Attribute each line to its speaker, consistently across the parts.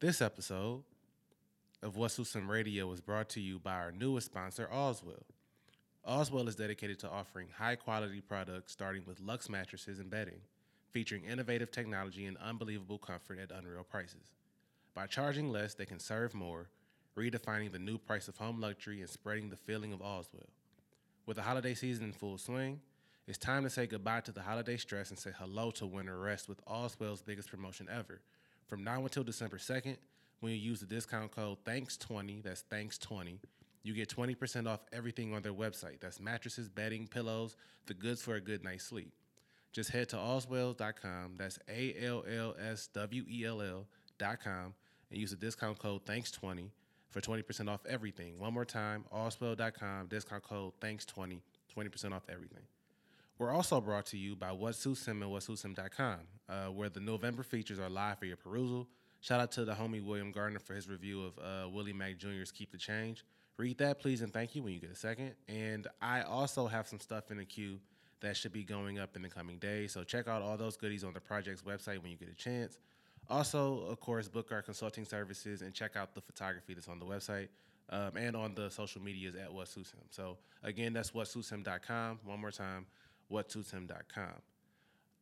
Speaker 1: This episode of What's Some Radio is brought to you by our newest sponsor, Oswell. Oswell is dedicated to offering high quality products starting with luxe mattresses and bedding, featuring innovative technology and unbelievable comfort at unreal prices. By charging less, they can serve more, redefining the new price of home luxury and spreading the feeling of Oswell. With the holiday season in full swing, it's time to say goodbye to the holiday stress and say hello to winter rest with Allswell's biggest promotion ever. From now until December 2nd, when you use the discount code THANKS20, that's THANKS20, you get 20% off everything on their website. That's mattresses, bedding, pillows, the goods for a good night's sleep. Just head to allswells.com, that's A L L S W E L L.com, and use the discount code THANKS20 for 20% off everything. One more time, allswell.com, discount code THANKS20, 20% off everything. We're also brought to you by What Suits Him and WhatSuitsHim.com, uh, where the November features are live for your perusal. Shout out to the homie William Gardner for his review of uh, Willie Mack Jr.'s Keep the Change. Read that, please, and thank you when you get a second. And I also have some stuff in the queue that should be going up in the coming days. So check out all those goodies on the project's website when you get a chance. Also, of course, book our consulting services and check out the photography that's on the website um, and on the social medias at What Suits Him. So, again, that's whatsuitshim.com. One more time, whatsuitshim.com.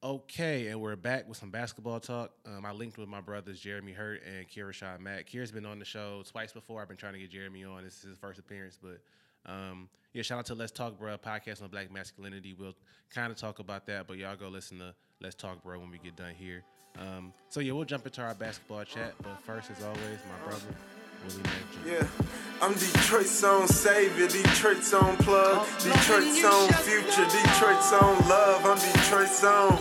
Speaker 1: Okay, and we're back with some basketball talk. Um, I linked with my brothers Jeremy Hurt and Kira Shaw Matt. Kira's been on the show twice before. I've been trying to get Jeremy on. This is his first appearance, but um, yeah, shout out to Let's Talk Bro podcast on Black masculinity. We'll kind of talk about that, but y'all go listen to Let's Talk Bro when we get done here. Um, so yeah, we'll jump into our basketball chat, but first, as always, my brother Willie Mack Jr.
Speaker 2: Yeah, I'm Detroit's own savior, Detroit's own plug, Detroit's own future, Detroit's own love. I'm Detroit's own.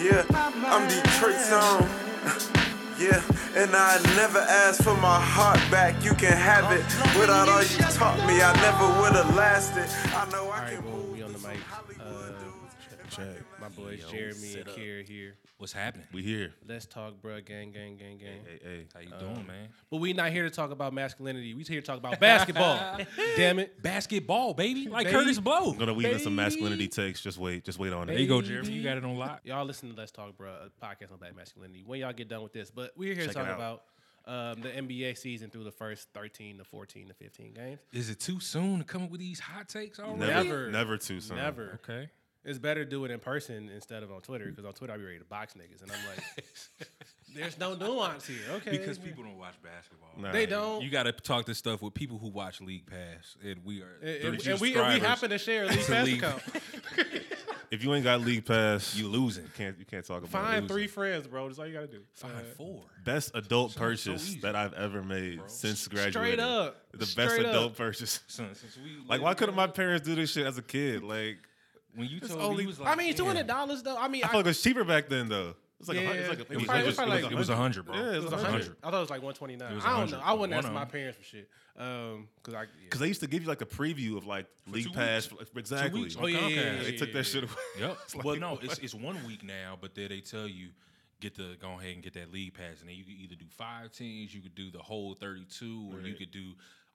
Speaker 2: Yeah, I'm Detroit's own. Yeah, and I never asked for my heart back. You can have it. Without all you taught me, I never would have lasted. I know
Speaker 1: All
Speaker 2: I
Speaker 1: right,
Speaker 2: can
Speaker 1: boom, we
Speaker 2: move.
Speaker 1: on the mic. Uh,
Speaker 2: Check,
Speaker 1: my boys
Speaker 3: Yo,
Speaker 1: Jeremy and
Speaker 3: sit up.
Speaker 1: Kira here.
Speaker 3: What's happening?
Speaker 4: We here.
Speaker 1: Let's talk, bro. Gang, gang, gang, gang.
Speaker 4: Hey, hey.
Speaker 3: How you doing, man?
Speaker 1: But we not here to talk about masculinity. We here to talk about basketball. Damn it.
Speaker 3: Basketball, baby, like
Speaker 1: Baby.
Speaker 3: Curtis Blow.
Speaker 4: I'm gonna weave in some
Speaker 1: Baby.
Speaker 4: masculinity takes. Just wait. Just wait on
Speaker 3: There
Speaker 4: it.
Speaker 3: you go, Jeremy. You got it on lock.
Speaker 1: Y'all listen to Let's Talk, bro, a podcast on black masculinity. When y'all get done with this, but we're here
Speaker 4: Check
Speaker 1: to
Speaker 4: it
Speaker 1: talk
Speaker 4: out.
Speaker 1: about um, the NBA season through the first 13 to 14 to 15 games.
Speaker 3: Is it too soon to come up with these hot takes already?
Speaker 4: Never,
Speaker 1: Never.
Speaker 4: never, too soon.
Speaker 1: Never.
Speaker 3: Okay.
Speaker 1: It's better to do it in person instead of on Twitter because on Twitter I be ready to box niggas. And I'm like, there's no nuance here. Okay.
Speaker 3: Because people don't watch basketball.
Speaker 4: Nah.
Speaker 1: They don't.
Speaker 3: You got to talk this stuff with people who watch League Pass, and we are.
Speaker 1: and,
Speaker 3: the
Speaker 1: and- and
Speaker 3: huge
Speaker 1: we, and we
Speaker 3: thrivers.
Speaker 1: happen to share a league pass
Speaker 3: league.
Speaker 1: account.
Speaker 4: If you ain't got league pass,
Speaker 3: You
Speaker 4: you
Speaker 3: losing.
Speaker 4: can't. You can't talk about
Speaker 1: Find
Speaker 4: it.
Speaker 1: three friends, bro. That's all you got to do. Uh,
Speaker 3: Five four.
Speaker 4: Best adult
Speaker 3: so
Speaker 4: purchase
Speaker 3: easy,
Speaker 4: that I've ever made since graduating.
Speaker 1: up.
Speaker 4: The best
Speaker 1: Straight up.
Speaker 4: adult purchase.
Speaker 3: Son, since we
Speaker 4: Like, why couldn't my parents do this shit as a kid? Like,
Speaker 3: When you told me,
Speaker 4: only-
Speaker 3: you was like,
Speaker 1: I mean,
Speaker 3: damn.
Speaker 1: $200 though. I mean,
Speaker 4: I
Speaker 1: I-
Speaker 4: feel like it was cheaper back then, though. It's like a
Speaker 1: Yeah,
Speaker 4: hundred. It's like a-
Speaker 1: it
Speaker 4: it
Speaker 1: was
Speaker 4: was
Speaker 1: probably-
Speaker 4: a
Speaker 1: it was probably
Speaker 4: hundred-
Speaker 1: like-
Speaker 3: It was a hundred, bro.
Speaker 4: Yeah, it was
Speaker 1: It was 100.
Speaker 4: 100.
Speaker 1: I thought it was like 129.
Speaker 3: It was
Speaker 1: I don't
Speaker 3: 100.
Speaker 1: know. I wouldn't
Speaker 3: One oh.
Speaker 1: ask
Speaker 3: of
Speaker 1: my
Speaker 3: them.
Speaker 1: parents for shit. Um, cause I,
Speaker 4: Because they used to give you like a preview of like league
Speaker 3: two
Speaker 4: pass.
Speaker 3: weeks.
Speaker 4: Exactly.
Speaker 3: weeks.
Speaker 1: oh yeah, yeah, yeah,
Speaker 3: Comcast.
Speaker 1: yeah,
Speaker 4: They took
Speaker 1: yeah,
Speaker 4: that shit away.
Speaker 3: Yep. well, no, it's it's one week now, but then they tell you get the go ahead and get that league pass, and then you can either do five teams, you could do the whole thirty-two, or you
Speaker 1: Right.
Speaker 3: could do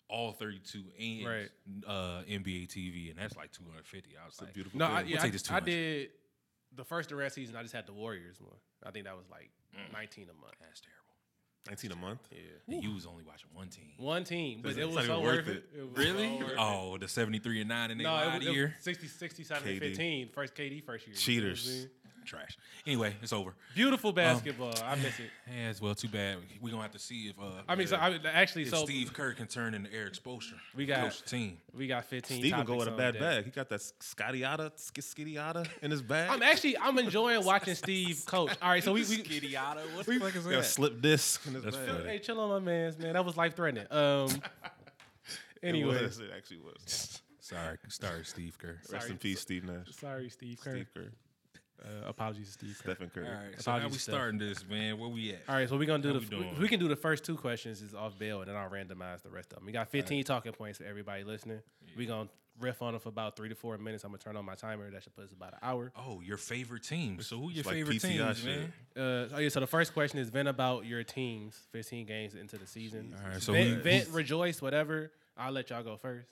Speaker 3: all thirty-two and
Speaker 1: Right.
Speaker 3: uh, NBA TV, and that's like two hundred fifty. I was
Speaker 4: It's a
Speaker 3: like,
Speaker 4: beautiful
Speaker 1: No,
Speaker 4: thing.
Speaker 1: I, yeah,
Speaker 3: We'll take this
Speaker 1: I, I
Speaker 3: 200.
Speaker 1: did the first Durant season. I just had the Warriors one. I think that was like 19 a month.
Speaker 3: Mm. that's terrible.
Speaker 4: 19 a month.
Speaker 1: Yeah,
Speaker 3: And you was only watching one team.
Speaker 1: one team, but
Speaker 4: It's
Speaker 1: it
Speaker 4: not
Speaker 1: was
Speaker 4: even
Speaker 1: so worth
Speaker 4: worth
Speaker 1: it.
Speaker 4: it.
Speaker 1: It was so worth it.
Speaker 3: Oh, the seventy-three and nine, and they
Speaker 1: No, it
Speaker 3: lied
Speaker 1: was, it was
Speaker 3: year.
Speaker 1: 60, 67,
Speaker 4: KD.
Speaker 1: 15. First KD, first year. You know what I'm
Speaker 4: Cheaters.
Speaker 1: saying?
Speaker 3: Trash. Anyway, it's over. Um,
Speaker 1: Beautiful basketball. I miss it.
Speaker 3: Yeah, it's well, too bad. We're gonna have to see if uh,
Speaker 1: I mean, so I, mean, actually,
Speaker 3: if
Speaker 1: so
Speaker 3: Steve Kerr can turn into Eric Spoelstra.
Speaker 1: We got-
Speaker 3: Spoelstra team.
Speaker 1: we got 15.
Speaker 4: Steven go
Speaker 1: topics
Speaker 4: with a
Speaker 1: on
Speaker 4: bad
Speaker 1: deck.
Speaker 4: bag. He got that Scottiata, Skittiata in his bag.
Speaker 1: I'm actually I'm enjoying watching Steve coach. All right, so we, we
Speaker 3: What the fuck is
Speaker 4: He got a slip disc in his
Speaker 3: That's
Speaker 4: bag.
Speaker 3: funny.
Speaker 1: Hey, chill on my man's man. That was life threatening. Um.
Speaker 4: It,
Speaker 1: anyway,
Speaker 4: was, it actually was.
Speaker 3: Sorry, sorry, Steve Kerr.
Speaker 4: Rest
Speaker 1: Sorry.
Speaker 4: in peace, Steve Nash.
Speaker 1: sorry, Steve Kerr.
Speaker 4: Steve Kerr.
Speaker 1: Uh, apologies, to Steve Kerr.
Speaker 4: Stephen Curry.
Speaker 3: All right, so now
Speaker 1: Apologies,
Speaker 3: we
Speaker 1: Steph.
Speaker 3: starting this, man. Where we at?
Speaker 1: All right, so we're gonna do
Speaker 3: How
Speaker 1: the
Speaker 3: we
Speaker 1: f-
Speaker 3: doing?
Speaker 1: we, can do the first two questions is off bail, and then I'll randomize the rest of them. We got 15 talking points for everybody listening. We're gonna riff on them for about three to four minutes. I'm gonna turn on my timer. That should put us about an hour.
Speaker 3: Oh, your favorite team. So who your
Speaker 4: like
Speaker 3: favorite
Speaker 4: PTI
Speaker 3: teams,
Speaker 4: shit.
Speaker 3: man?
Speaker 1: Uh, oh yeah, so the first question is vent about your teams 15 games into the season.
Speaker 3: All right, so
Speaker 1: vent,
Speaker 3: who-
Speaker 1: vent, rejoice, whatever. I'll let y'all go first.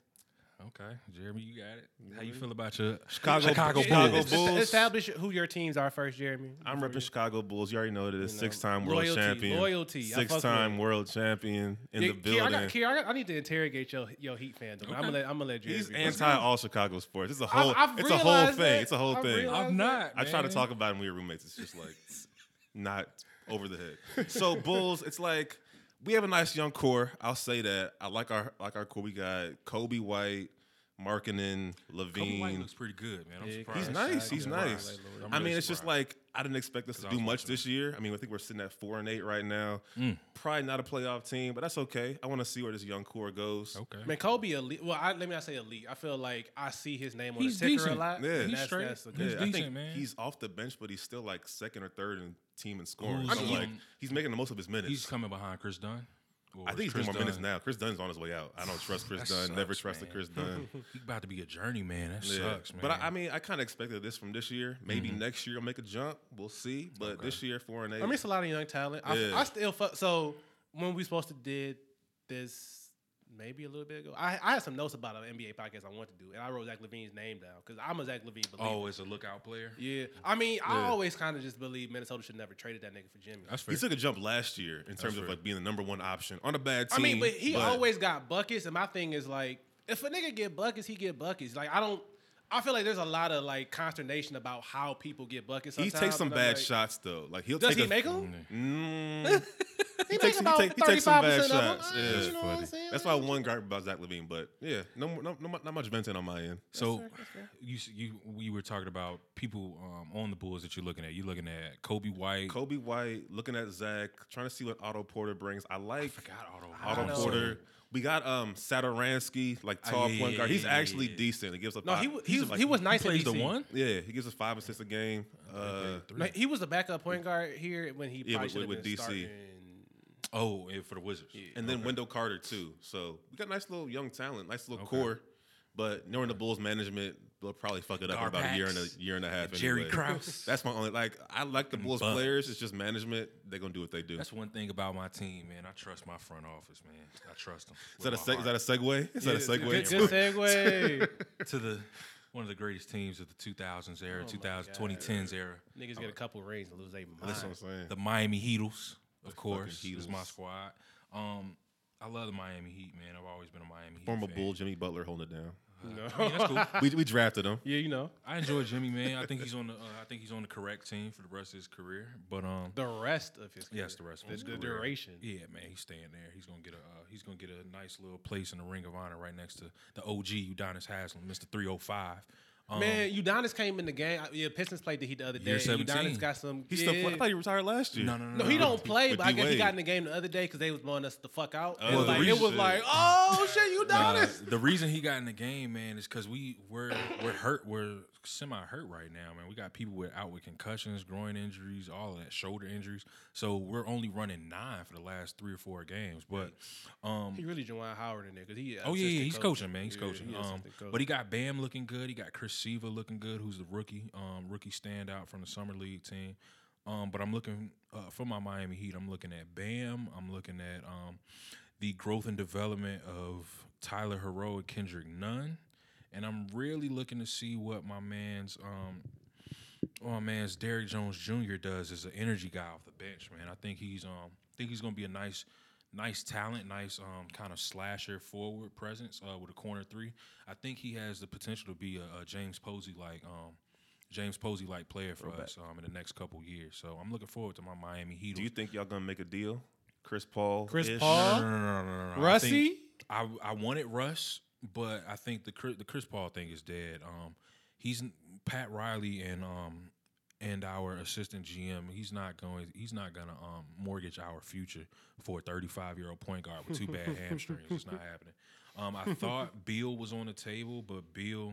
Speaker 3: Okay, Jeremy, you got it. How you feel about your
Speaker 4: Chicago-
Speaker 3: Chicago,
Speaker 4: Chicago
Speaker 3: Bulls?
Speaker 4: Bulls.
Speaker 1: Establish who your teams are first, Jeremy.
Speaker 4: I'm
Speaker 1: Before
Speaker 4: repping
Speaker 1: you-
Speaker 4: Chicago Bulls. You already know that it's
Speaker 1: know,
Speaker 4: six time world
Speaker 1: loyalty,
Speaker 4: champion.
Speaker 1: loyalty. I fuck with
Speaker 4: Six time
Speaker 1: it.
Speaker 4: world champion in
Speaker 1: Yeah,
Speaker 4: the
Speaker 1: Kier, I, got,
Speaker 4: building.
Speaker 1: Kier, I, got, I need to interrogate your your Heat fandom. I'm
Speaker 3: Okay.
Speaker 1: gonna let I'm gonna let Jeremy.
Speaker 4: He's
Speaker 1: go.
Speaker 4: anti all Chicago sports. It's a
Speaker 1: I've-
Speaker 4: whole
Speaker 1: I've
Speaker 4: it's a whole
Speaker 1: realized
Speaker 4: thing.
Speaker 1: that.
Speaker 4: It's a whole
Speaker 1: I've
Speaker 4: thing.
Speaker 1: realized-
Speaker 3: I'm not.
Speaker 4: I try to
Speaker 3: man.
Speaker 4: talk about it when we were roommates. It's just like not over the head. So Bulls, it's like we have a nice young core. I'll say that. I like our like our core. We got Kobe White, Markinen,
Speaker 3: Kobe
Speaker 4: Levine.
Speaker 3: White looks pretty good, man. I'm surprised.
Speaker 4: He's nice. He's
Speaker 3: I'm
Speaker 4: nice.
Speaker 3: surprised. I'm
Speaker 4: I
Speaker 3: really
Speaker 4: mean, it's just
Speaker 3: surprised.
Speaker 4: like I didn't expect us to
Speaker 3: I
Speaker 4: do
Speaker 3: was
Speaker 4: much
Speaker 3: watching Mm.
Speaker 4: this year. I mean, I think we're sitting at four and eight right now. Probably not a playoff team, but that's okay. I want to see where this young core goes.
Speaker 3: okay.
Speaker 1: Man, Kobe elite. Well, I, let me not say elite. I feel like I see his name on
Speaker 3: He's
Speaker 1: the ticker
Speaker 3: decent.
Speaker 1: a lot.
Speaker 4: Yeah.
Speaker 1: and
Speaker 4: He's
Speaker 1: that's,
Speaker 3: straight.
Speaker 1: That's a
Speaker 3: He's
Speaker 1: good.
Speaker 4: Yeah, I think
Speaker 3: decent, man.
Speaker 4: he's off the bench, but he's still like second or third in team in scoring.
Speaker 3: Who's
Speaker 4: so
Speaker 1: he-
Speaker 4: like he's making the most of his minutes.
Speaker 3: He's coming behind Chris Dunn. Or
Speaker 4: I think he's
Speaker 3: is Chris
Speaker 4: doing more minutes
Speaker 3: Dunn-
Speaker 4: now. Chris Dunn's on his way out. I don't trust Chris
Speaker 3: That
Speaker 4: Dunn. Never
Speaker 3: sucks,
Speaker 4: trusted
Speaker 3: man.
Speaker 4: Chris Dunn.
Speaker 3: He about to be a journeyman. That
Speaker 4: Yeah.
Speaker 3: sucks, man.
Speaker 4: But I, I mean, I kind of expected this from this year. Maybe next year I'll make a jump. We'll see. But this year, four and eight.
Speaker 1: Mm-hmm. I mean, it's a lot of young talent. I,
Speaker 4: Yeah.
Speaker 1: I still fuck. So when we supposed to did this, maybe a little bit ago, I, I had some notes about an NBA podcast I wanted to do, and I wrote Zach Levine's name down because I'm a Zach Levine believer.
Speaker 3: oh, as a lookout player.
Speaker 1: Yeah, I mean, I always kind of just believe Minnesota should never traded that nigga for Jimmy.
Speaker 3: That's fair.
Speaker 4: he took a jump last year in terms of
Speaker 3: right.
Speaker 4: like being the number one option on a bad
Speaker 1: I
Speaker 4: team.
Speaker 1: mean, but he always got buckets, and my thing is like, if a nigga get buckets, he get buckets. Like I don't, I feel like there's a lot of like consternation about how people get buckets.
Speaker 4: he
Speaker 1: sometimes,
Speaker 4: takes some
Speaker 1: and I'm
Speaker 4: bad
Speaker 1: like,
Speaker 4: shots though. Like he'll
Speaker 1: Does
Speaker 4: take
Speaker 1: he
Speaker 4: a,
Speaker 1: make them?
Speaker 4: Mm,
Speaker 1: He,
Speaker 4: takes-
Speaker 1: takes
Speaker 4: he
Speaker 1: about
Speaker 4: take- he takes some
Speaker 1: thirty-five
Speaker 4: bad
Speaker 1: percent of them.
Speaker 4: shots.
Speaker 1: Ah,
Speaker 4: Yeah.
Speaker 1: you know what I'm
Speaker 3: Funny.
Speaker 1: saying?
Speaker 4: that's why one gripe about Zach Levine. But yeah, no, more- no, no, mu- not much venting on my end.
Speaker 3: So you s- you we were talking about people um, on the Bulls that you're looking at. You're looking at Kobe White.
Speaker 4: Kobe White looking at Zach, trying to see what Otto Porter brings. I like
Speaker 3: forgot Otto
Speaker 4: Otto
Speaker 1: know.
Speaker 4: Porter. We got um Saturansky, like tall
Speaker 3: Uh, yeah,
Speaker 4: point
Speaker 3: yeah,
Speaker 4: guard. He's
Speaker 3: yeah, yeah,
Speaker 4: actually
Speaker 3: yeah.
Speaker 4: decent. He gives up.
Speaker 1: No, he wa- he, was- he was nice. in
Speaker 3: plays the
Speaker 1: DC.
Speaker 3: one.
Speaker 4: yeah, he gives us five assists a game. Uh,
Speaker 1: No, he was the backup point guard here when he
Speaker 4: Yeah,
Speaker 1: probably
Speaker 4: with-
Speaker 1: should have
Speaker 4: with
Speaker 1: been
Speaker 4: DC.
Speaker 1: starting.
Speaker 3: Oh, and for the Wizards.
Speaker 4: and then Wendell Carter too. So we got nice little young talent, nice little core. But knowing the Bulls management, they'll probably fuck it up in about a year and a
Speaker 3: Garbax.
Speaker 4: year and a half.
Speaker 3: Jerry
Speaker 4: anyway.
Speaker 3: Krause.
Speaker 4: That's my only like. I like the Bulls
Speaker 3: Bucks.
Speaker 4: players. It's just management. They're gonna do what they do.
Speaker 3: That's one thing about my team, man. I trust my front office, man. I trust them.
Speaker 4: is that a seg- is that a segue? Is that a
Speaker 3: Yeah, it's a
Speaker 4: segue?
Speaker 1: Good, good segue.
Speaker 3: to the one of the greatest teams of the 2000s era, 2000, 2010s era?
Speaker 1: Niggas get a couple rings and lose their mind.
Speaker 4: That's what I'm saying.
Speaker 3: The Miami Heatles, of course, is my
Speaker 4: Heatles.
Speaker 3: squad. Um, I love the Miami Heat, man. I've always been a Miami Heat
Speaker 4: Former
Speaker 3: fan.
Speaker 4: Bull Jimmy Butler holding it down.
Speaker 1: No.
Speaker 3: I mean, that's cool.
Speaker 4: We, we drafted him.
Speaker 1: yeah, you know
Speaker 3: I enjoy Jimmy, man. I think he's on the uh, I think he's on the correct team for the rest of his career. But um,
Speaker 1: the rest of his. Career.
Speaker 3: yes, the rest of
Speaker 1: The-
Speaker 3: his
Speaker 1: the
Speaker 3: career.
Speaker 1: duration.
Speaker 3: Yeah, man, he's staying there. He's gonna get a uh, he's gonna get a nice little place in the Ring of Honor right next to the OG Udonis Haslam, Mister Three Hundred Five. Um,
Speaker 1: Man, Udonis came in the game. I- Yeah, Pistons played the Heat the other day.
Speaker 3: Year
Speaker 1: and
Speaker 3: 17.
Speaker 1: Udonis got some.
Speaker 4: He's
Speaker 1: yeah.
Speaker 4: still. Play- I thought he retired last year.
Speaker 3: no, no, no,
Speaker 1: No, he don't
Speaker 4: With-
Speaker 1: play,
Speaker 4: with
Speaker 1: but I guess he
Speaker 4: D-Wade.
Speaker 1: got in the game the other day because they was blowing us the fuck out. And
Speaker 4: Well, the
Speaker 1: like, it
Speaker 4: reason-
Speaker 1: was like, oh shit,
Speaker 3: Uh,
Speaker 1: Udonis.
Speaker 3: the reason he got in the game, man, is because we we're we're hurt. We're semi hurt right now, man. We got people with out with concussions, groin injuries, all of that, shoulder injuries. So we're only running nine for the last three or four games. But um,
Speaker 1: He really Juwan Howard in there because he.
Speaker 3: Oh yeah, yeah,
Speaker 1: assistant
Speaker 3: he's
Speaker 1: coach.
Speaker 3: coaching, man. He's
Speaker 1: Yeah,
Speaker 3: coaching.
Speaker 1: he
Speaker 3: um,
Speaker 1: assistant coach.
Speaker 3: but he got Bam looking good. He got Chris Siva looking good, who's the rookie, um, rookie standout from the summer league team. Um, but I'm looking uh, for my Miami Heat. I'm looking at Bam. I'm looking at um, the growth and development of Tyler Hero and Kendrick Nunn, and I'm really looking to see what my man's um, Oh my man's Derrick Jones Jr. does is an energy guy off the bench, man. I think he's um I think he's gonna be a nice nice talent, nice um kind of slasher forward presence uh, with a corner three. I think he has the potential to be a, a James Posey like um James Posey like player for us um in the next couple years. So I'm looking forward to my Miami Heat.
Speaker 4: Do you think y'all gonna make a deal? Chris Paul.
Speaker 1: Chris Paul?
Speaker 3: no, no, no, no, no, no. I think-
Speaker 1: Russie.
Speaker 3: I I wanted Russ, but I think the Chris, the Chris Paul thing is dead. Um, he's Pat Riley and um and our assistant GM. He's not going. He's not gonna um mortgage our future for a 35 year old point guard with two bad hamstrings. It's not happening. Um, I thought Beal was on the table, but Beal,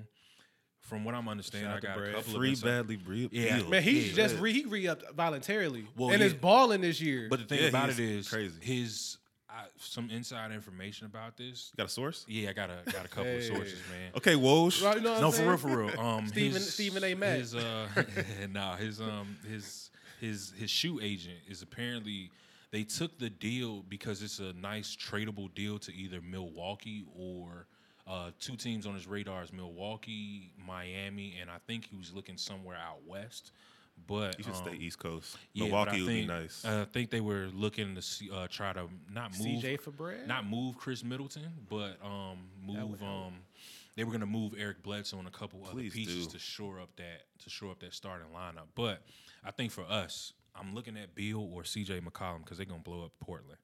Speaker 3: from what I'm understanding,
Speaker 1: Shout
Speaker 3: I
Speaker 1: out to
Speaker 3: got a
Speaker 1: Brad.
Speaker 3: couple of
Speaker 4: Free
Speaker 3: inside-
Speaker 4: badly bre-
Speaker 3: Yeah.
Speaker 4: Beal.
Speaker 1: Man, he's
Speaker 3: Yeah.
Speaker 1: just re, he re upped voluntarily
Speaker 3: Well,
Speaker 1: and
Speaker 3: yeah.
Speaker 1: is balling this year.
Speaker 3: But the thing
Speaker 4: Yeah,
Speaker 3: about
Speaker 4: he's
Speaker 3: it is
Speaker 4: crazy.
Speaker 3: His I, some inside information about this.
Speaker 4: Got a source?
Speaker 3: Yeah, I got a got a couple of
Speaker 1: Hey.
Speaker 3: sources, man.
Speaker 4: Okay, Woj.
Speaker 1: Right, you know what
Speaker 3: no,
Speaker 1: I'm
Speaker 3: for
Speaker 1: saying?
Speaker 3: real, for real. Um,
Speaker 1: Stephen-
Speaker 3: his,
Speaker 1: Stephen A. Mack.
Speaker 3: His uh, nah, his um, his his his shoe agent is apparently they took the deal because it's a nice tradable deal to either Milwaukee or Uh, two teams on his radar is Milwaukee, Miami, and I think he was looking somewhere out west. But
Speaker 4: You should
Speaker 3: um,
Speaker 4: stay East Coast.
Speaker 3: yeah, but I
Speaker 4: Milwaukee would
Speaker 3: think- uh,
Speaker 4: be nice.
Speaker 3: I think they were looking to see, uh, try to not move
Speaker 1: CJ for bread?
Speaker 3: not move Chris Middleton, but um, move um, they were gonna move Eric Bledsoe and a couple
Speaker 4: Please
Speaker 3: other pieces
Speaker 4: do.
Speaker 3: to shore up that to shore up that starting lineup. But I think for us, I'm looking at Beal or CJ McCollum because they're gonna blow up Portland.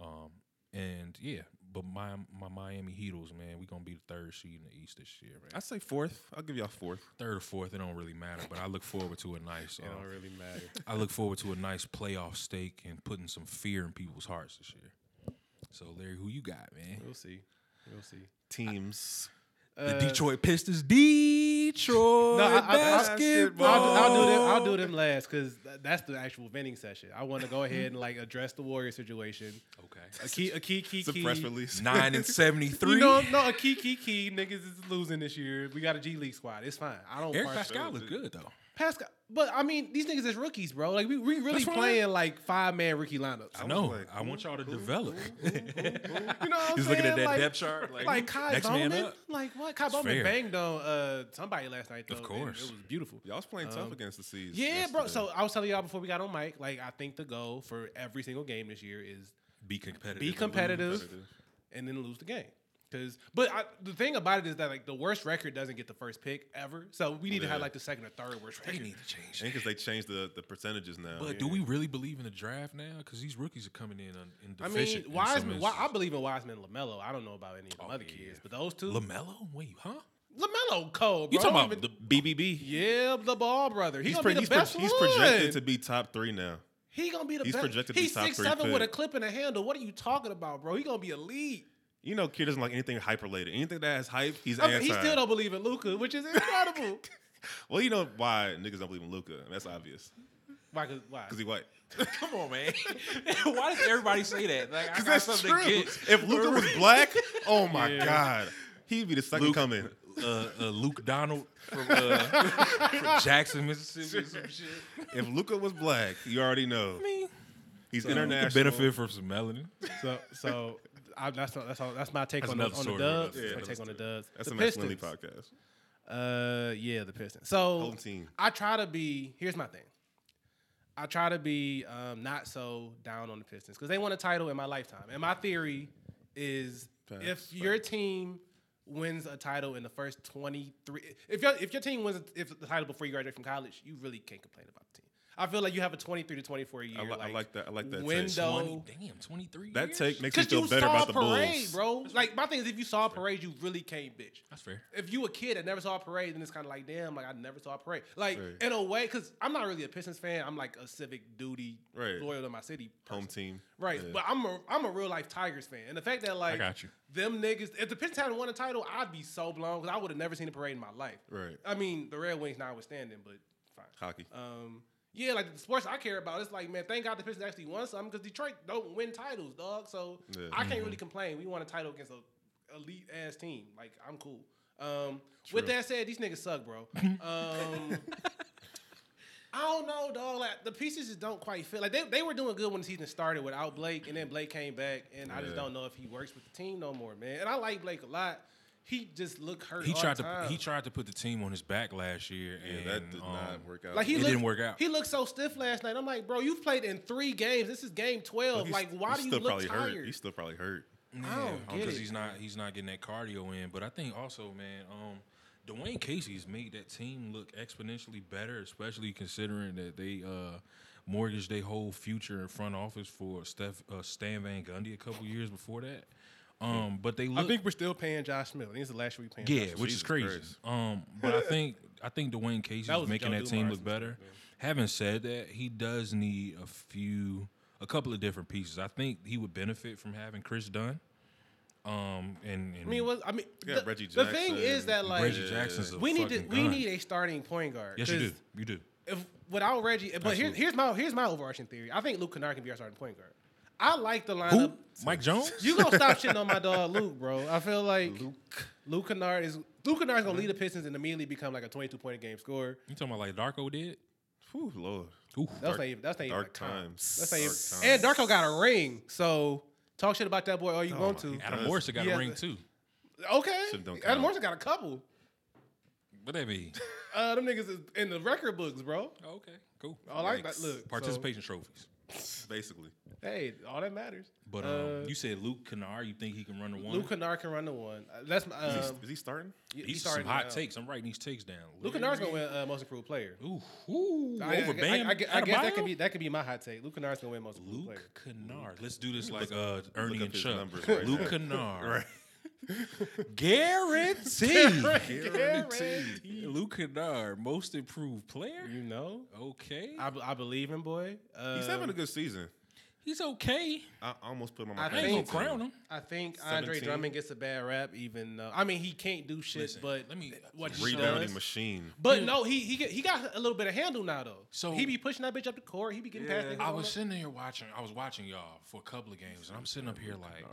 Speaker 3: Um, and yeah, but my my Miami Heatles, man, we gonna be the third seed in the East this year, man.
Speaker 4: I say fourth. I'll give y'all fourth.
Speaker 3: Third or fourth, it don't really matter. But I look forward to a nice.
Speaker 1: It don't
Speaker 3: um,
Speaker 1: really matter.
Speaker 3: I look forward to a nice playoff stake and putting some fear in people's hearts this year. So Larry, who you got, man?
Speaker 1: We'll see. We'll see.
Speaker 4: Teams.
Speaker 3: The
Speaker 1: Uh,
Speaker 3: Detroit Pistons, Detroit
Speaker 1: No, I- I- I-
Speaker 3: basketball.
Speaker 1: I'll, do- I'll do them. I'll do them last because that's the actual vending session. I want to go ahead and like address the Warrior situation.
Speaker 3: Okay,
Speaker 1: A key, a key, key,
Speaker 4: It's a
Speaker 1: key.
Speaker 4: press release.
Speaker 3: nine and seventy-three.
Speaker 1: You know, no, a key, key, key. Niggas is losing this year. We got a G League squad. It's fine. I don't.
Speaker 3: Eric
Speaker 1: parse-
Speaker 3: Pascal look good though.
Speaker 1: Pascal. But I mean, these niggas is rookies, bro. Like we, we really
Speaker 3: That's what I'm-
Speaker 1: playing like five man rookie lineups.
Speaker 3: I know.
Speaker 4: like,
Speaker 3: I want y'all to develop.
Speaker 1: You know, what I'm
Speaker 3: He's looking
Speaker 1: saying?
Speaker 3: at that
Speaker 1: like,
Speaker 3: depth chart. Like,
Speaker 1: Like Kai
Speaker 3: next
Speaker 1: Bowman.
Speaker 3: man up.
Speaker 1: Like what? Kai Bowman
Speaker 3: fair.
Speaker 1: banged on uh, somebody last night. Though,
Speaker 3: Of
Speaker 1: and
Speaker 3: course.
Speaker 1: it was beautiful.
Speaker 4: Y'all was playing tough against the Seas.
Speaker 1: Um, Yeah, bro.
Speaker 4: yesterday.
Speaker 1: So I was telling y'all before we got on mic, like I think the goal for every single game this year is
Speaker 3: Be competitive.
Speaker 1: be competitive,
Speaker 4: competitive.
Speaker 1: and then lose the game. Cause, but I, the thing about it is that like the worst record doesn't get the first pick ever, so we need to
Speaker 4: Yeah.
Speaker 1: have like the second or third worst
Speaker 3: They
Speaker 1: record.
Speaker 3: need to change.
Speaker 4: I think because they changed the, the percentages now.
Speaker 3: But do we really believe in the draft now? Because these rookies are coming in un- in
Speaker 1: I mean,
Speaker 3: deficient. in some
Speaker 1: Wiseman. Wi- I
Speaker 3: instances.
Speaker 1: believe in Wiseman, Lamelo. I don't know about any of the
Speaker 3: Oh,
Speaker 1: other
Speaker 3: yeah.
Speaker 1: kids, but those two,
Speaker 3: Lamelo. Wait, huh?
Speaker 1: Lamelo, cold.
Speaker 3: You
Speaker 1: bro.
Speaker 3: talking
Speaker 1: I
Speaker 3: about
Speaker 1: don't
Speaker 3: the
Speaker 1: even-
Speaker 4: BBB.
Speaker 1: yeah, the ball brother. He
Speaker 4: He's,
Speaker 1: gonna
Speaker 4: pro-
Speaker 1: be the
Speaker 4: he's, pro-
Speaker 1: best
Speaker 4: he's
Speaker 1: one.
Speaker 4: projected to be top three now.
Speaker 1: He gonna be the
Speaker 4: he's
Speaker 1: best.
Speaker 4: projected to be
Speaker 1: he's
Speaker 4: top
Speaker 1: six
Speaker 4: three
Speaker 1: seven with a
Speaker 4: pick.
Speaker 1: clip and a handle. What are you talking about, bro? He gonna be elite.
Speaker 4: You know, kid doesn't like anything hype related. Anything that has hype, he's
Speaker 1: I mean,
Speaker 4: anti.
Speaker 1: he still don't believe in Luca, which is incredible.
Speaker 4: well, you know why niggas don't believe in Luca. That's obvious
Speaker 1: why? Cause, why?
Speaker 4: because he white.
Speaker 3: Come on, man. Why does everybody say that? Like, I got
Speaker 4: Because that's
Speaker 3: something
Speaker 4: true.
Speaker 3: against-
Speaker 4: If Luca was black, oh my god, he'd be the second
Speaker 3: Luke-
Speaker 4: coming.
Speaker 3: uh, uh, Luke Donald from, uh, from Jackson, Mississippi. or Some shit.
Speaker 4: If Luca was black, you already know
Speaker 3: mean,
Speaker 4: he's
Speaker 3: international
Speaker 4: international.
Speaker 3: benefit from some melanin.
Speaker 1: So, so I, that's not, that's all, that's my take
Speaker 3: That's
Speaker 1: on the,
Speaker 3: another
Speaker 1: on the
Speaker 3: story, bro.
Speaker 1: Dubs. That's
Speaker 3: That's-
Speaker 4: yeah,
Speaker 1: my take on the Dubs.
Speaker 4: That's
Speaker 1: the
Speaker 4: a Max Lindley
Speaker 1: Pistons.
Speaker 4: podcast.
Speaker 1: Uh, yeah, the Pistons. So
Speaker 4: Whole team.
Speaker 1: I try to be. Here's my thing. I try to be um, not so down on the Pistons because they won a title in my lifetime. And my theory is,
Speaker 4: Facts,
Speaker 1: if your team wins a title in the first 23, if your if your team wins if the title before you graduate from college, you really can't complain about the team. I feel like you have a 23 to 24 year
Speaker 4: I, li- I like that. I like that. take.
Speaker 1: window.
Speaker 3: 20, damn, 23
Speaker 4: That
Speaker 3: years?
Speaker 4: take makes me
Speaker 1: Cause
Speaker 4: feel
Speaker 1: you
Speaker 4: better
Speaker 1: saw
Speaker 4: about
Speaker 1: a
Speaker 4: the
Speaker 1: parade,
Speaker 4: Bulls.
Speaker 1: bro. Like my thing is, if you saw a parade, you really can't bitch.
Speaker 3: That's fair.
Speaker 1: If you a kid that never saw a parade, then it's kind of like, damn, like I never saw a parade. Like
Speaker 4: Right.
Speaker 1: in a way, because I'm not really a Pistons fan. I'm like a civic duty,
Speaker 4: Right.
Speaker 1: loyal to my city,
Speaker 4: Home
Speaker 1: person.
Speaker 4: team.
Speaker 1: right?
Speaker 4: Yeah.
Speaker 1: But I'm a I'm a real life Tigers fan, and the fact that like
Speaker 3: got you.
Speaker 1: them niggas, if the Pistons hadn't won a title, I'd be so blown because I would have never seen a parade in my life.
Speaker 4: Right.
Speaker 1: I mean, the Red Wings notwithstanding, but fine.
Speaker 4: Hockey.
Speaker 1: Um, yeah, like the sports I care about, it's like, man, thank God the Pistons actually won something because Detroit don't win titles, dog. So
Speaker 4: Yeah. Mm-hmm.
Speaker 1: I can't really complain. We won a title against a elite ass team. Like I'm cool. Um, with that said, these niggas suck, bro. Um, I don't know, dog. Like the pieces just don't quite fit. Like they, they were doing good when the season started without Blake, and then Blake came back, and I just
Speaker 4: Yeah.
Speaker 1: don't know if he works with the team no more, man. And I like Blake a lot. He just looked hurt.
Speaker 3: He
Speaker 1: all
Speaker 3: tried
Speaker 1: the
Speaker 3: to
Speaker 1: time.
Speaker 3: he tried to put the team on his back last year,
Speaker 4: Yeah,
Speaker 3: and
Speaker 4: that did
Speaker 3: um,
Speaker 4: not work out.
Speaker 1: Like he
Speaker 3: It
Speaker 1: looked-
Speaker 3: didn't work out.
Speaker 1: He looked so stiff last night. I'm like, bro, you've played in three games. This is game twelve.
Speaker 4: He's-
Speaker 1: Like, why
Speaker 4: he's
Speaker 1: do you
Speaker 4: still
Speaker 1: look
Speaker 4: probably hurt.
Speaker 1: tired?
Speaker 4: He's still probably hurt.
Speaker 1: I don't get
Speaker 3: because
Speaker 1: it.
Speaker 3: he's not he's not getting that cardio in. But I think also, man, um, Dwayne Casey's made that team look exponentially better, especially considering that they uh mortgaged their whole future in front office for Steph uh, Stan Van Gundy a couple years before that. Um, but they
Speaker 1: I
Speaker 3: look
Speaker 1: think we're still paying Josh Smith. I think it's the last year we paying.
Speaker 3: yeah,
Speaker 1: Josh Smith.
Speaker 3: which
Speaker 4: Jesus
Speaker 3: is crazy.
Speaker 4: Christ.
Speaker 3: Um, but I think I think Dwayne Casey
Speaker 1: That
Speaker 3: is
Speaker 1: was
Speaker 3: making
Speaker 1: Joe
Speaker 3: that team
Speaker 1: Dumars
Speaker 3: look
Speaker 1: and
Speaker 3: better. Having said that, he does need a few, a couple of different pieces. I think he would benefit from having Chris Dunn. Um, and, and
Speaker 1: I mean, what, I mean,
Speaker 4: got
Speaker 1: the,
Speaker 4: Reggie
Speaker 1: the thing
Speaker 4: Jackson.
Speaker 1: is that like
Speaker 3: Reggie Jackson's a
Speaker 1: we need to,
Speaker 3: fucking
Speaker 1: we
Speaker 3: gun.
Speaker 1: need a starting point guard.
Speaker 3: yes, you
Speaker 1: 'Cause
Speaker 3: do, you do.
Speaker 1: If, without Reggie, but here,
Speaker 3: Absolutely.
Speaker 1: here's my here's my overarching theory. I think Luke Kennard can be our starting point guard. I like the lineup.
Speaker 3: Who? Mike Jones?
Speaker 1: You gonna stop shitting on my dog Luke, bro? I feel like Luke Luke Kennard is Luke Kennard's gonna lead the Pistons and immediately become like a 22 point a game scorer.
Speaker 3: You talking about like Darko did?
Speaker 4: Whew, Lord.
Speaker 3: Ooh,
Speaker 1: That's not even. That's not even.
Speaker 4: Dark
Speaker 1: a comp.
Speaker 4: times.
Speaker 1: That's not even.
Speaker 4: Dark
Speaker 1: And Darko got a ring, so talk shit about that boy all you want to.
Speaker 3: Adam
Speaker 4: does.
Speaker 3: Morrison got
Speaker 1: Yeah,
Speaker 3: a ring
Speaker 1: the-
Speaker 3: too.
Speaker 1: Okay.
Speaker 4: Shit don't count.
Speaker 1: Adam Morrison got a couple.
Speaker 3: Whatever. he-
Speaker 1: Uh, them niggas is in the record books, bro.
Speaker 3: okay, cool.
Speaker 1: All Oh, I that
Speaker 4: Yikes.
Speaker 1: look. so,
Speaker 3: Participation trophies.
Speaker 4: basically.
Speaker 1: hey, all that matters.
Speaker 3: But
Speaker 1: Uh,
Speaker 3: um, you said Luke Kennard. You think he can run the one?
Speaker 1: Luke Kennard can run the one. Uh, That's my.
Speaker 4: Is,
Speaker 1: Um,
Speaker 4: he, is he starting?
Speaker 1: he- he
Speaker 3: These are
Speaker 1: started
Speaker 3: some hot
Speaker 1: now.
Speaker 3: takes. I'm writing these takes down.
Speaker 1: Luke Kennard's gonna win uh, most improved player.
Speaker 3: Ooh, ooh,
Speaker 1: I, I-
Speaker 3: over
Speaker 1: I-
Speaker 3: Bam.
Speaker 1: I, I guess- I guess that
Speaker 3: Adebayo?
Speaker 1: could be that could be my hot take. Luke Kennard's gonna win most improved
Speaker 3: Luke
Speaker 1: player.
Speaker 3: Kennard. Let's do this like uh,
Speaker 4: look
Speaker 3: Ernie
Speaker 4: up
Speaker 3: and
Speaker 4: his
Speaker 3: Chuck.
Speaker 4: numbers right
Speaker 3: Luke
Speaker 4: now.
Speaker 3: Kennard. Guaranteed.
Speaker 1: Guaranteed.
Speaker 3: Luke Kennard, most improved player.
Speaker 1: You know,
Speaker 3: Okay.
Speaker 1: I, I believe him, boy. Uh,
Speaker 4: He's having a good season.
Speaker 3: He's okay.
Speaker 4: I almost put him on
Speaker 1: I
Speaker 4: my
Speaker 3: I ain't gonna
Speaker 1: think-
Speaker 4: fantasy
Speaker 3: crown
Speaker 4: team.
Speaker 3: him.
Speaker 1: I think Andre
Speaker 4: 17.
Speaker 1: Drummond gets a bad rap. Even though, I mean, he can't do shit.
Speaker 3: Listen,
Speaker 1: but
Speaker 3: let me-
Speaker 1: what he
Speaker 4: Rebounding
Speaker 1: does-
Speaker 4: machine.
Speaker 1: But no, he he get- he got a little bit of handle now though. So
Speaker 3: So-
Speaker 1: he be pushing that bitch up the court. He be getting past.
Speaker 4: Yeah.
Speaker 1: niggas
Speaker 3: I
Speaker 1: all
Speaker 3: was
Speaker 1: up.
Speaker 3: sitting here watching. I was watching y'all for a couple of games, and I'm sitting up here like,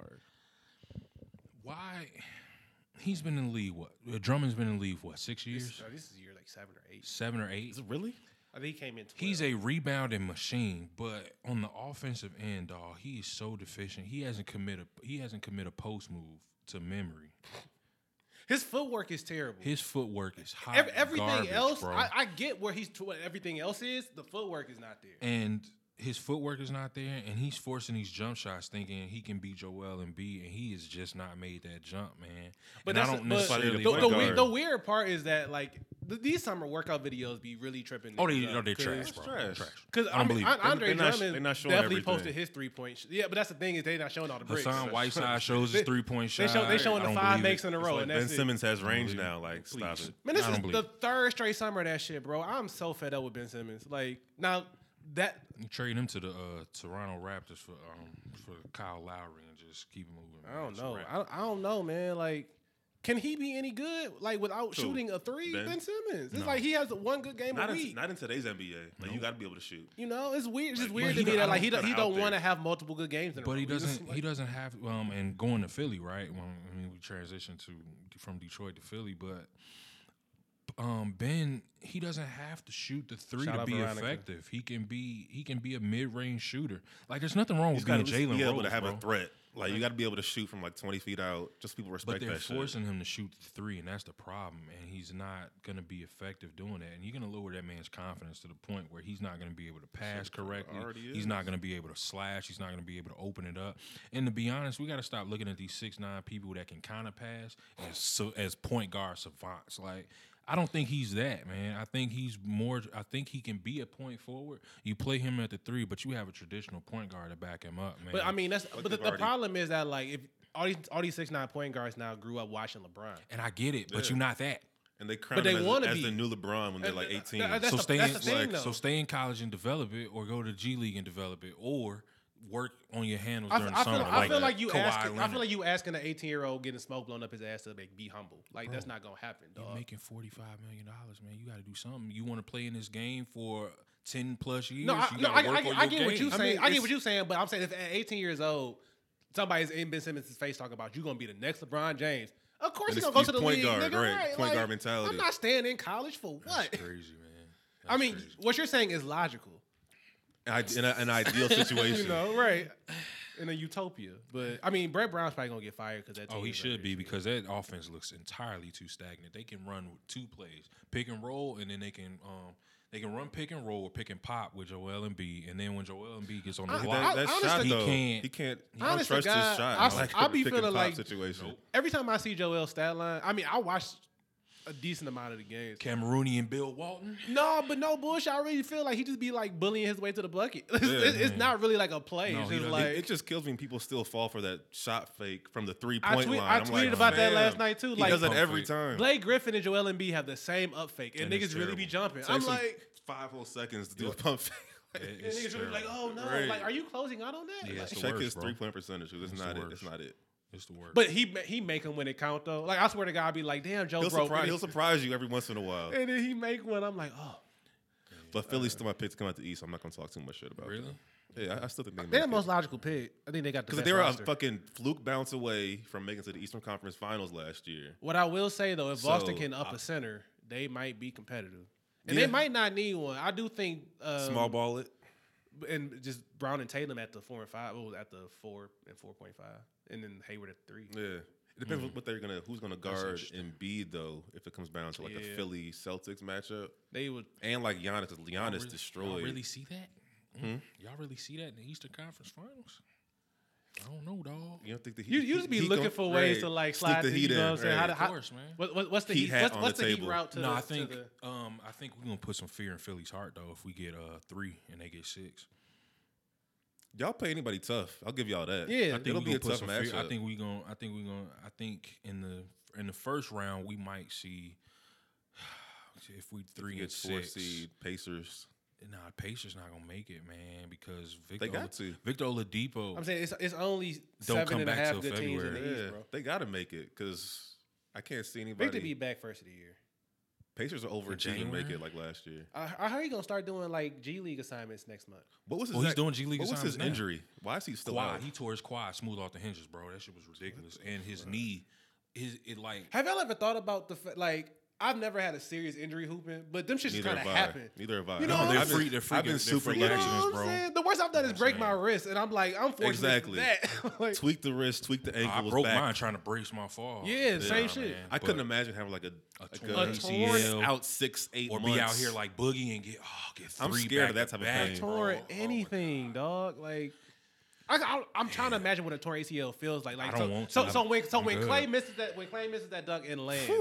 Speaker 3: why? He's been in the league what? Uh, Drummond's been in the league what? Six years,
Speaker 1: Oh, this is year like seven or eight.
Speaker 3: seven or eight.
Speaker 4: Really?
Speaker 1: I think he came in. 12.
Speaker 3: He's a rebounding machine, but on the offensive end, dog, he is so deficient. He hasn't committed. He hasn't committed a post move to memory.
Speaker 1: his footwork is terrible.
Speaker 3: His footwork is hot.
Speaker 1: Ev- everything
Speaker 3: garbage,
Speaker 1: else,
Speaker 3: bro.
Speaker 1: I, I get where he's what everything else is. The footwork is not there.
Speaker 3: and his footwork is not there, and he's forcing these jump shots, thinking he can beat Joel and B, and he has just not made that jump, man.
Speaker 1: But
Speaker 3: and
Speaker 1: that's
Speaker 3: I don't
Speaker 1: but
Speaker 3: necessarily.
Speaker 1: the,
Speaker 4: point
Speaker 1: the,
Speaker 3: blame-
Speaker 1: weird,
Speaker 4: guard.
Speaker 1: the weird part is that like th- these summer workout videos be really tripping.
Speaker 3: oh, they, oh, they
Speaker 1: because
Speaker 3: trash,
Speaker 4: it's
Speaker 3: bro.
Speaker 4: trash.
Speaker 3: Trash.
Speaker 1: Because
Speaker 3: I
Speaker 1: I
Speaker 3: don't
Speaker 1: mean,
Speaker 3: believe
Speaker 1: An-
Speaker 3: it.
Speaker 1: Andre
Speaker 4: They're not-
Speaker 1: Drummond
Speaker 4: they're not showing
Speaker 1: definitely
Speaker 4: everything.
Speaker 1: posted his three point. Sh- yeah, but that's the thing is they not showing all the bricks.
Speaker 3: Hassan Whiteside shows his three point
Speaker 1: They
Speaker 3: shot.
Speaker 1: show they showing the
Speaker 3: I don't
Speaker 1: five
Speaker 3: believe it.
Speaker 1: makes in a
Speaker 4: It's
Speaker 1: row,
Speaker 4: like
Speaker 1: and
Speaker 4: ben
Speaker 1: that's it.
Speaker 4: Simmons has range
Speaker 3: Believe it.
Speaker 4: now. Like, stop
Speaker 3: Please.
Speaker 4: it.
Speaker 1: Man, this
Speaker 3: I
Speaker 1: is
Speaker 3: don't
Speaker 1: the
Speaker 3: believe
Speaker 1: third straight summer of that shit, bro. I'm so fed up with Ben Simmons. Like now that
Speaker 3: You trade him to the uh, Toronto Raptors for um, for Kyle Lowry and just keep it moving.
Speaker 1: I
Speaker 3: man.
Speaker 1: don't
Speaker 3: It's a
Speaker 1: know.
Speaker 3: wrap.
Speaker 1: I don't, I don't know, man. Like, can he be any good? Like without
Speaker 4: Who?
Speaker 1: shooting a three, Ben,
Speaker 4: Ben?
Speaker 1: Simmons. It's like he has one good game
Speaker 4: Not
Speaker 1: a
Speaker 4: in,
Speaker 1: week.
Speaker 4: not in today's NBA. Like, You got to be able to shoot.
Speaker 1: you know, it's weird. It's just
Speaker 4: Like,
Speaker 1: weird
Speaker 3: but
Speaker 1: to
Speaker 3: he
Speaker 1: me that
Speaker 3: don't-
Speaker 1: like he
Speaker 4: he's
Speaker 1: don't, he
Speaker 4: kinda out
Speaker 1: don't want to
Speaker 4: there.
Speaker 1: have multiple good games. In a row.
Speaker 3: But he
Speaker 1: just,
Speaker 3: doesn't.
Speaker 1: like-
Speaker 3: He doesn't have. Um, and going to Philly, right? When, I mean, we transitioned to from Detroit to Philly, but um, Ben, he doesn't have to shoot the three
Speaker 1: Shout
Speaker 3: to
Speaker 1: out
Speaker 3: be
Speaker 1: Veronica.
Speaker 3: effective. He can be. He can be a mid range shooter. Like there's nothing wrong
Speaker 4: You
Speaker 3: with being
Speaker 4: got to
Speaker 3: Jalen
Speaker 4: be able
Speaker 3: Rose,
Speaker 4: to have
Speaker 3: bro.
Speaker 4: a threat. Like you got to be able to shoot from like twenty feet out. Just people
Speaker 3: But
Speaker 4: respect
Speaker 3: they're
Speaker 4: that shit.
Speaker 3: forcing him to shoot the three, and that's the problem. And he's not going to be effective doing that. And you're going to lower that man's confidence to the point where he's not going to be able to pass correctly.
Speaker 4: already
Speaker 3: He's not going to be able to slash. He's not going to be able to open it up. And to be honest, we got to stop looking at these six nine people that can kind of pass as so, as point guard savants. Like I don't think he's that man. I think he's more. I think he can be a point forward. You play him at the three, but you have a traditional point guard to back him up, man.
Speaker 1: But I mean, that's but the,
Speaker 4: they've
Speaker 1: the
Speaker 4: already-
Speaker 1: problem is that like if all these all these six nine point guards now grew up watching LeBron.
Speaker 3: and I get it, but you're not that.
Speaker 4: And they crown
Speaker 1: they
Speaker 4: him as,
Speaker 1: wanna
Speaker 4: as
Speaker 1: be.
Speaker 4: the new LeBron when they're like
Speaker 1: And
Speaker 4: eighteen.
Speaker 1: that- that's
Speaker 3: so
Speaker 1: the-
Speaker 3: stay
Speaker 1: that's
Speaker 3: in,
Speaker 1: the thing, though.
Speaker 3: so stay in college and develop it, or go to G League and develop it, or work on your handles
Speaker 1: I,
Speaker 3: during
Speaker 1: I
Speaker 3: the
Speaker 1: feel,
Speaker 3: summer.
Speaker 1: I feel like you
Speaker 3: Kawhi
Speaker 1: asking. I
Speaker 3: Leonard.
Speaker 1: feel like you asking an eighteen year old getting smoke blown up his ass to like be humble. Like that's not gonna happen,
Speaker 3: You're
Speaker 1: dog.
Speaker 3: making forty five million dollars, man. You got to do something. You want to play in this game for ten plus years?
Speaker 1: No, I,
Speaker 3: you
Speaker 1: no, I,
Speaker 3: gotta work
Speaker 1: I,
Speaker 3: on
Speaker 1: I
Speaker 3: your
Speaker 1: get what
Speaker 3: game.
Speaker 1: you
Speaker 4: I
Speaker 1: saying.
Speaker 4: mean,
Speaker 1: I, get
Speaker 4: it's-
Speaker 1: what you saying, but I'm saying if at 18 years old, somebody's in Ben Simmons' face talking about you gonna be the next LeBron James. Of course
Speaker 4: And
Speaker 1: he's gonna
Speaker 4: it's-
Speaker 1: go
Speaker 4: he's
Speaker 1: to the
Speaker 4: point
Speaker 1: league,
Speaker 4: guard,
Speaker 1: nigga,
Speaker 4: right,
Speaker 1: right?
Speaker 4: point guard
Speaker 1: Like,
Speaker 4: mentality.
Speaker 1: I'm not staying in college for what?
Speaker 3: That's crazy, man.
Speaker 1: I
Speaker 3: That's
Speaker 1: mean,
Speaker 3: crazy.
Speaker 1: what you're saying is logical,
Speaker 4: And I- in a- an ideal situation.
Speaker 1: you know, right? In a utopia, but I mean, Brett Brown's probably gonna get fired because that.
Speaker 3: Oh,
Speaker 1: team
Speaker 3: he
Speaker 1: is
Speaker 3: should be
Speaker 1: record.
Speaker 3: because that offense looks entirely too stagnant. They can run with two plays, pick and roll, and then they can um they can run pick and roll or pick and pop with Joel and B. And then when Joel and B gets on the
Speaker 1: I-
Speaker 3: block,
Speaker 4: That, that
Speaker 1: I- honest
Speaker 4: shot
Speaker 1: to-
Speaker 3: he
Speaker 4: though,
Speaker 3: can't-
Speaker 4: he can't. He
Speaker 1: honest to
Speaker 4: don't trust
Speaker 1: God,
Speaker 4: his shot.
Speaker 1: I-
Speaker 4: in, like,
Speaker 1: I
Speaker 4: a
Speaker 1: be
Speaker 4: pick and
Speaker 1: feeling
Speaker 4: pop
Speaker 1: like-
Speaker 4: situation.
Speaker 1: Every time I see Joel stat line, I mean, I watched a decent amount of the games.
Speaker 3: Cameroonian Bill Walton.
Speaker 1: No, but no bullshit. I really feel like he just be like bullying his way to the bucket. It's,
Speaker 4: Yeah,
Speaker 1: it's- it's
Speaker 3: man.
Speaker 1: not really like a play.
Speaker 3: No,
Speaker 1: it's
Speaker 3: he
Speaker 1: just
Speaker 3: doesn't-
Speaker 1: like
Speaker 4: It, it just kills me. when People still fall for that shot fake from the three
Speaker 1: I,
Speaker 4: point
Speaker 1: tweet-
Speaker 4: line.
Speaker 1: I
Speaker 4: I'm
Speaker 1: tweeted
Speaker 4: like,
Speaker 1: about that
Speaker 4: "Fam,
Speaker 1: last night too.
Speaker 4: He does
Speaker 1: Like
Speaker 4: that
Speaker 3: Pump
Speaker 4: every
Speaker 3: fake.
Speaker 4: time.
Speaker 1: Blake Griffin and Joel Embiid have the same up fake, and,
Speaker 3: And
Speaker 1: niggas
Speaker 3: it's
Speaker 1: really be
Speaker 3: terrible.
Speaker 1: jumping.
Speaker 4: Takes
Speaker 1: I'm
Speaker 4: him
Speaker 1: like,
Speaker 4: five whole seconds to do a pump fake. Like,
Speaker 3: It-
Speaker 1: and
Speaker 3: it's
Speaker 1: niggas really be like,
Speaker 3: terrible.
Speaker 1: oh no,
Speaker 4: Right.
Speaker 1: like are you closing out on that?
Speaker 3: Yeah,
Speaker 1: Like-
Speaker 3: it's the
Speaker 4: Check
Speaker 3: worst,
Speaker 4: his
Speaker 3: bro.
Speaker 4: three point percentage. 'cause It's
Speaker 3: It's the
Speaker 4: not it.
Speaker 3: worst.
Speaker 4: It's not it.
Speaker 3: It's the worst.
Speaker 1: but he ma- he make him when it count though. Like I swear to God, I'd be like, damn, Joe
Speaker 4: He'll
Speaker 1: broke.
Speaker 4: surprise.
Speaker 1: and,
Speaker 4: He'll surprise you every once in a while.
Speaker 1: then, and then he make one. I'm like, oh,
Speaker 4: But Philly's still my pick to come out the East. so I'm not going to talk too much shit about.
Speaker 3: really,
Speaker 4: Them. Yeah, I, I still think they.
Speaker 1: they're the
Speaker 4: make it.
Speaker 1: most logical pick. I think they got the
Speaker 4: Because
Speaker 1: best
Speaker 4: they were
Speaker 1: roster.
Speaker 4: a fucking fluke bounce away from making it to the Eastern Conference Finals last year.
Speaker 1: What I will say though, if Boston
Speaker 4: So,
Speaker 1: can up
Speaker 4: I-
Speaker 1: a center, they might be competitive, and
Speaker 4: Yeah.
Speaker 1: they might not need one. I do think um,
Speaker 4: Small ball it.
Speaker 1: and just Brown and Tatum at the four and five, well, at the four and four point five, and then Hayward at three.
Speaker 4: Yeah. depends
Speaker 1: hmm.
Speaker 4: what they're gonna who's gonna guard
Speaker 3: interesting.
Speaker 4: Embiid though. If it comes down to like
Speaker 3: Yeah.
Speaker 4: a Philly Celtics matchup,
Speaker 1: They would.
Speaker 4: and like Giannis, 'cause Giannis
Speaker 3: Really- Y'all
Speaker 4: destroyed.
Speaker 3: really see that? Mm? Y'all really see that in the Eastern Conference Finals? I don't know, dog.
Speaker 4: you don't think the
Speaker 1: You you just be looking
Speaker 4: gon-
Speaker 1: for ways
Speaker 4: right,
Speaker 1: to like
Speaker 4: sneak
Speaker 1: slide
Speaker 4: the
Speaker 1: the,
Speaker 4: heat
Speaker 1: you know
Speaker 4: in,
Speaker 1: what I'm saying? How,
Speaker 4: right.
Speaker 1: to- how,
Speaker 3: Of course, man.
Speaker 1: What, what, what's the
Speaker 4: Heat
Speaker 1: heat?
Speaker 4: hat
Speaker 1: what's
Speaker 4: on
Speaker 1: what's
Speaker 4: the
Speaker 1: the, heat
Speaker 4: table.
Speaker 1: route to
Speaker 3: No,
Speaker 1: the?
Speaker 3: I think
Speaker 1: To the,
Speaker 3: um, I think we're gonna put some fear in Philly's heart though if we get uh three and they get six.
Speaker 4: Y'all play anybody tough? I'll give y'all that.
Speaker 1: Yeah.
Speaker 4: I
Speaker 1: I
Speaker 4: think
Speaker 1: think
Speaker 4: it'll
Speaker 3: we
Speaker 4: be
Speaker 3: gonna
Speaker 4: a
Speaker 3: put
Speaker 4: tough
Speaker 3: some fear-
Speaker 4: matchup.
Speaker 3: I think we gonna. I think we gonna. I think in the in the first round we might see if we three and
Speaker 4: it's four
Speaker 3: six.
Speaker 4: seed Pacers.
Speaker 3: Nah, Pacers not gonna make it, man, because Victor
Speaker 4: got
Speaker 3: Ola-
Speaker 4: to.
Speaker 3: Victor Oladipo.
Speaker 1: I'm saying it's it's only
Speaker 3: Don't
Speaker 1: seven
Speaker 3: come
Speaker 1: and a
Speaker 3: back
Speaker 1: half
Speaker 3: till
Speaker 1: good teams in the
Speaker 3: February.
Speaker 4: Yeah,
Speaker 1: East, bro.
Speaker 4: they got to make it because I can't see anybody.
Speaker 1: Victor be back first of the year.
Speaker 4: Pacers are over and make
Speaker 3: January?
Speaker 4: it like last year.
Speaker 1: I, I heard he gonna start doing like G League assignments next month.
Speaker 4: What was his?
Speaker 3: Oh, he's
Speaker 4: neck-
Speaker 3: doing G League
Speaker 4: What was
Speaker 3: assignments
Speaker 4: his
Speaker 3: now.
Speaker 4: injury? Why is he still
Speaker 3: quad.
Speaker 4: out?
Speaker 3: He tore his quad smooth off the hinges, bro. That shit was ridiculous. And his knee, his it like
Speaker 1: Have y'all ever thought about the fa- like? I've never had a serious injury hooping, but them shits
Speaker 4: Neither
Speaker 1: kind of
Speaker 4: have I.
Speaker 1: happen.
Speaker 4: Neither have I.
Speaker 1: You know No, what
Speaker 3: they're
Speaker 1: I'm
Speaker 3: free. They're free.
Speaker 4: I've been
Speaker 3: they're
Speaker 4: super
Speaker 3: free
Speaker 4: lucky.
Speaker 1: You know
Speaker 3: actions,
Speaker 1: what
Speaker 3: bro.
Speaker 1: I'm saying? The worst I've done is break my wrist, and I'm like, I'm fortunate
Speaker 4: Exactly.
Speaker 1: exactly. for that. like,
Speaker 4: Tweak the wrist, tweak the ankle.
Speaker 3: I
Speaker 4: was
Speaker 3: broke
Speaker 4: back.
Speaker 3: mine trying to brace my fall.
Speaker 1: Yeah, same shit.
Speaker 4: I
Speaker 3: But-
Speaker 4: couldn't imagine having like a, like
Speaker 3: torn
Speaker 4: a
Speaker 3: ACL.
Speaker 4: out six eight
Speaker 3: or
Speaker 4: months.
Speaker 3: be out here like boogie and get oh get three.
Speaker 4: I'm scared of
Speaker 3: back
Speaker 4: that type
Speaker 3: to
Speaker 4: of
Speaker 3: back,
Speaker 4: pain.
Speaker 1: I tore
Speaker 3: bro. Oh, my
Speaker 1: anything, dog. Like. I, I, am trying to imagine what a torn ACL feels like. Like
Speaker 3: I don't
Speaker 1: so,
Speaker 3: want
Speaker 1: so,
Speaker 3: to.
Speaker 1: so when so
Speaker 3: I'm
Speaker 1: when
Speaker 3: good.
Speaker 1: Clay misses that when Clay misses that dunk and lands,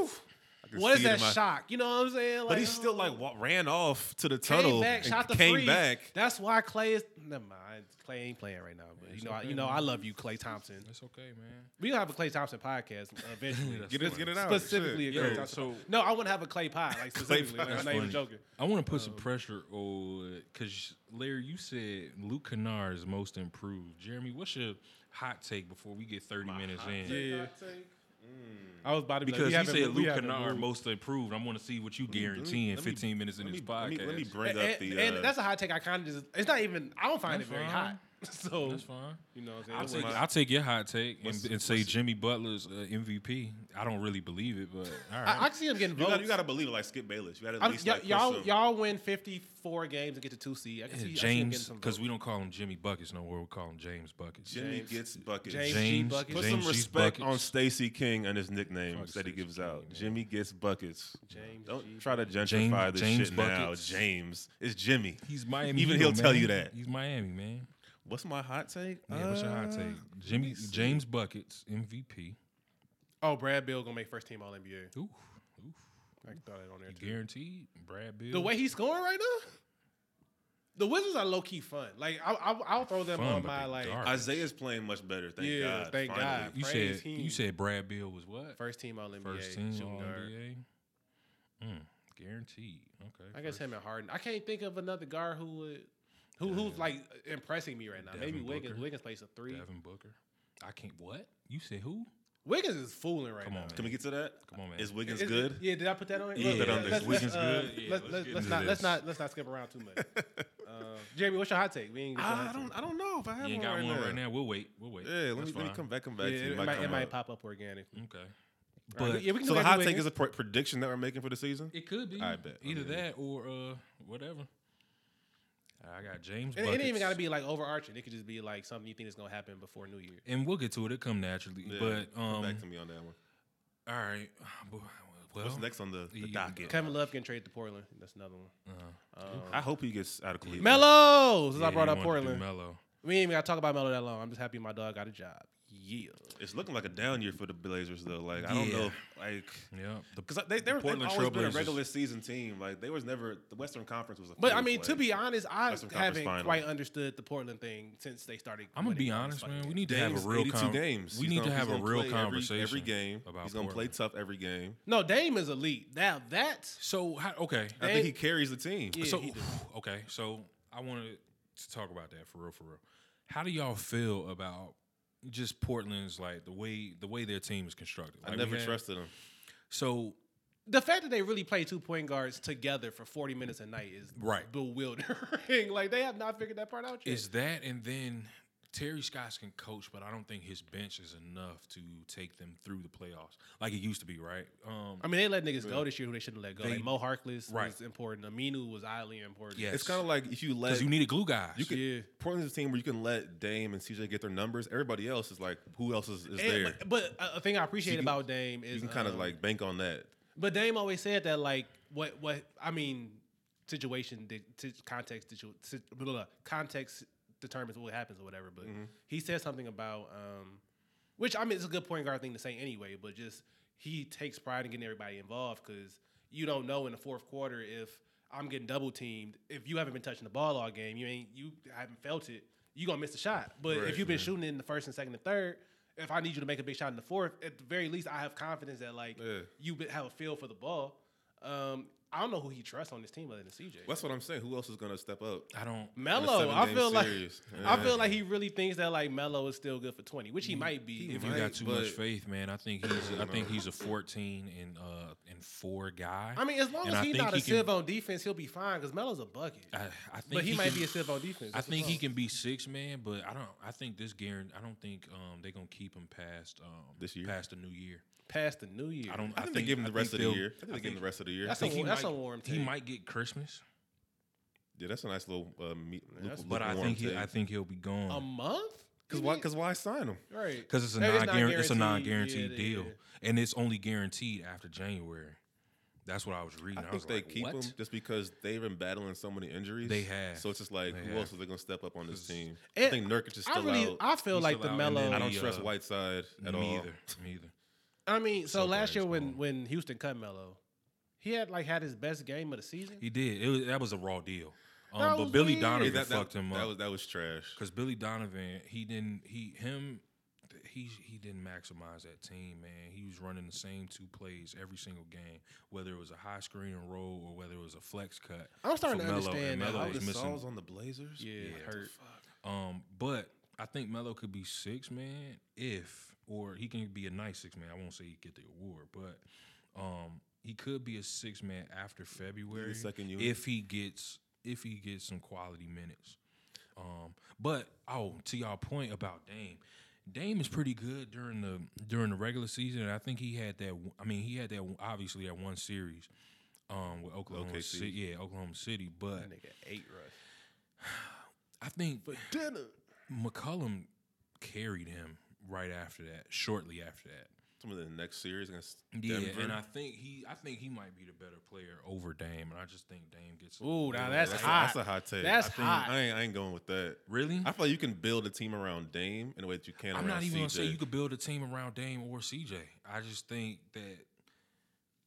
Speaker 4: I could
Speaker 1: what is
Speaker 4: see it
Speaker 1: that
Speaker 4: in my-
Speaker 1: shock? You know what I'm saying? Like,
Speaker 4: But he still
Speaker 1: oh.
Speaker 4: like wa- ran off to the
Speaker 1: came
Speaker 4: tunnel,
Speaker 1: back,
Speaker 4: and
Speaker 1: shot the
Speaker 4: came
Speaker 1: freeze.
Speaker 4: back.
Speaker 1: That's why Clay is. Never mind, Clay ain't playing right now. But you know, I, you know, I love you, Clay Thompson.
Speaker 3: That's okay, man.
Speaker 1: We gonna have a Clay Thompson podcast eventually.
Speaker 4: Get it, get it out.
Speaker 1: specifically, a
Speaker 4: Shit.
Speaker 1: Clay
Speaker 3: Yo,
Speaker 1: Thompson.
Speaker 3: so-
Speaker 1: pod- no, I want to have a Clay pie. Like specifically,
Speaker 4: pie.
Speaker 1: like, I'm
Speaker 4: That's
Speaker 1: not even
Speaker 3: funny.
Speaker 1: joking.
Speaker 3: I want to put
Speaker 4: Um,
Speaker 3: some pressure on because Larry, you said Luke Kennard is most improved. Jeremy, what's your hot take before we get thirty minutes in?
Speaker 4: Hmm.
Speaker 1: I was about to be like,
Speaker 3: Because he
Speaker 1: we
Speaker 3: said
Speaker 1: haven't- we
Speaker 3: Luke
Speaker 1: haven't
Speaker 3: Kennard
Speaker 1: moved.
Speaker 3: most improved. I want to see what you guarantee in
Speaker 4: let me-
Speaker 3: 15 minutes in
Speaker 4: Let
Speaker 3: this
Speaker 4: me,
Speaker 3: podcast.
Speaker 4: let me, let me bring
Speaker 1: And,
Speaker 4: up
Speaker 1: and,
Speaker 4: the.
Speaker 1: and
Speaker 4: uh,
Speaker 1: that's a hot take. I kind of just. It's not even. I don't find
Speaker 3: That's
Speaker 1: it very
Speaker 3: fine.
Speaker 1: hot. So
Speaker 3: That's fine.
Speaker 1: you know, what
Speaker 3: I'll
Speaker 1: I'm saying.
Speaker 3: take,
Speaker 1: It
Speaker 3: I'll take your hot take
Speaker 4: What's-
Speaker 3: and, and say Jimmy Butler's uh, MVP. I don't really believe it, but all
Speaker 1: I, I
Speaker 3: right.
Speaker 1: can see him getting
Speaker 4: you,
Speaker 1: votes.
Speaker 4: gotta, you gotta believe it, like Skip Bayless. You gotta
Speaker 1: I-
Speaker 4: at least
Speaker 1: y-
Speaker 4: like, push
Speaker 1: y'all,
Speaker 4: him.
Speaker 1: y'all win 54 games and get to two seed. I can see, I see him getting
Speaker 3: James,
Speaker 1: some
Speaker 3: because
Speaker 1: votes.
Speaker 3: we don't call him Jimmy Buckets no more. We call him James Buckets.
Speaker 4: Jimmy
Speaker 1: James-
Speaker 4: gets buckets.
Speaker 1: James,
Speaker 3: James-
Speaker 1: G Bucket.
Speaker 4: Put
Speaker 3: James
Speaker 4: some
Speaker 3: G's
Speaker 4: respect
Speaker 3: buckets.
Speaker 4: on Stacey King and his nickname
Speaker 3: Fuck
Speaker 4: that he
Speaker 3: Stacey
Speaker 4: gives
Speaker 3: King,
Speaker 4: out.
Speaker 3: man.
Speaker 4: Jimmy gets buckets.
Speaker 1: James
Speaker 4: Don't
Speaker 1: G.
Speaker 4: try to gentrify
Speaker 3: James-
Speaker 4: this
Speaker 3: James
Speaker 4: shit now,
Speaker 3: Buckets.
Speaker 4: James. It's Jimmy.
Speaker 3: He's Miami.
Speaker 4: Even
Speaker 3: Heat,
Speaker 4: he'll tell
Speaker 3: man.
Speaker 4: you that.
Speaker 3: He's Miami, man.
Speaker 4: What's my hot take?
Speaker 3: Yeah, what's your hot
Speaker 4: Uh,
Speaker 3: take? Jimmy James Buckets MVP.
Speaker 1: Oh, Brad Bill gonna make first team All NBA.
Speaker 3: Oof,
Speaker 1: I can throw that on there too.
Speaker 3: guaranteed. Brad Bill.
Speaker 1: The way he's scoring right now, the Wizards are low key fun. Like I, I, I'll throw them
Speaker 3: Fun,
Speaker 1: on
Speaker 3: but
Speaker 1: my
Speaker 3: they
Speaker 1: like
Speaker 3: dark.
Speaker 4: Isaiah's playing much better. Thank
Speaker 1: Yeah,
Speaker 4: God.
Speaker 1: thank
Speaker 4: finally.
Speaker 1: God.
Speaker 3: you
Speaker 1: praise
Speaker 3: said,
Speaker 1: him.
Speaker 3: you said Brad Bill was what?
Speaker 1: first team All NBA
Speaker 3: First team
Speaker 1: shooting
Speaker 3: All
Speaker 1: guard.
Speaker 3: NBA. Mm, guguaranteed. Okay.
Speaker 1: I guess
Speaker 3: first-
Speaker 1: him and Harden. I can't think of another guard who would, who who's like impressing me right now. Maybe
Speaker 3: Devin
Speaker 1: Wiggins.
Speaker 3: Booker.
Speaker 1: Wiggins plays a three.
Speaker 3: Devin Booker. I can't. What you said? Who?
Speaker 1: Wiggins is fooling right
Speaker 3: Come
Speaker 1: now.
Speaker 3: on,
Speaker 4: Can we get to that?
Speaker 3: Come on, man.
Speaker 4: Is Wiggins
Speaker 1: Is-
Speaker 4: good?
Speaker 1: Yeah, did I put that on?
Speaker 3: Yeah,
Speaker 1: Look,
Speaker 4: put on
Speaker 1: let's-
Speaker 4: this.
Speaker 1: let's-
Speaker 3: Wiggins
Speaker 1: uh,
Speaker 3: good?
Speaker 1: let's-
Speaker 3: Yeah, let's
Speaker 1: let's-
Speaker 3: get
Speaker 1: Let's
Speaker 3: into
Speaker 1: not let's
Speaker 3: this.
Speaker 1: not let's not skip around too much. Uh, Jeremy, what's your hot take? We ain't
Speaker 3: Uh,
Speaker 1: get your hot
Speaker 4: I
Speaker 1: take.
Speaker 4: don't. I don't know if I have
Speaker 3: You ain't got
Speaker 4: right
Speaker 3: one
Speaker 4: now.
Speaker 3: right now. We'll wait. We'll wait.
Speaker 4: Yeah, let me,
Speaker 3: That's
Speaker 4: let me
Speaker 3: fine.
Speaker 4: come back. Come back
Speaker 1: Yeah,
Speaker 4: to you.
Speaker 1: it,
Speaker 4: Might
Speaker 1: might,
Speaker 4: come
Speaker 1: it might
Speaker 4: up.
Speaker 1: pop up organically.
Speaker 3: Okay.
Speaker 1: All
Speaker 3: But
Speaker 1: right, yeah, we can
Speaker 4: So
Speaker 1: do
Speaker 4: the
Speaker 1: that
Speaker 4: hot
Speaker 1: with
Speaker 4: take
Speaker 1: Wiggins.
Speaker 4: is a pr- prediction that we're making for the season.
Speaker 3: it could be.
Speaker 4: I bet.
Speaker 3: Either
Speaker 4: Okay.
Speaker 3: that or uh, whatever. I got James.
Speaker 1: And it ain't even
Speaker 3: Buckets.
Speaker 1: got to be like overarching. It could just be like something you think is gonna happen before New Year.
Speaker 3: And we'll get to it. It come naturally.
Speaker 4: Yeah,
Speaker 3: but
Speaker 4: come
Speaker 3: um,
Speaker 4: back to me on that one.
Speaker 3: all right. Well,
Speaker 4: What's next on the, the
Speaker 3: you-
Speaker 4: docket?
Speaker 1: Kevin Love getting traded to Portland. That's another one.
Speaker 4: I hope he gets out of Cleveland.
Speaker 1: Mello, since
Speaker 3: yeah,
Speaker 1: I brought
Speaker 3: you
Speaker 1: up
Speaker 3: wanted to do
Speaker 1: Portland,
Speaker 3: Melo.
Speaker 1: we ain't even gotta talk about Mello that long. I'm just happy my dog got a job. Yeah,
Speaker 4: It's looking like a down year for the Blazers though. Like I don't
Speaker 3: Yeah.
Speaker 4: know, if, like
Speaker 3: Yeah. The,
Speaker 4: because they they were they've
Speaker 3: Portland
Speaker 4: always been a
Speaker 3: Trailblazers.
Speaker 4: regular season team. Like they was never the Western Conference was. A
Speaker 1: but I
Speaker 4: field
Speaker 1: mean, to
Speaker 4: play.
Speaker 1: be honest, I
Speaker 4: Western Conference
Speaker 1: haven't
Speaker 4: Final.
Speaker 1: quite understood the Portland thing since they started.
Speaker 3: I'm gonna
Speaker 1: winning
Speaker 3: be
Speaker 1: all this
Speaker 3: honest,
Speaker 1: fucking
Speaker 3: man. We
Speaker 1: games.
Speaker 3: need to
Speaker 4: Dames,
Speaker 3: have a real
Speaker 4: 82
Speaker 3: con-
Speaker 4: games.
Speaker 3: We
Speaker 4: He's
Speaker 3: need
Speaker 4: gonna-
Speaker 3: to have
Speaker 4: he's
Speaker 3: a
Speaker 4: gonna
Speaker 3: real
Speaker 4: play every-
Speaker 3: conversation
Speaker 4: every, game.
Speaker 3: about
Speaker 4: he's gonna play
Speaker 3: Portland.
Speaker 4: tough every game.
Speaker 1: No, Dame is elite. Now that
Speaker 3: So how, okay.
Speaker 4: I
Speaker 1: Dame-
Speaker 4: think he carries the team.
Speaker 1: Yeah,
Speaker 3: so
Speaker 1: he do.
Speaker 3: okay, so I wanted to talk about that for real, for real. How do y'all feel about just Portland's like the way the way their team is constructed?
Speaker 4: I
Speaker 3: Like, we
Speaker 4: never
Speaker 3: had-
Speaker 4: trusted him.
Speaker 3: So
Speaker 1: the fact that they really play two point guards together for 40 minutes a night is
Speaker 3: Right.
Speaker 1: bewildering. like they have not figured that part out yet.
Speaker 3: is that, and then Terry Scotts can coach, but I don't think his bench is enough to take them through the playoffs like it used to be, right? Um,
Speaker 1: I mean, they let niggas go this year who they shouldn't let go.
Speaker 3: They-
Speaker 1: like Mo Harkless
Speaker 3: right.
Speaker 1: was important. Aminu was highly important.
Speaker 3: Yes.
Speaker 4: It's kind of like if you let
Speaker 3: because you need a glue guy.
Speaker 4: you could,
Speaker 1: Yeah.
Speaker 4: Portland's a team where you can let Dame and CJ get their numbers. Everybody else is like, who else is,
Speaker 1: And-
Speaker 4: is there?
Speaker 1: but- But a- a thing I appreciate
Speaker 4: can-
Speaker 1: about Dame is
Speaker 4: You can kind of
Speaker 1: um,
Speaker 4: like bank on that.
Speaker 1: But Dame always said that like what what I mean situation di- t- context situ- si- blah, blah, blah, context determines what happens or whatever. But
Speaker 4: Mm-hmm.
Speaker 1: he said something about um, which I mean it's a good point guard thing to say anyway. But just he takes pride in getting everybody involved because you don't know in the fourth quarter if I'm getting double teamed if you haven't been touching the ball all game you ain't you haven't felt it you gonna miss the shot. But
Speaker 4: Right,
Speaker 1: if you've been shooting in the first and second and third. If I need you to make a big shot in the fourth, at the very least, I have confidence that like
Speaker 4: Yeah.
Speaker 1: you be- have a feel for the ball. Um, I don't know who he trusts on this team other than CJ.
Speaker 4: That's what I'm saying. Who else is gonna step up?
Speaker 3: I don't.
Speaker 1: Melo, I
Speaker 4: seven-game
Speaker 1: feel like
Speaker 4: series.
Speaker 1: I feel like he really thinks that like Melo is still good for twenty, which he
Speaker 3: Mm-hmm.
Speaker 1: might be.
Speaker 3: If you got
Speaker 4: might,
Speaker 3: too much
Speaker 4: but-
Speaker 3: faith, man, I think he's I think he's a fourteen and uh and four guy.
Speaker 1: I mean, as long
Speaker 3: And I
Speaker 1: as he's
Speaker 3: think
Speaker 1: not
Speaker 3: he
Speaker 1: a
Speaker 3: can-
Speaker 1: sieve on defense, he'll be fine because Melo's a bucket.
Speaker 3: I, I think
Speaker 1: but he, might
Speaker 3: can-
Speaker 1: be a sieve on defense.
Speaker 3: I
Speaker 1: That's the
Speaker 3: think he
Speaker 1: problem.
Speaker 3: can be six man, but I don't. I think this guarantee. I don't think um, they're gonna keep him past um,
Speaker 4: This year?
Speaker 3: past the new year.
Speaker 1: pass the new year.
Speaker 3: I don't.
Speaker 4: I think they give him the rest of the
Speaker 3: they'll-
Speaker 4: year. I think they give him the rest of the year.
Speaker 1: That's
Speaker 3: I think
Speaker 1: a-
Speaker 3: he
Speaker 1: that's
Speaker 3: might-
Speaker 1: a warm
Speaker 3: He
Speaker 1: take.
Speaker 3: might get Christmas,
Speaker 4: Yeah, that's a nice little uh, meat.
Speaker 1: That's-
Speaker 3: but I think he, I think he'll be
Speaker 1: a
Speaker 4: Um,
Speaker 3: gone
Speaker 1: month
Speaker 4: because why? Because why sign him?
Speaker 1: right
Speaker 3: because it's a
Speaker 1: That is
Speaker 3: non guaranteed. It's a non guaranteed
Speaker 1: Yeah, yeah,
Speaker 3: deal,
Speaker 1: yeah.
Speaker 3: and it's only guaranteed after January. That's what I was reading.
Speaker 4: I
Speaker 3: I,
Speaker 4: think
Speaker 3: was
Speaker 4: they
Speaker 3: like,
Speaker 4: keep
Speaker 3: what?
Speaker 4: him just because they've been battling so many injuries.
Speaker 3: They have.
Speaker 4: So it's just like
Speaker 3: They
Speaker 4: who
Speaker 3: have.
Speaker 4: else is they gonna step up on this team? I
Speaker 1: It-
Speaker 4: think Nurkic is
Speaker 1: I
Speaker 4: still
Speaker 1: really,
Speaker 4: out.
Speaker 1: I feel
Speaker 3: He's
Speaker 1: like
Speaker 3: still
Speaker 1: the
Speaker 3: out, and
Speaker 1: Melo.
Speaker 3: then
Speaker 4: I don't
Speaker 3: the,
Speaker 4: trust
Speaker 3: uh,
Speaker 4: Whiteside at
Speaker 3: Me
Speaker 4: all.
Speaker 3: either. Me either.
Speaker 1: I mean, so,
Speaker 3: So
Speaker 1: last
Speaker 3: bad
Speaker 1: year
Speaker 3: it's
Speaker 1: when
Speaker 3: gone.
Speaker 1: when Houston cut Melo, he had like had his best game of the season.
Speaker 3: He did. It was, that was a raw deal. Um,
Speaker 1: That
Speaker 3: but
Speaker 1: was
Speaker 3: Billy
Speaker 1: weird.
Speaker 4: Yeah,
Speaker 3: Donovan
Speaker 4: that, that,
Speaker 3: fucked him
Speaker 4: that
Speaker 3: up.
Speaker 4: was that was trash.
Speaker 3: Because Billy Donovan, he didn't he him he he didn't maximize that team, man. He was running the same two plays every single game, whether it was a high screen and roll or whether it was a flex cut.
Speaker 1: I'm starting
Speaker 3: for
Speaker 1: to
Speaker 3: Melo, and
Speaker 1: understand
Speaker 3: Melo
Speaker 1: now.
Speaker 3: was missing.
Speaker 4: Gasol's on the Blazers.
Speaker 1: Yeah,
Speaker 3: Yeah,
Speaker 1: hurt.
Speaker 3: Um, but I think Melo could be six man if, or he can be a nice six man. I won't say he get the award, but um, he could be a six man after February
Speaker 4: second unit.
Speaker 3: if he gets if he gets some quality minutes. Um, but oh, to y'all point about Dame, Dame is pretty good during the during the regular season. And I think he had that. one- I mean, he had that one- obviously that one series. Um, with Oklahoma
Speaker 4: OKC.
Speaker 3: City, yeah, Oklahoma City, but
Speaker 1: That nigga eight rush.
Speaker 3: I think
Speaker 4: Dinner.
Speaker 3: McCollum carried him right after that, shortly after that.
Speaker 4: Some of the next series against
Speaker 3: Yeah,
Speaker 4: Denver.
Speaker 3: and I think he, I think he might be the better player over Dame, and I just think Dame gets.
Speaker 1: Ooh, now
Speaker 3: Yeah,
Speaker 1: that's,
Speaker 4: that's,
Speaker 1: hot.
Speaker 4: A, that's a hot take.
Speaker 1: That's
Speaker 4: I think,
Speaker 1: hot.
Speaker 4: I ain't, I ain't going with that.
Speaker 3: really.
Speaker 4: I feel like you can build a team around Dame in a way that you can.
Speaker 3: I'm
Speaker 4: around
Speaker 3: not even gonna
Speaker 4: CJ.
Speaker 3: say you could build a team around Dame or CJ. I just think that,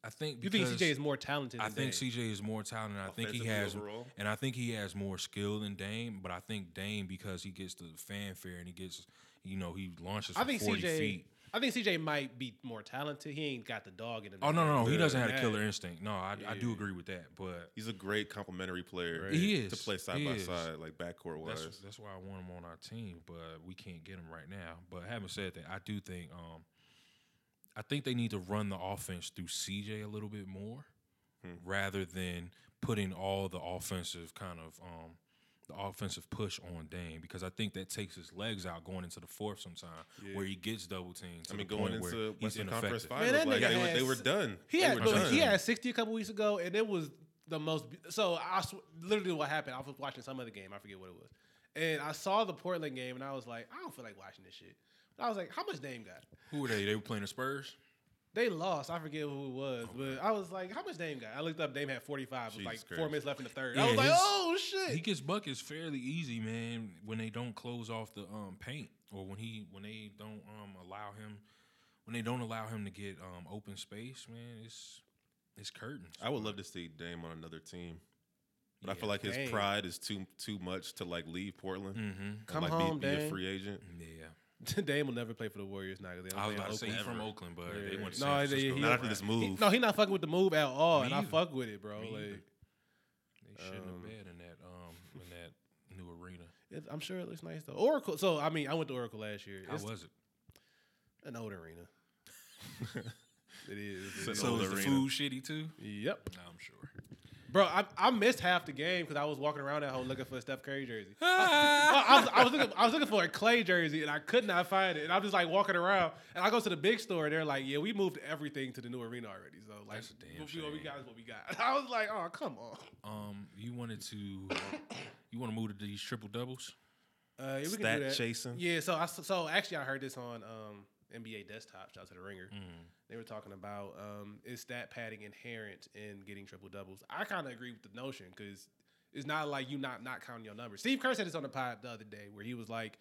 Speaker 3: I think
Speaker 1: you think
Speaker 3: because
Speaker 1: CJ is more talented? Than
Speaker 3: I think
Speaker 1: Dame.
Speaker 3: CJ is more talented. and I think he
Speaker 4: Offensively
Speaker 3: has,
Speaker 4: overall?
Speaker 3: and I think he has more skill than Dame. But I think Dame because he gets the fanfare and he gets, you know, he launches.
Speaker 1: I
Speaker 3: from
Speaker 1: think
Speaker 3: 40
Speaker 1: CJ.
Speaker 3: Feet.
Speaker 1: I think CJ might be more talented. He ain't got the dog in him.
Speaker 3: Oh no, no, no! He doesn't have a
Speaker 1: Yeah.
Speaker 3: killer instinct. No, I, I do agree with that, but
Speaker 4: He's a great complementary player.
Speaker 3: He
Speaker 4: to
Speaker 3: is.
Speaker 4: play side
Speaker 3: He
Speaker 4: by
Speaker 3: is.
Speaker 4: side, like backcourt wise.
Speaker 3: That's, that's why I want him on our team, but we can't get him right now. But having said that, I do think um, I think they need to run the offense through CJ a little bit more,
Speaker 4: Hmm.
Speaker 3: rather than putting all the offensive kind of um, the offensive push on Dame because I think that takes his legs out going into the fourth sometime where he gets double teamed. to
Speaker 4: I mean,
Speaker 3: the
Speaker 4: going
Speaker 3: point where
Speaker 4: into
Speaker 3: he's
Speaker 4: Western Conference
Speaker 3: ineffective.
Speaker 4: Finals,
Speaker 1: that
Speaker 4: like,
Speaker 1: nigga
Speaker 4: they, were, they
Speaker 1: has-
Speaker 4: were done.
Speaker 1: He
Speaker 4: They
Speaker 1: had,
Speaker 4: were
Speaker 1: look,
Speaker 4: done.
Speaker 1: he had 60 a couple weeks ago, and it was the most. So I sw- literally what happened. I was watching some other game. I forget what it was, and I saw the Portland game, and I was like, I don't feel like watching this shit. But I was like, how much Dame got?
Speaker 3: Who were they? They were playing the Spurs.
Speaker 1: They lost. I forget who it was,
Speaker 3: Oh,
Speaker 1: but I was like, how much Dame got? I looked up. Dame had 45. It was
Speaker 4: Jesus
Speaker 1: like four
Speaker 4: Christ.
Speaker 1: minutes left in the third.
Speaker 3: Yeah,
Speaker 1: I was like,
Speaker 3: his-
Speaker 1: oh shit.
Speaker 3: He gets buckets fairly easy, man. When they don't close off the um, paint, or when he when they don't um, allow him, when they don't allow him to get um, open space, man, it's it's curtains.
Speaker 4: I would love to see Dame on another team, but I
Speaker 3: Yeah,
Speaker 4: feel like his
Speaker 1: Dame.
Speaker 4: pride is too too much to like leave Portland.
Speaker 3: Mm-hmm.
Speaker 4: and,
Speaker 1: Mm. Come
Speaker 4: like,
Speaker 1: home,
Speaker 4: be, be a
Speaker 1: Dame.
Speaker 4: free agent.
Speaker 3: Yeah,
Speaker 1: Dame will never play for the Warriors now. 'cause They don't
Speaker 3: I was
Speaker 1: play
Speaker 3: about
Speaker 1: in
Speaker 3: to say he's
Speaker 1: Oakland.
Speaker 3: from Oakland, but they
Speaker 1: Yeah.
Speaker 3: went to
Speaker 1: No,
Speaker 3: San
Speaker 1: they-
Speaker 3: Francisco.
Speaker 1: he-
Speaker 4: Not after this
Speaker 1: He-
Speaker 4: move.
Speaker 1: no, he not fucking with the move at all,
Speaker 3: Me
Speaker 1: and I
Speaker 3: either.
Speaker 1: fuck with it, bro.
Speaker 3: Me
Speaker 1: like,
Speaker 3: either. They shouldn't have been in that um in that new arena.
Speaker 1: it- I'm sure it looks nice though. Oracle. So I mean, I went to Oracle last year.
Speaker 3: How
Speaker 1: It's
Speaker 3: was it?
Speaker 1: an old arena. it is.
Speaker 4: It's an old arena.
Speaker 3: shitty too?
Speaker 1: Yep.
Speaker 3: No, I'm sure.
Speaker 1: Bro, I, I missed half the game because I was walking around that hole looking for a Steph Curry jersey. I, I was, I, was looking, I was looking for a Clay jersey and I could not find it. And I'm just like walking around and I go to the big store and they're like, "Yeah, we moved everything to the new arena already." So like,
Speaker 3: That's a damn
Speaker 1: what, we- what we
Speaker 3: shame.
Speaker 1: got is what we got. I was like, "Oh, come on."
Speaker 3: Um, you wanted to, you want to move to these triple doubles?
Speaker 1: Uh, yeah, we can
Speaker 4: Stat
Speaker 1: do that.
Speaker 4: chasing.
Speaker 1: Yeah, so I so actually I heard this on um, NBA Desktop. Shout out to the Ringer.
Speaker 4: Mm.
Speaker 1: They were talking about um, is stat padding inherent in getting triple doubles. I kind of agree with the notion because it's not like you not not counting your numbers. Steve Kerr said this on the pod the other day where he was like,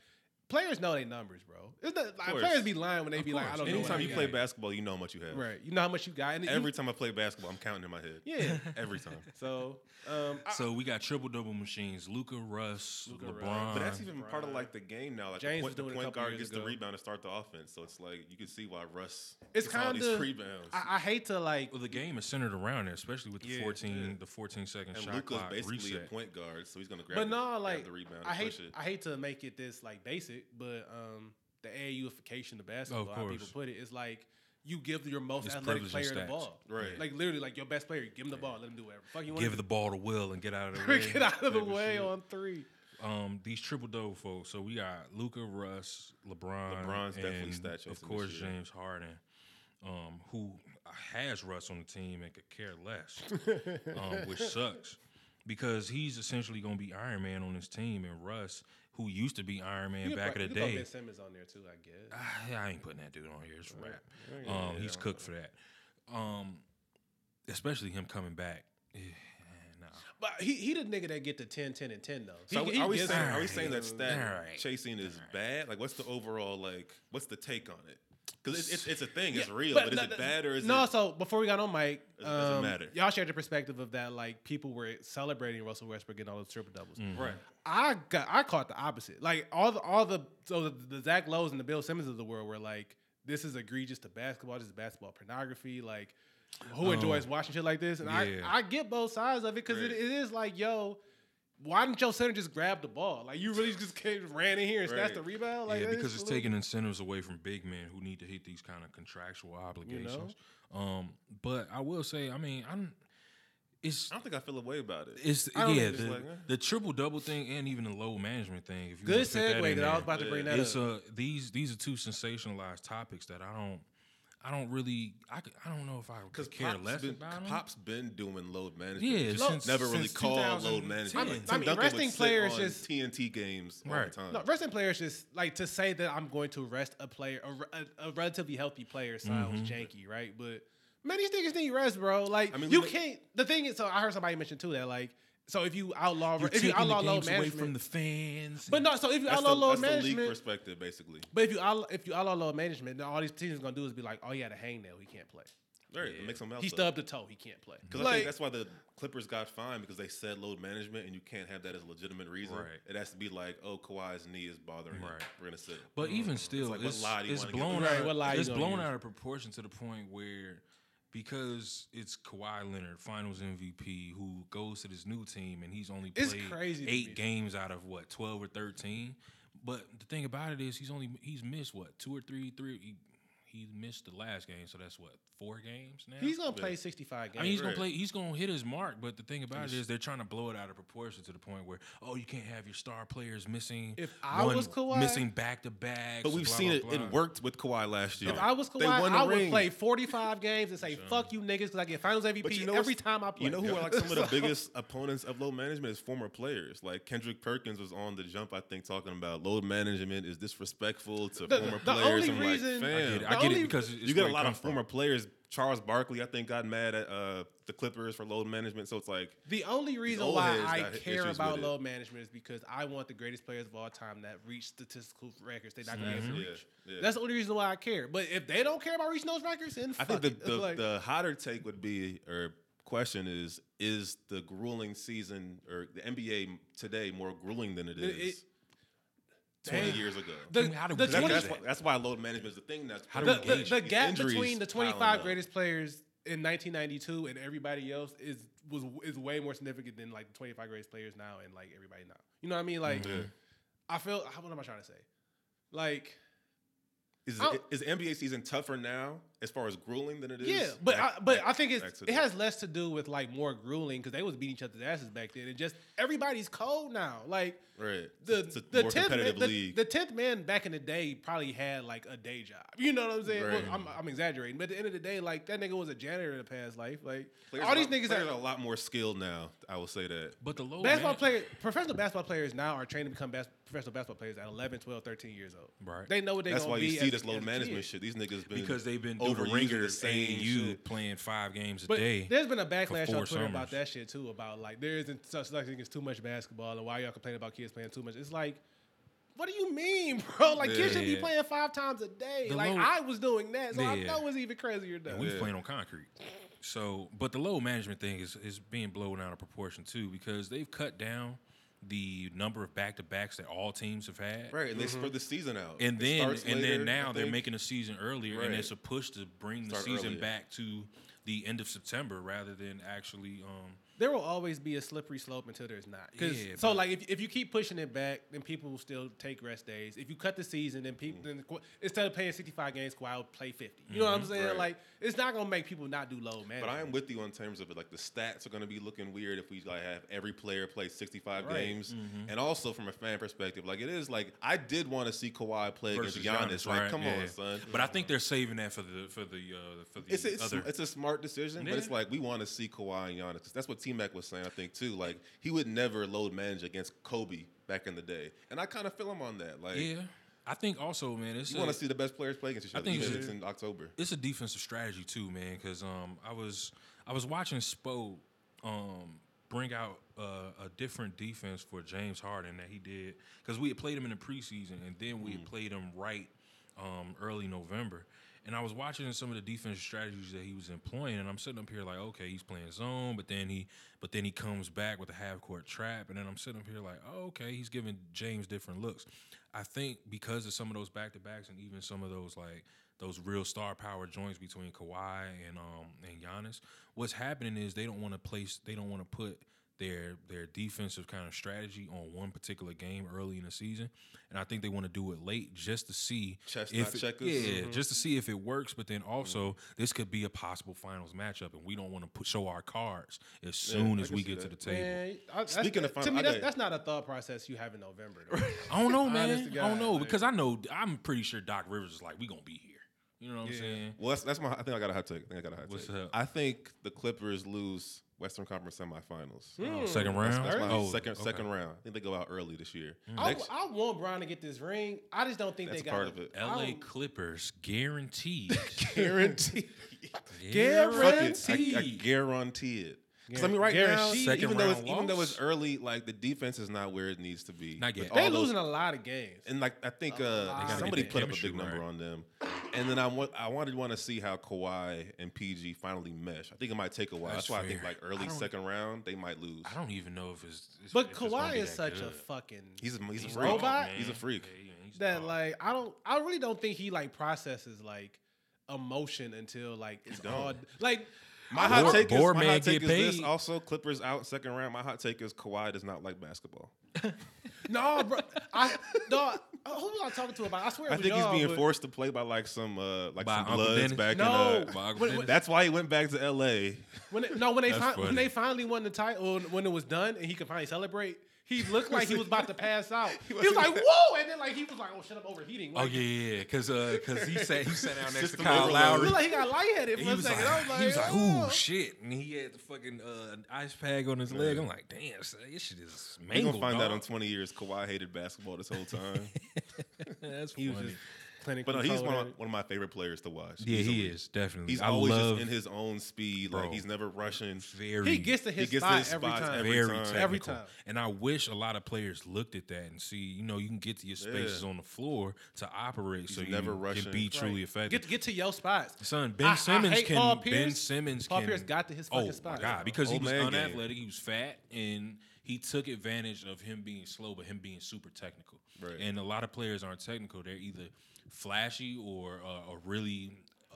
Speaker 1: "Players know their numbers, bro. It's not, like,
Speaker 4: course.
Speaker 1: players be lying when they be like, I
Speaker 3: course.
Speaker 1: don't know." what
Speaker 4: Anytime
Speaker 1: I
Speaker 4: you
Speaker 1: got."
Speaker 4: play basketball, you know how much you have.
Speaker 1: right? You know how much you got, and you-
Speaker 4: Every time I play basketball, I'm counting in my head.
Speaker 1: yeah.
Speaker 4: Every time.
Speaker 1: So, um, I-
Speaker 3: So we got triple double machines: Luca, Russ,
Speaker 1: Luka, Russ.
Speaker 3: LeBron.
Speaker 4: But that's even part of like the game now. Like
Speaker 1: James
Speaker 4: the
Speaker 1: was
Speaker 4: point, the
Speaker 1: doing it a
Speaker 4: point
Speaker 1: couple
Speaker 4: guard
Speaker 1: years
Speaker 4: gets the
Speaker 1: ago.
Speaker 4: rebound and start the offense. So it's like you can see why Russ
Speaker 1: It's
Speaker 4: gets all
Speaker 1: kinda-
Speaker 4: these rebounds.
Speaker 1: I, I hate to like.
Speaker 3: well, the game is centered around it, especially with the
Speaker 1: Yeah,
Speaker 3: fourteen,
Speaker 4: yeah.
Speaker 3: the fourteen second
Speaker 4: and
Speaker 3: shot
Speaker 4: Luca's
Speaker 3: clock
Speaker 4: basically
Speaker 3: reset.
Speaker 4: a point guard, so he's gonna grab,
Speaker 1: But
Speaker 4: the,
Speaker 1: no,
Speaker 4: grab
Speaker 1: like
Speaker 4: the rebound. And
Speaker 1: I hate
Speaker 4: push it.
Speaker 1: I hate to make it this like basic, but um the AUification of basketball,
Speaker 3: Of
Speaker 1: how people
Speaker 3: course.
Speaker 1: put it, is like you give your most
Speaker 3: It's
Speaker 1: athletic
Speaker 3: privilege
Speaker 1: player
Speaker 3: and
Speaker 1: the
Speaker 3: stats.
Speaker 1: ball.
Speaker 4: Right.
Speaker 1: Like literally like your best player, give him the ball, let him do whatever. Fuck you want
Speaker 3: Give the ball to Will and get out of the
Speaker 1: to
Speaker 3: way.
Speaker 1: do. get out of the
Speaker 3: type
Speaker 1: way
Speaker 3: shit.
Speaker 1: on three.
Speaker 3: um these triple double folks. So we got Luca, Russ, LeBron,
Speaker 4: LeBron's definitely
Speaker 3: and
Speaker 4: stat chasing
Speaker 3: of
Speaker 4: this
Speaker 3: course
Speaker 4: year.
Speaker 3: James Harden, um, who has Russ on the team and could care less, um, which sucks because he's essentially going to be Iron Man on his team, and Russ, who used to be Iron Man
Speaker 1: You could
Speaker 3: back
Speaker 1: pro-
Speaker 3: in
Speaker 1: you
Speaker 3: the
Speaker 1: could throw
Speaker 3: day,
Speaker 1: Ben Simmons on there too, I guess.
Speaker 3: I, I ain't putting that dude on here. It's rap.
Speaker 1: Alright.
Speaker 3: Um, he's cooked for that. Um, especially him coming back. Eh, nah.
Speaker 1: But he he the nigga that get the 10, 10, and ten though.
Speaker 4: So
Speaker 1: he,
Speaker 4: are,
Speaker 1: he
Speaker 4: are we
Speaker 1: gets
Speaker 4: saying,
Speaker 1: it.
Speaker 4: are we saying that stat
Speaker 3: Alright.
Speaker 4: chasing is bad? Like, what's the overall like? What's the take on it? Because it's, it's it's a thing. It's
Speaker 1: Yeah,
Speaker 4: real. But, is
Speaker 1: no,
Speaker 4: it
Speaker 1: no,
Speaker 4: bad or is
Speaker 1: no?
Speaker 4: it?
Speaker 1: So before we got on Mike,
Speaker 4: It doesn't
Speaker 1: um,
Speaker 4: matter.
Speaker 1: Y'all shared the perspective of that, like people were celebrating Russell Westbrook getting all those triple doubles.
Speaker 3: Mm-hmm.
Speaker 4: Right.
Speaker 1: I got I caught the opposite. Like all the all the so the, the Zach Lowe's and the Bill Simmons of the world were like, this is egregious to basketball. This is basketball pornography. Like, who enjoys watching shit like this? And
Speaker 3: Oh. yeah.
Speaker 1: I I get both sides of it because it,
Speaker 4: Right.
Speaker 1: it is like, yo, why didn't your center just grab the ball? Like you really just came, ran in here and snatched
Speaker 4: Right.
Speaker 1: the rebound. Like
Speaker 3: yeah,
Speaker 1: that
Speaker 3: because
Speaker 1: is
Speaker 3: it's
Speaker 1: a little-
Speaker 3: taking incentives away from big men who need to hit these kind of contractual obligations. Um, but I will say, I mean, I'm it's
Speaker 4: I don't think I feel a way about it.
Speaker 3: it's
Speaker 1: I don't
Speaker 3: yeah
Speaker 1: think
Speaker 4: it's
Speaker 3: the,
Speaker 4: like that.
Speaker 3: the triple double thing and even the low management thing. If you wanna
Speaker 1: good
Speaker 3: fit that
Speaker 1: segue
Speaker 3: in
Speaker 1: that I was
Speaker 3: there.
Speaker 1: about to bring that
Speaker 3: It's
Speaker 1: up.
Speaker 3: uh these these are two sensationalized topics that I don't I don't really I, could- I don't know if I
Speaker 4: Because
Speaker 3: could care
Speaker 4: Pop's
Speaker 3: less
Speaker 4: been,
Speaker 3: about 'em.
Speaker 4: Pop's been doing load management.
Speaker 3: Yeah,
Speaker 4: He just
Speaker 1: since-
Speaker 4: never really
Speaker 3: since
Speaker 4: called load
Speaker 3: 2010.
Speaker 4: management.
Speaker 1: I mean-
Speaker 4: Tim
Speaker 1: I mean,
Speaker 4: Duncan
Speaker 1: resting
Speaker 4: would sit
Speaker 1: players
Speaker 4: on
Speaker 1: just-
Speaker 4: TNT games all
Speaker 3: Right.
Speaker 4: the time.
Speaker 1: No, wrestling players just like to say that I'm going to rest a player, a, re- a, a relatively healthy player sounds janky, right? But man, these niggas need rest, bro. Like
Speaker 4: Mm-hmm. I mean,
Speaker 1: you
Speaker 4: look-
Speaker 1: can't. The thing is, so I heard somebody mention too that like, so if you outlaw,
Speaker 3: You're
Speaker 1: if you
Speaker 3: taking
Speaker 1: outlaw
Speaker 3: the
Speaker 1: load
Speaker 3: games away
Speaker 1: management,
Speaker 3: from the fans.
Speaker 1: but no, so if you
Speaker 4: that's
Speaker 1: outlaw
Speaker 4: the,
Speaker 1: load
Speaker 4: that's the league
Speaker 1: management,
Speaker 4: perspective, basically.
Speaker 1: but if you outlaw, if you outlaw load management, then all these teams are gonna do is be like, oh, he had a hangnail, he can't play.
Speaker 4: Right, it makes them out.
Speaker 1: He stubbed a toe, he can't play.
Speaker 4: Because I think that's why the Clippers got fined because they said load management, and you can't have that as a legitimate reason.
Speaker 3: Right.
Speaker 4: It has to be like, oh, Kawhi's knee is bothering him.
Speaker 3: Right.
Speaker 4: We're gonna sit. him."
Speaker 3: But even still,
Speaker 4: Oh, like, what
Speaker 3: it's,
Speaker 4: lie do you
Speaker 3: it's
Speaker 4: wanna give
Speaker 3: blown
Speaker 4: them?
Speaker 1: Right,
Speaker 3: out.
Speaker 1: what lie you
Speaker 3: it's
Speaker 1: gonna
Speaker 3: blown
Speaker 1: use?
Speaker 3: out of proportion to the point where, because it's Kawhi Leonard, Finals MVP, who goes to this new team and he's only played
Speaker 1: It's crazy to me.
Speaker 3: eight games out of what twelve or thirteen. But the thing about it is, he's only he's missed what two or three, three. He, he missed the last game, so that's what four games now.
Speaker 1: he's gonna play 65 games.
Speaker 3: I mean, he's gonna
Speaker 4: Right.
Speaker 3: play. He's gonna hit his mark, but the thing about it is, they're trying to blow it out of proportion to the point where, oh, you can't have your star players missing.
Speaker 1: If I was Kawhi-
Speaker 3: missing back to backs,
Speaker 4: But we've
Speaker 3: blah,
Speaker 4: seen
Speaker 3: blah,
Speaker 4: it.
Speaker 3: blah.
Speaker 4: It worked with Kawhi last year.
Speaker 1: if I was
Speaker 4: They
Speaker 1: Kawhi,
Speaker 4: won the
Speaker 1: I would
Speaker 4: ring.
Speaker 1: play 45 games and say, fuck you niggas, because I get Finals MVP
Speaker 4: But you know
Speaker 1: every
Speaker 4: what's-
Speaker 1: time I play.
Speaker 4: You know who are like some of the biggest opponents of load management is former players. Like Kendrick Perkins was on the jump, I think, talking about load management is disrespectful to
Speaker 1: The-
Speaker 4: former
Speaker 1: the
Speaker 4: players.
Speaker 1: only
Speaker 4: I'm
Speaker 1: reason-
Speaker 3: I
Speaker 4: like, fam,
Speaker 3: get it.
Speaker 1: The
Speaker 3: I get
Speaker 1: only-
Speaker 3: it because it's
Speaker 4: you get
Speaker 3: where
Speaker 4: a
Speaker 3: it
Speaker 4: lot
Speaker 3: come
Speaker 4: of
Speaker 3: from.
Speaker 4: former players. Charles Barkley, I think, got mad at uh, the Clippers for load management. So it's like
Speaker 1: The only reason
Speaker 4: old
Speaker 1: why
Speaker 4: heads
Speaker 1: I
Speaker 4: got issues
Speaker 1: care
Speaker 4: with
Speaker 1: about
Speaker 4: it.
Speaker 1: load management is because I want the greatest players of all time that reach statistical records they're not going to be able to
Speaker 4: Yeah,
Speaker 1: reach.
Speaker 4: mm-hmm. yeah.
Speaker 1: That's the only reason why I care. But if they don't care about reaching those records, then
Speaker 4: I
Speaker 1: fuck
Speaker 4: think the,
Speaker 1: it.
Speaker 4: the,
Speaker 1: Like,
Speaker 4: the hotter take would be or question is is the grueling season or the NBA today more grueling than it
Speaker 1: It-
Speaker 4: is
Speaker 1: it-
Speaker 4: 20
Speaker 1: Damn.
Speaker 4: years ago?
Speaker 1: the,
Speaker 3: How do
Speaker 1: the
Speaker 3: we
Speaker 4: That-
Speaker 1: 20
Speaker 4: that's, why, that's why load management is the thing that's
Speaker 3: How do
Speaker 1: the,
Speaker 3: we
Speaker 1: the-
Speaker 3: gauge
Speaker 1: the
Speaker 3: it?
Speaker 1: gap
Speaker 4: Injuries
Speaker 1: between the
Speaker 4: piling
Speaker 1: 25
Speaker 4: up.
Speaker 1: greatest players in 1992 and everybody else is was is way more significant than like the 25 greatest players now and like everybody
Speaker 4: Mm-hmm.
Speaker 1: now. You know what I mean? Like, I feel. What am I trying to say? Like,
Speaker 4: Is
Speaker 1: I-
Speaker 4: is the NBA season tougher now as far as grueling than it is?
Speaker 1: Yeah, but
Speaker 4: back-
Speaker 1: I, but
Speaker 4: back-
Speaker 1: I think
Speaker 4: back
Speaker 1: it's
Speaker 4: to
Speaker 1: it
Speaker 4: the-
Speaker 1: has less to do with like more grueling because they was beating each other's asses back then, and just everybody's cold now. Like
Speaker 4: right.
Speaker 1: the
Speaker 4: It's a
Speaker 1: the
Speaker 4: more
Speaker 1: tenth
Speaker 4: competitive
Speaker 1: man, the,
Speaker 4: league.
Speaker 1: the tenth man back in the day probably had like a day job. You know what I'm saying? Well,
Speaker 4: Right.
Speaker 1: I'm, I'm exaggerating, but at the end of the day, like that nigga was a janitor in the past life. Like
Speaker 4: Players
Speaker 1: all
Speaker 4: are-
Speaker 1: these niggas
Speaker 4: players are a
Speaker 1: are.
Speaker 4: lot more skilled now. I will say that.
Speaker 3: But the low
Speaker 1: Basketball
Speaker 3: man-
Speaker 1: player, professional basketball players now are trained to become bas- professional basketball players at 11, 12, 13 years old.
Speaker 3: Right.
Speaker 1: They know what they.
Speaker 4: That's
Speaker 1: gonna
Speaker 4: why
Speaker 1: be
Speaker 4: you see
Speaker 1: as-
Speaker 4: this load
Speaker 1: as a
Speaker 4: management
Speaker 1: kid.
Speaker 4: shit. These niggas been
Speaker 3: because they've been
Speaker 4: over
Speaker 3: over the ringer same you playing five games a
Speaker 1: But
Speaker 3: day.
Speaker 1: there's been a
Speaker 3: for
Speaker 1: backlash on
Speaker 3: four
Speaker 1: Twitter about
Speaker 3: summers.
Speaker 1: that shit too. About like there isn't such like it's too much basketball and why y'all complain about kids playing too much. It's like, what do you mean, bro? Like kids should be
Speaker 3: Yeah.
Speaker 1: playing five times a day.
Speaker 3: The
Speaker 1: like
Speaker 3: low-
Speaker 1: I was doing that, so I
Speaker 3: Yeah.
Speaker 1: know it's even crazier though.
Speaker 3: And we playing on concrete. So, but the load management thing is is being blown out of proportion too because they've cut down the number of back to backs that all teams have had.
Speaker 4: right, and they spread the season out.
Speaker 3: Mm-hmm. And
Speaker 4: It
Speaker 3: then
Speaker 4: starts
Speaker 3: and
Speaker 4: later,
Speaker 3: then now
Speaker 4: I
Speaker 3: they're
Speaker 4: think.
Speaker 3: making a season earlier, and
Speaker 4: Right.
Speaker 3: it's a push to bring
Speaker 4: Start
Speaker 3: the season
Speaker 4: earlier.
Speaker 3: back to the end of September rather than actually. Um,
Speaker 1: there will always be a slippery slope until there's not. 'Cause-
Speaker 3: Yeah,
Speaker 1: so
Speaker 3: but-
Speaker 1: like if, if you keep pushing it back, then people will still take rest days. If you cut the season, then people then Kawhi- instead of playing 65 games, Kawhi would play 50. You know what I'm
Speaker 3: Mm-hmm.
Speaker 1: saying?
Speaker 4: Right.
Speaker 1: Like it's not gonna make people not do low management.
Speaker 4: But I am with you on terms of it. Like the stats are going to be looking weird if we like have every player play 65
Speaker 1: Right.
Speaker 4: games.
Speaker 3: Mm-hmm.
Speaker 4: And also from a fan perspective, like it is like I did want to see Kawhi play
Speaker 3: versus
Speaker 4: against Giannis.
Speaker 3: Giannis,
Speaker 4: like,
Speaker 3: right?
Speaker 4: come
Speaker 3: Yeah.
Speaker 4: on, son.
Speaker 3: But I think they're saving that for the for the uh, for the
Speaker 4: it's a, it's,
Speaker 3: other.
Speaker 4: it's a smart decision, but it's
Speaker 3: Yeah.
Speaker 4: like we want to see Kawhi and Giannis. 'Cause That's what T Mac was saying, I think too. Like he would never load manage against Kobe back in the day, and I kind of feel him on that. Like
Speaker 3: yeah, I think also, man, it's
Speaker 4: you want
Speaker 3: a-
Speaker 4: to see the best players play against each
Speaker 3: I
Speaker 4: other.
Speaker 3: think
Speaker 4: even
Speaker 3: it's
Speaker 4: if
Speaker 3: a-
Speaker 4: it's in October.
Speaker 3: it's a defensive strategy too, man. Because um, I was I was watching Spo um bring out uh, a different defense for James Harden that he did because we had played him in the preseason and then we had played him right um early November. And I was watching some of the defensive strategies that he was employing, and I'm sitting up here like, okay, he's playing zone, but then he, but then he comes back with a half court trap, and then I'm sitting up here like, oh, okay, he's giving James different looks. I think because of some of those back to backs and even some of those like those real star power joints between Kawhi and um and Giannis. What's happening is they don't want to place they don't want to put their their defensive kind of strategy on one particular game early in the season, and I think they want to do it late just to see
Speaker 4: Chestnut
Speaker 3: if it-
Speaker 4: checkers. Mm-hmm.
Speaker 3: yeah, just to see if it works. But then also this could be a possible finals matchup, and we don't want to put, show our cards as soon
Speaker 4: I
Speaker 3: as
Speaker 4: can
Speaker 3: we
Speaker 4: see
Speaker 3: get to the
Speaker 4: that.
Speaker 3: table.
Speaker 1: Man, I, that's-
Speaker 4: Speaking of
Speaker 1: to
Speaker 4: final-
Speaker 1: me,
Speaker 4: I
Speaker 1: that's,
Speaker 4: got-
Speaker 1: that's not a thought process you have in November. though.
Speaker 3: I don't know,
Speaker 1: Honest
Speaker 3: man.
Speaker 1: to
Speaker 3: I don't
Speaker 1: God,
Speaker 3: know
Speaker 1: like-
Speaker 3: because I know I'm pretty sure Doc Rivers is like, we gonna be here. You know what I'm saying?
Speaker 4: Well, that's, that's my. I think I got a hot take. I think I got a hot
Speaker 3: What's
Speaker 4: take.
Speaker 3: up?
Speaker 4: I think the Clippers lose Western Conference semifinals.
Speaker 3: Oh, Hmm. second round.
Speaker 4: Hmm. That's my
Speaker 3: Oh,
Speaker 4: second
Speaker 3: okay.
Speaker 4: second round. I think they go out early this year.
Speaker 1: I,
Speaker 3: Oh,
Speaker 4: Next,
Speaker 1: I want Bron to get this ring. I just don't think
Speaker 4: that's
Speaker 1: they got
Speaker 4: part of it.
Speaker 3: LA
Speaker 1: I-
Speaker 3: Clippers guaranteed.
Speaker 1: guarantee.
Speaker 4: Fuck
Speaker 1: Guaranteed.
Speaker 4: it. I, I guarantee it. Because I mean, right now,
Speaker 1: Guaranteed.
Speaker 4: even
Speaker 3: Second
Speaker 4: though
Speaker 3: round
Speaker 4: it's, even though it's
Speaker 3: loss?
Speaker 4: early, like the defense is not where it needs to be.
Speaker 3: Not yet.
Speaker 4: With
Speaker 1: They're
Speaker 4: all those-
Speaker 1: losing a lot of games.
Speaker 4: and like I think uh,
Speaker 1: gotta
Speaker 4: somebody
Speaker 3: get that
Speaker 4: put up a
Speaker 3: chemistry
Speaker 4: big number
Speaker 3: right.
Speaker 4: on them, and then I want I wanted want to see how Kawhi and PG finally mesh. I think it might take a while. That's,
Speaker 3: That's
Speaker 4: why I think
Speaker 3: fair.
Speaker 4: like
Speaker 3: I
Speaker 4: early
Speaker 3: don't-
Speaker 4: second round they might lose.
Speaker 3: I don't even know if it's. it's-
Speaker 1: But
Speaker 3: if it's gonna
Speaker 1: Kawhi
Speaker 3: be
Speaker 1: is
Speaker 3: that
Speaker 1: such a
Speaker 3: good.
Speaker 1: fucking
Speaker 4: He's a, he's,
Speaker 3: He's
Speaker 4: a
Speaker 3: a
Speaker 4: freak.
Speaker 1: robot?
Speaker 4: He's a freak.
Speaker 3: Yeah, yeah, he's
Speaker 1: that
Speaker 3: dog.
Speaker 1: like I don't I really don't think he like processes like emotion until like it's
Speaker 4: don't.
Speaker 1: all like
Speaker 4: My
Speaker 3: Board-
Speaker 4: hot take is,
Speaker 3: board
Speaker 4: my
Speaker 3: man
Speaker 4: hot take
Speaker 3: get
Speaker 4: is this.
Speaker 3: paid.
Speaker 4: Also, Clippers out second round. My hot take is Kawhi does not like basketball.
Speaker 1: no bro I no who was I talking to about I swear it
Speaker 4: I
Speaker 1: was
Speaker 4: think he's
Speaker 1: y'all,
Speaker 4: being
Speaker 1: but-
Speaker 4: forced to play by like some uh like
Speaker 3: By
Speaker 4: some
Speaker 3: Uncle
Speaker 4: bloods
Speaker 3: Dennis?
Speaker 4: back
Speaker 1: No.
Speaker 4: in uh,
Speaker 3: Bob
Speaker 1: When-
Speaker 3: Dennis.
Speaker 4: That's why he went back to L.A.
Speaker 1: when it, no when they
Speaker 3: That's
Speaker 1: fin- when
Speaker 3: funny.
Speaker 1: they finally won the title when it was done and he could finally celebrate. He looked like he was about to pass out. He was like, "Whoa!" And then, like, he was like, "Oh, shut up, overheating."
Speaker 3: oh
Speaker 1: Like,
Speaker 3: yeah, yeah, because because he sat he sat down next to
Speaker 4: System
Speaker 3: Kyle
Speaker 4: overload.
Speaker 1: It
Speaker 3: Lowry.
Speaker 1: looked like he got lightheaded for
Speaker 3: He
Speaker 1: a
Speaker 3: was, like,
Speaker 1: second. I was like,
Speaker 3: he was like,
Speaker 1: oh.
Speaker 3: "Ooh, shit!" And he had the fucking uh, ice pack on his leg. I'm like, "Damn, son, this shit is
Speaker 4: We're
Speaker 3: mangled."
Speaker 4: gonna find out
Speaker 3: dog."
Speaker 4: in 20 years. Kawhi hated basketball this whole time.
Speaker 3: That's
Speaker 1: He was
Speaker 3: funny.
Speaker 1: just clinically.
Speaker 4: but no, he's one of,
Speaker 1: tolerant.
Speaker 4: one of my favorite players to watch.
Speaker 3: yeah, he
Speaker 4: easily.
Speaker 3: is definitely.
Speaker 4: He's
Speaker 3: I
Speaker 4: always
Speaker 3: love
Speaker 4: just in his own speed.
Speaker 3: Bro.
Speaker 4: Like he's never rushing.
Speaker 3: very.
Speaker 1: He gets to his
Speaker 4: gets to
Speaker 1: spot
Speaker 4: his
Speaker 1: every
Speaker 4: spots
Speaker 1: time.
Speaker 4: every
Speaker 3: very
Speaker 4: time.
Speaker 3: technical.
Speaker 1: Every time.
Speaker 3: And I wish a lot of players looked at that and see, you know, you can get to your spaces on the floor to operate so you
Speaker 4: never
Speaker 3: can
Speaker 4: rushing.
Speaker 3: be
Speaker 4: Right.
Speaker 3: truly effective.
Speaker 1: Get get to your spots.
Speaker 3: Son, Ben
Speaker 1: I- I
Speaker 3: Simmons
Speaker 1: hate
Speaker 3: can.
Speaker 1: Paul
Speaker 3: Ben
Speaker 1: Pierce.
Speaker 3: Simmons
Speaker 1: Paul
Speaker 3: can.
Speaker 1: Pierce got to his
Speaker 3: oh
Speaker 1: fucking
Speaker 3: my
Speaker 1: spot.
Speaker 3: God, because
Speaker 4: Old
Speaker 3: he was
Speaker 4: man game.
Speaker 3: unathletic, he was fat, and he took advantage of him being slow, but him being super technical.
Speaker 4: Right.
Speaker 3: And a lot of players aren't technical; they're either flashy or uh, or really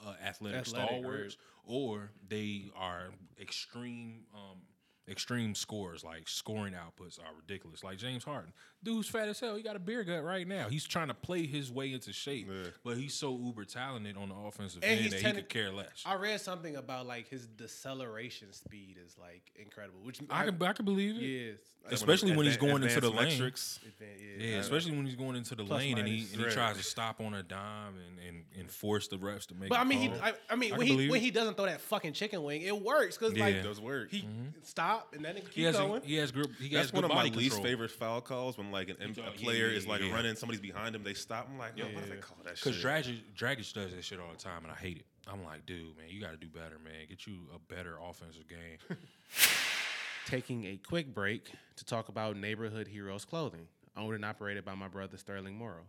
Speaker 3: uh, athletic,
Speaker 1: Athletic,
Speaker 3: stalwarts, or they are extreme. Um, Extreme scores like scoring outputs are ridiculous. Like James Harden, Dude's fat as hell. He got a beer gut right now. He's trying to play his way into shape,
Speaker 4: Yeah.
Speaker 3: but he's so uber talented on the offensive
Speaker 1: And
Speaker 3: end
Speaker 1: he's
Speaker 3: that he
Speaker 1: technic-
Speaker 3: could care less.
Speaker 1: I read something about like his deceleration speed is like incredible, which
Speaker 3: I can I can believe it.
Speaker 1: Yes,
Speaker 3: Especially when he's going into the lane.
Speaker 1: yeah,
Speaker 3: Yeah,
Speaker 1: I-
Speaker 3: especially when he's going into the
Speaker 1: Plus
Speaker 3: lane and he,
Speaker 1: minus.
Speaker 3: and he
Speaker 1: Right.
Speaker 3: tries to stop on a dime and, and, and force the refs to make.
Speaker 1: But
Speaker 3: a
Speaker 1: I mean, he,
Speaker 3: call.
Speaker 1: I, I mean,
Speaker 3: I
Speaker 1: when
Speaker 3: can
Speaker 1: he
Speaker 3: believe
Speaker 1: when
Speaker 3: it.
Speaker 1: he doesn't throw that fucking chicken wing, it works because
Speaker 3: Yeah.
Speaker 1: like
Speaker 4: Does work.
Speaker 1: he stop and then it keep
Speaker 3: he has
Speaker 1: going.
Speaker 3: a, he has grip. He
Speaker 4: That's
Speaker 3: has
Speaker 4: one
Speaker 3: good
Speaker 4: of my
Speaker 3: body
Speaker 4: least
Speaker 3: control.
Speaker 4: favorite foul calls when like an M-
Speaker 3: talking-
Speaker 4: a
Speaker 3: yeah,
Speaker 4: player
Speaker 3: yeah,
Speaker 4: is like
Speaker 3: yeah.
Speaker 4: running, somebody's behind him, they stop. I'm like, yo, why do they call that shit?
Speaker 3: Because Dragic, Dragic does that shit all the time, and I hate it. I'm like, dude, man, you got to do better, man. Get you a better offensive game.
Speaker 1: Taking a quick break to talk about Neighborhood Heroes Clothing, owned and operated by my brother Sterling Morrow.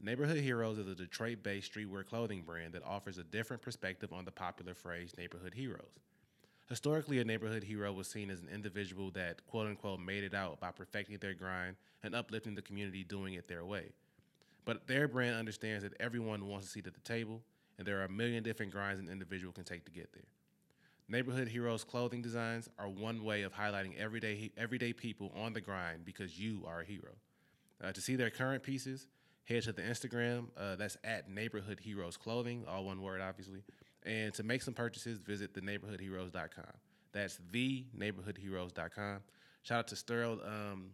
Speaker 1: Neighborhood Heroes is a Detroit based streetwear clothing brand that offers a different perspective on the popular phrase neighborhood heroes. Historically, a neighborhood hero was seen as an individual that, quote unquote, made it out by perfecting their grind and uplifting the community doing it their way. But their brand understands that everyone wants a seat at the table, and there are a million different grinds an individual can take to get there. Neighborhood Heroes clothing designs are one way of highlighting everyday everyday people on the grind because you are a hero. Uh, to see their current pieces, head to the Instagram. Uh, that's at Neighborhood Heroes Clothing, all one word, obviously. And to make some purchases, visit theneighborhoodheroes.com. That's the neighborhoodheroes.com. Shout out to Sterl. Um,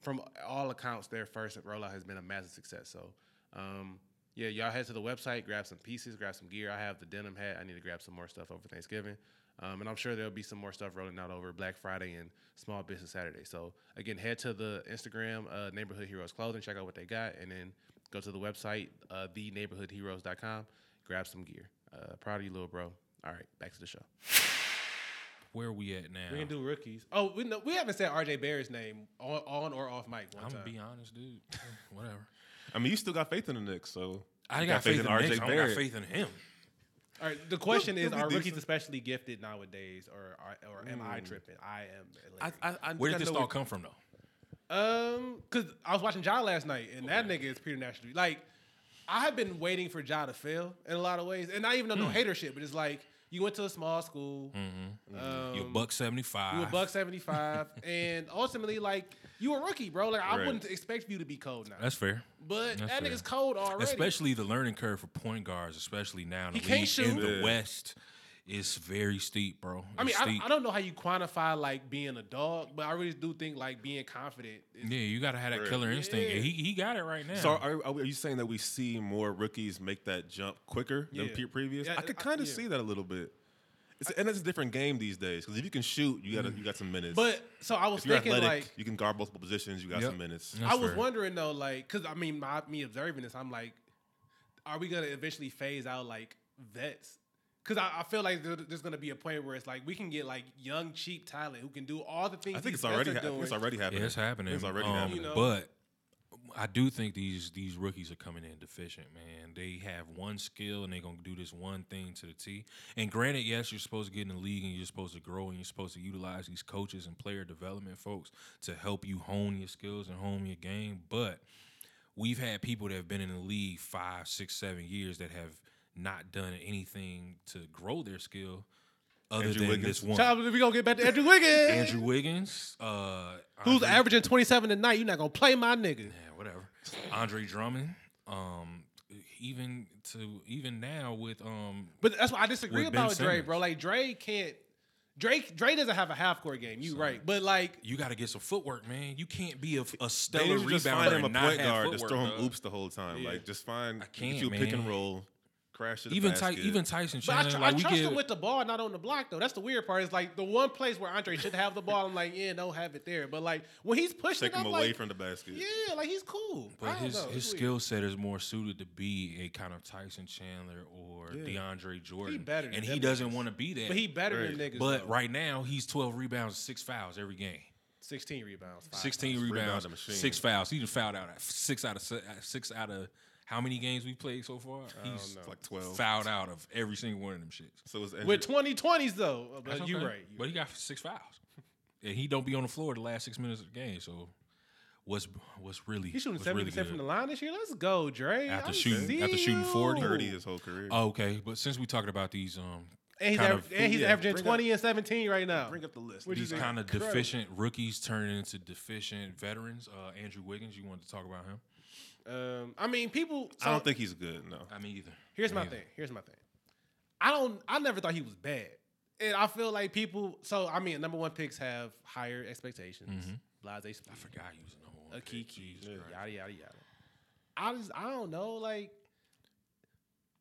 Speaker 1: from all accounts, their first rollout has been a massive success. So, um, yeah, y'all head to the website, grab some pieces, grab some gear. I have the denim hat. I need to grab some more stuff over Thanksgiving. Um, and I'm sure there'll be some more stuff rolling out over Black Friday and Small Business Saturday. So, again, head to the Instagram, uh, Neighborhood Heroes Clothing, check out what they got, and then go to the website, uh, theneighborhoodheroes.com, grab some gear. Uh, proud of you, little bro. All right, back to the show.
Speaker 3: Where we at now?
Speaker 1: We can do rookies. Oh, we know, we haven't said RJ Barrett's name on, on or off mic one
Speaker 3: I'm
Speaker 1: time.
Speaker 3: gonna be honest, dude. Whatever.
Speaker 4: I mean, you still got faith in the Knicks, so
Speaker 3: I
Speaker 4: You
Speaker 3: got, faith in
Speaker 4: R.J.
Speaker 3: RJ. I don't got
Speaker 4: Barrett.
Speaker 3: faith in him.
Speaker 1: All right. The question
Speaker 4: He'll-
Speaker 1: is:
Speaker 4: he'll be
Speaker 1: Are rookies
Speaker 4: decent.
Speaker 1: especially gifted nowadays, or are, or am
Speaker 3: Hmm.
Speaker 1: I tripping? I am.
Speaker 4: I, I, I
Speaker 3: Where
Speaker 4: think
Speaker 3: did
Speaker 4: I
Speaker 3: this
Speaker 4: know
Speaker 3: all
Speaker 4: what-
Speaker 3: come from, though?
Speaker 1: um, because I was watching Ja last night, and that nigga is preternaturally like. I have been waiting for Ja to fail in a lot of ways, and not even
Speaker 3: Hmm.
Speaker 1: on no hater shit, but it's like you went to a small school, um,
Speaker 3: You're Mm-hmm. buck seventy five.
Speaker 1: you were buck seventy five, and ultimately like you a rookie, bro. Like I
Speaker 4: Right.
Speaker 1: wouldn't expect you to be cold now,
Speaker 3: That's fair.
Speaker 1: but
Speaker 3: that's
Speaker 1: that
Speaker 3: fair.
Speaker 1: nigga's cold already.
Speaker 3: Especially the learning curve for point guards, especially now in the
Speaker 1: He can't
Speaker 3: league in
Speaker 1: shoot.
Speaker 3: the
Speaker 4: Yeah.
Speaker 3: West, is very steep, bro.
Speaker 1: I mean,
Speaker 3: It's
Speaker 1: I,
Speaker 3: steep.
Speaker 1: I don't know how you quantify like being a dog, but I really do think like being confident is
Speaker 3: yeah, you gotta have that
Speaker 4: Right.
Speaker 3: killer instinct.
Speaker 1: Yeah.
Speaker 3: He he got it right now.
Speaker 4: So are, are, we- are you saying that we see more rookies make that jump quicker
Speaker 1: Yeah.
Speaker 4: than pe- previous?
Speaker 1: Yeah,
Speaker 4: I could
Speaker 1: I-
Speaker 4: kind of
Speaker 1: yeah.
Speaker 4: see that a little bit. It's, and it's a different game these days because if you can shoot, you got
Speaker 3: Mm.
Speaker 4: to you got some minutes.
Speaker 1: But so I was
Speaker 4: if you're
Speaker 1: thinking
Speaker 4: athletic,
Speaker 1: like
Speaker 4: you can guard multiple positions. You got
Speaker 3: Yep.
Speaker 4: some minutes.
Speaker 3: No.
Speaker 1: I
Speaker 3: That's
Speaker 1: was
Speaker 3: fair.
Speaker 1: wondering though, like, cause I mean, my, me observing this, I'm like, are we gonna eventually phase out like vets? Cause I, I feel like there- there's gonna be a point where it's like we can get like young cheap talent who can do all the things.
Speaker 4: I
Speaker 1: these
Speaker 4: think it's
Speaker 1: vets
Speaker 4: already
Speaker 1: are
Speaker 4: ha- I think
Speaker 1: doing.
Speaker 4: it's already happening.
Speaker 3: Yeah, it's happening.
Speaker 4: It's already
Speaker 3: Um,
Speaker 4: happening.
Speaker 1: You know?
Speaker 3: But I do think these these rookies are coming in deficient, man. They have one skill and they're gonna do this one thing to the T. And granted, yes, you're supposed to get in the league and you're supposed to grow and you're supposed to utilize these coaches and player development folks to help you hone your skills and hone your game. But we've had people that have been in the league five, six, seven years that have not done anything to grow their skill other
Speaker 4: Andrew
Speaker 3: than
Speaker 4: Wiggins.
Speaker 3: this one.
Speaker 1: Child, we gonna get back to Andrew Wiggins,
Speaker 3: Andrew Wiggins, uh,
Speaker 1: who's
Speaker 3: Andre-
Speaker 1: averaging 27 tonight. You're not gonna play my nigga.
Speaker 3: yeah, whatever. Andre Drummond, um, even to even now with um,
Speaker 1: But that's why I disagree
Speaker 3: With Ben
Speaker 1: about Dre,
Speaker 3: Simmons.
Speaker 1: bro. Like Dre can't. Drake Dre doesn't have a half court game. You right, but like
Speaker 3: you got to get some footwork, man. You can't be a, a
Speaker 4: They
Speaker 3: stellar
Speaker 4: need to
Speaker 3: rebounder
Speaker 4: just find him a
Speaker 3: and not
Speaker 4: point
Speaker 3: have
Speaker 4: guard that's
Speaker 3: footwork,
Speaker 4: throwing
Speaker 3: dog.
Speaker 4: oops the whole time. Like just find
Speaker 3: can't,
Speaker 4: get you a pick
Speaker 3: man.
Speaker 4: and roll, crash to the
Speaker 3: Even Ty,
Speaker 4: basket.
Speaker 3: even Tyson
Speaker 1: But I,
Speaker 3: Chandler,
Speaker 1: tr-
Speaker 3: like
Speaker 1: I
Speaker 3: we
Speaker 1: trust
Speaker 3: give,
Speaker 1: him with the ball, not on the block though. That's the weird part. Is like the one place where Andre should have the ball. I'm like, yeah, don't have it there. But like when he's pushing,
Speaker 4: take
Speaker 1: I'm
Speaker 4: him away
Speaker 1: like,
Speaker 4: from the basket.
Speaker 1: yeah, like he's cool. I
Speaker 3: but
Speaker 1: don't
Speaker 3: his
Speaker 1: know.
Speaker 3: his
Speaker 1: It's weird.
Speaker 3: skill set is more suited to be a kind of Tyson Chandler or DeAndre Jordan,
Speaker 1: better than
Speaker 3: and he
Speaker 1: them
Speaker 3: doesn't want to be that.
Speaker 1: but he better than niggas.
Speaker 3: But
Speaker 1: though.
Speaker 3: right now, he's twelve rebounds, six fouls every game.
Speaker 1: 16 rebounds, five
Speaker 3: 16
Speaker 4: Rebound
Speaker 3: rebounds,
Speaker 4: the machine.
Speaker 3: six fouls. He done fouled out at six out of se- uh, six out of how many games we played so far? He's
Speaker 4: It's like twelve.
Speaker 3: fouled out of every single one of them shits.
Speaker 4: So it's
Speaker 1: with 2020s though. Uh, But
Speaker 3: That's
Speaker 1: you
Speaker 3: okay.
Speaker 1: right. You
Speaker 3: But he got six fouls, and he don't be on the floor the last six minutes of the game. So what's what's really
Speaker 1: He's shooting
Speaker 3: what's
Speaker 1: 70
Speaker 3: really
Speaker 1: percent from the
Speaker 3: good?
Speaker 1: line this year. Let's go, Dre.
Speaker 3: After
Speaker 1: I
Speaker 3: shooting-
Speaker 1: see
Speaker 3: after shooting 40.
Speaker 1: you.
Speaker 3: Uh,
Speaker 4: thirty his whole career.
Speaker 3: Oh, okay, but since we talking about these um
Speaker 1: And he's,
Speaker 3: kind
Speaker 1: aver-
Speaker 3: of-
Speaker 1: and he's
Speaker 4: yeah,
Speaker 1: averaging
Speaker 4: bring up-
Speaker 1: 20 and 17 right now.
Speaker 4: Bring up the list.
Speaker 1: Which
Speaker 3: These
Speaker 1: is
Speaker 3: kind of
Speaker 1: incredible.
Speaker 3: deficient rookies turning into deficient veterans. Uh, Andrew Wiggins, you wanted to talk about him?
Speaker 1: Um, I mean, people.
Speaker 4: I
Speaker 1: so-
Speaker 4: don't think he's good. No.
Speaker 3: I mean, either.
Speaker 1: Here's
Speaker 3: Me
Speaker 1: my
Speaker 3: either.
Speaker 1: thing. Here's my thing. I don't. I never thought he was bad, and I feel like people. So I mean, number one picks have higher expectations.
Speaker 3: Mhm.
Speaker 1: Blase,
Speaker 3: I forgot he was the number one.
Speaker 1: a
Speaker 3: pick.
Speaker 1: Kiki,
Speaker 3: Jesus Christ.
Speaker 1: yada yada yada. I just I don't know like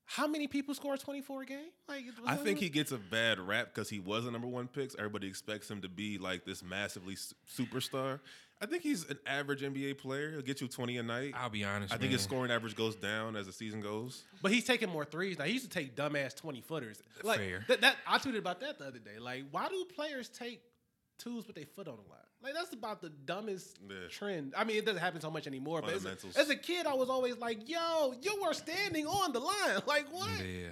Speaker 1: how many people score twenty four a game. Like
Speaker 4: I think he gets a bad rap because he was a number one pick. so Everybody expects him to be like this massively s- superstar. I think he's an average NBA player. He'll get you 20 a night.
Speaker 3: I'll be honest.
Speaker 4: I think his
Speaker 3: man.
Speaker 4: scoring average goes down as the season goes.
Speaker 1: But he's taking more threes now. He used to take dumbass twenty footers. Like
Speaker 3: Fair.
Speaker 1: That, that I tweeted about that the other day. Like, why do players take twos with their foot on the line? Like that's about the dumbest
Speaker 4: Yeah.
Speaker 1: trend. I mean, it doesn't happen so much anymore. But as
Speaker 4: Fundamentals.
Speaker 1: a, as a kid, I was always like, "Yo, you were standing on the line. Like what?
Speaker 3: Yeah.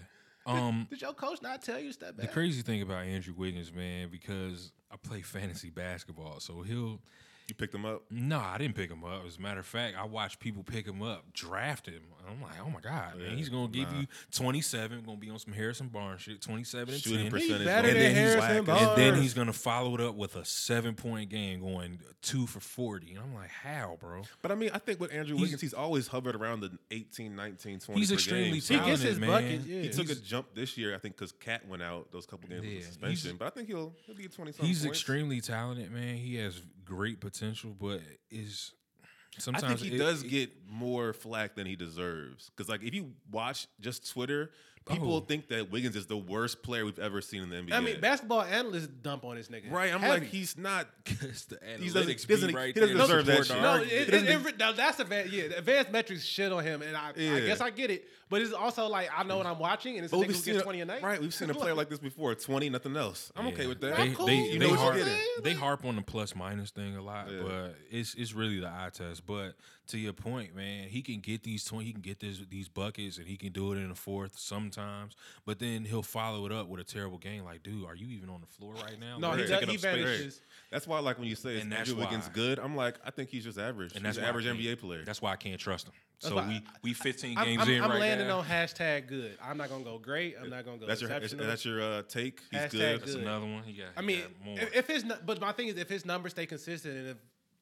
Speaker 3: Um,
Speaker 1: Did your coach not tell you to step
Speaker 3: the
Speaker 1: back?"
Speaker 3: crazy thing about Andrew Wiggins, man, because I play fantasy basketball, so he'll.
Speaker 4: You picked him up.
Speaker 3: No, I didn't pick him up. As a matter of fact, I watched people pick him up, draft him. And I'm like, oh my god, man, he's gonna give you 27, gonna be on some Harrison Barnes shit, 27 and
Speaker 4: Shooting
Speaker 3: 10.
Speaker 4: percentage.
Speaker 1: better
Speaker 4: went
Speaker 1: than
Speaker 4: whack
Speaker 1: Harrison
Speaker 4: and-
Speaker 1: Barnes.
Speaker 3: And then he's gonna follow it up with a seven point game, going two for 40. And I'm like, how, bro?
Speaker 4: But I mean, I think with Andrew
Speaker 3: He's-
Speaker 4: Wiggins, he's always hovered around the 18, 19, 20.
Speaker 3: He's
Speaker 4: per
Speaker 3: extremely
Speaker 4: game.
Speaker 1: He
Speaker 3: talented,
Speaker 1: gets his
Speaker 3: man.
Speaker 1: buckets, yeah.
Speaker 4: He took a
Speaker 3: He's-
Speaker 4: jump this year, I think, because Cat went out those couple games
Speaker 3: Yeah,
Speaker 4: with
Speaker 3: he's-
Speaker 4: the suspension. But I think he'll he'll be 20 something.
Speaker 3: He's
Speaker 4: points.
Speaker 3: extremely talented, man. He has great potential, but is
Speaker 4: I
Speaker 3: sometimes
Speaker 4: think he
Speaker 3: it-
Speaker 4: does
Speaker 3: it-
Speaker 4: get more flack than he deserves. Because like if you watch just Twitter, people
Speaker 3: Oh.
Speaker 4: think that Wiggins is the worst player we've ever seen in the NBA.
Speaker 1: I mean, basketball analysts dump on this nigga.
Speaker 4: right? I'm
Speaker 1: Heavy.
Speaker 4: like he's not.
Speaker 3: It's the
Speaker 4: He
Speaker 3: analytics
Speaker 4: doesn't.
Speaker 3: be
Speaker 4: doesn't
Speaker 3: right
Speaker 4: he doesn't
Speaker 3: there.
Speaker 4: deserve that
Speaker 3: Support
Speaker 4: shit.
Speaker 3: the
Speaker 1: No,
Speaker 3: Argue.
Speaker 1: it, it, it, now that's advanced. Yeah, the advanced metrics shit on him, and I, I
Speaker 4: Yeah.
Speaker 1: guess I get it. But it's also like I know what I'm watching, and it's a
Speaker 4: But
Speaker 1: nigga
Speaker 4: we've
Speaker 1: who
Speaker 4: seen
Speaker 1: gets twenty a night.
Speaker 4: Right, we've seen a player like this before. Twenty, nothing else. I'm okay
Speaker 3: Yeah.
Speaker 4: with that.
Speaker 3: They,
Speaker 1: I'm cool.
Speaker 3: they,
Speaker 1: You
Speaker 3: they
Speaker 4: know what you're
Speaker 3: harp,
Speaker 4: getting.
Speaker 3: they harp on the plus minus thing a lot, but it's it's really the eye test. But to your point, man, he can get these twenty, he can get this these buckets, and he can do it in the fourth sometimes. But then he'll follow it up with a terrible game. Like, dude, are you even on the floor right now?
Speaker 1: No,
Speaker 3: Like,
Speaker 1: he
Speaker 4: Right.
Speaker 1: does.
Speaker 4: Picking
Speaker 1: He
Speaker 4: up space.
Speaker 1: vanishes.
Speaker 4: That's why, like when you say
Speaker 3: And
Speaker 4: and
Speaker 3: that's
Speaker 4: Andrew Wiggins
Speaker 3: why-
Speaker 4: good, I'm like, I think he's just average.
Speaker 3: and
Speaker 4: he's
Speaker 3: that's
Speaker 4: an
Speaker 3: why I
Speaker 4: average
Speaker 3: can't-
Speaker 4: NBA player.
Speaker 3: That's why I can't trust him.
Speaker 1: That's
Speaker 3: so
Speaker 1: why
Speaker 3: we we fifteen
Speaker 1: I'm,
Speaker 3: games
Speaker 1: I'm-
Speaker 3: in
Speaker 1: I'm
Speaker 3: right
Speaker 1: landing
Speaker 3: now.
Speaker 1: on hashtag good. I'm not gonna go great. I'm not gonna go
Speaker 4: That's your is-
Speaker 1: exceptional.
Speaker 4: that's your uh, take. He's
Speaker 1: Hashtag
Speaker 4: good.
Speaker 1: good.
Speaker 3: Another one. Yeah,
Speaker 1: I mean, if, if his nu- but my thing is, if his numbers stay consistent, and if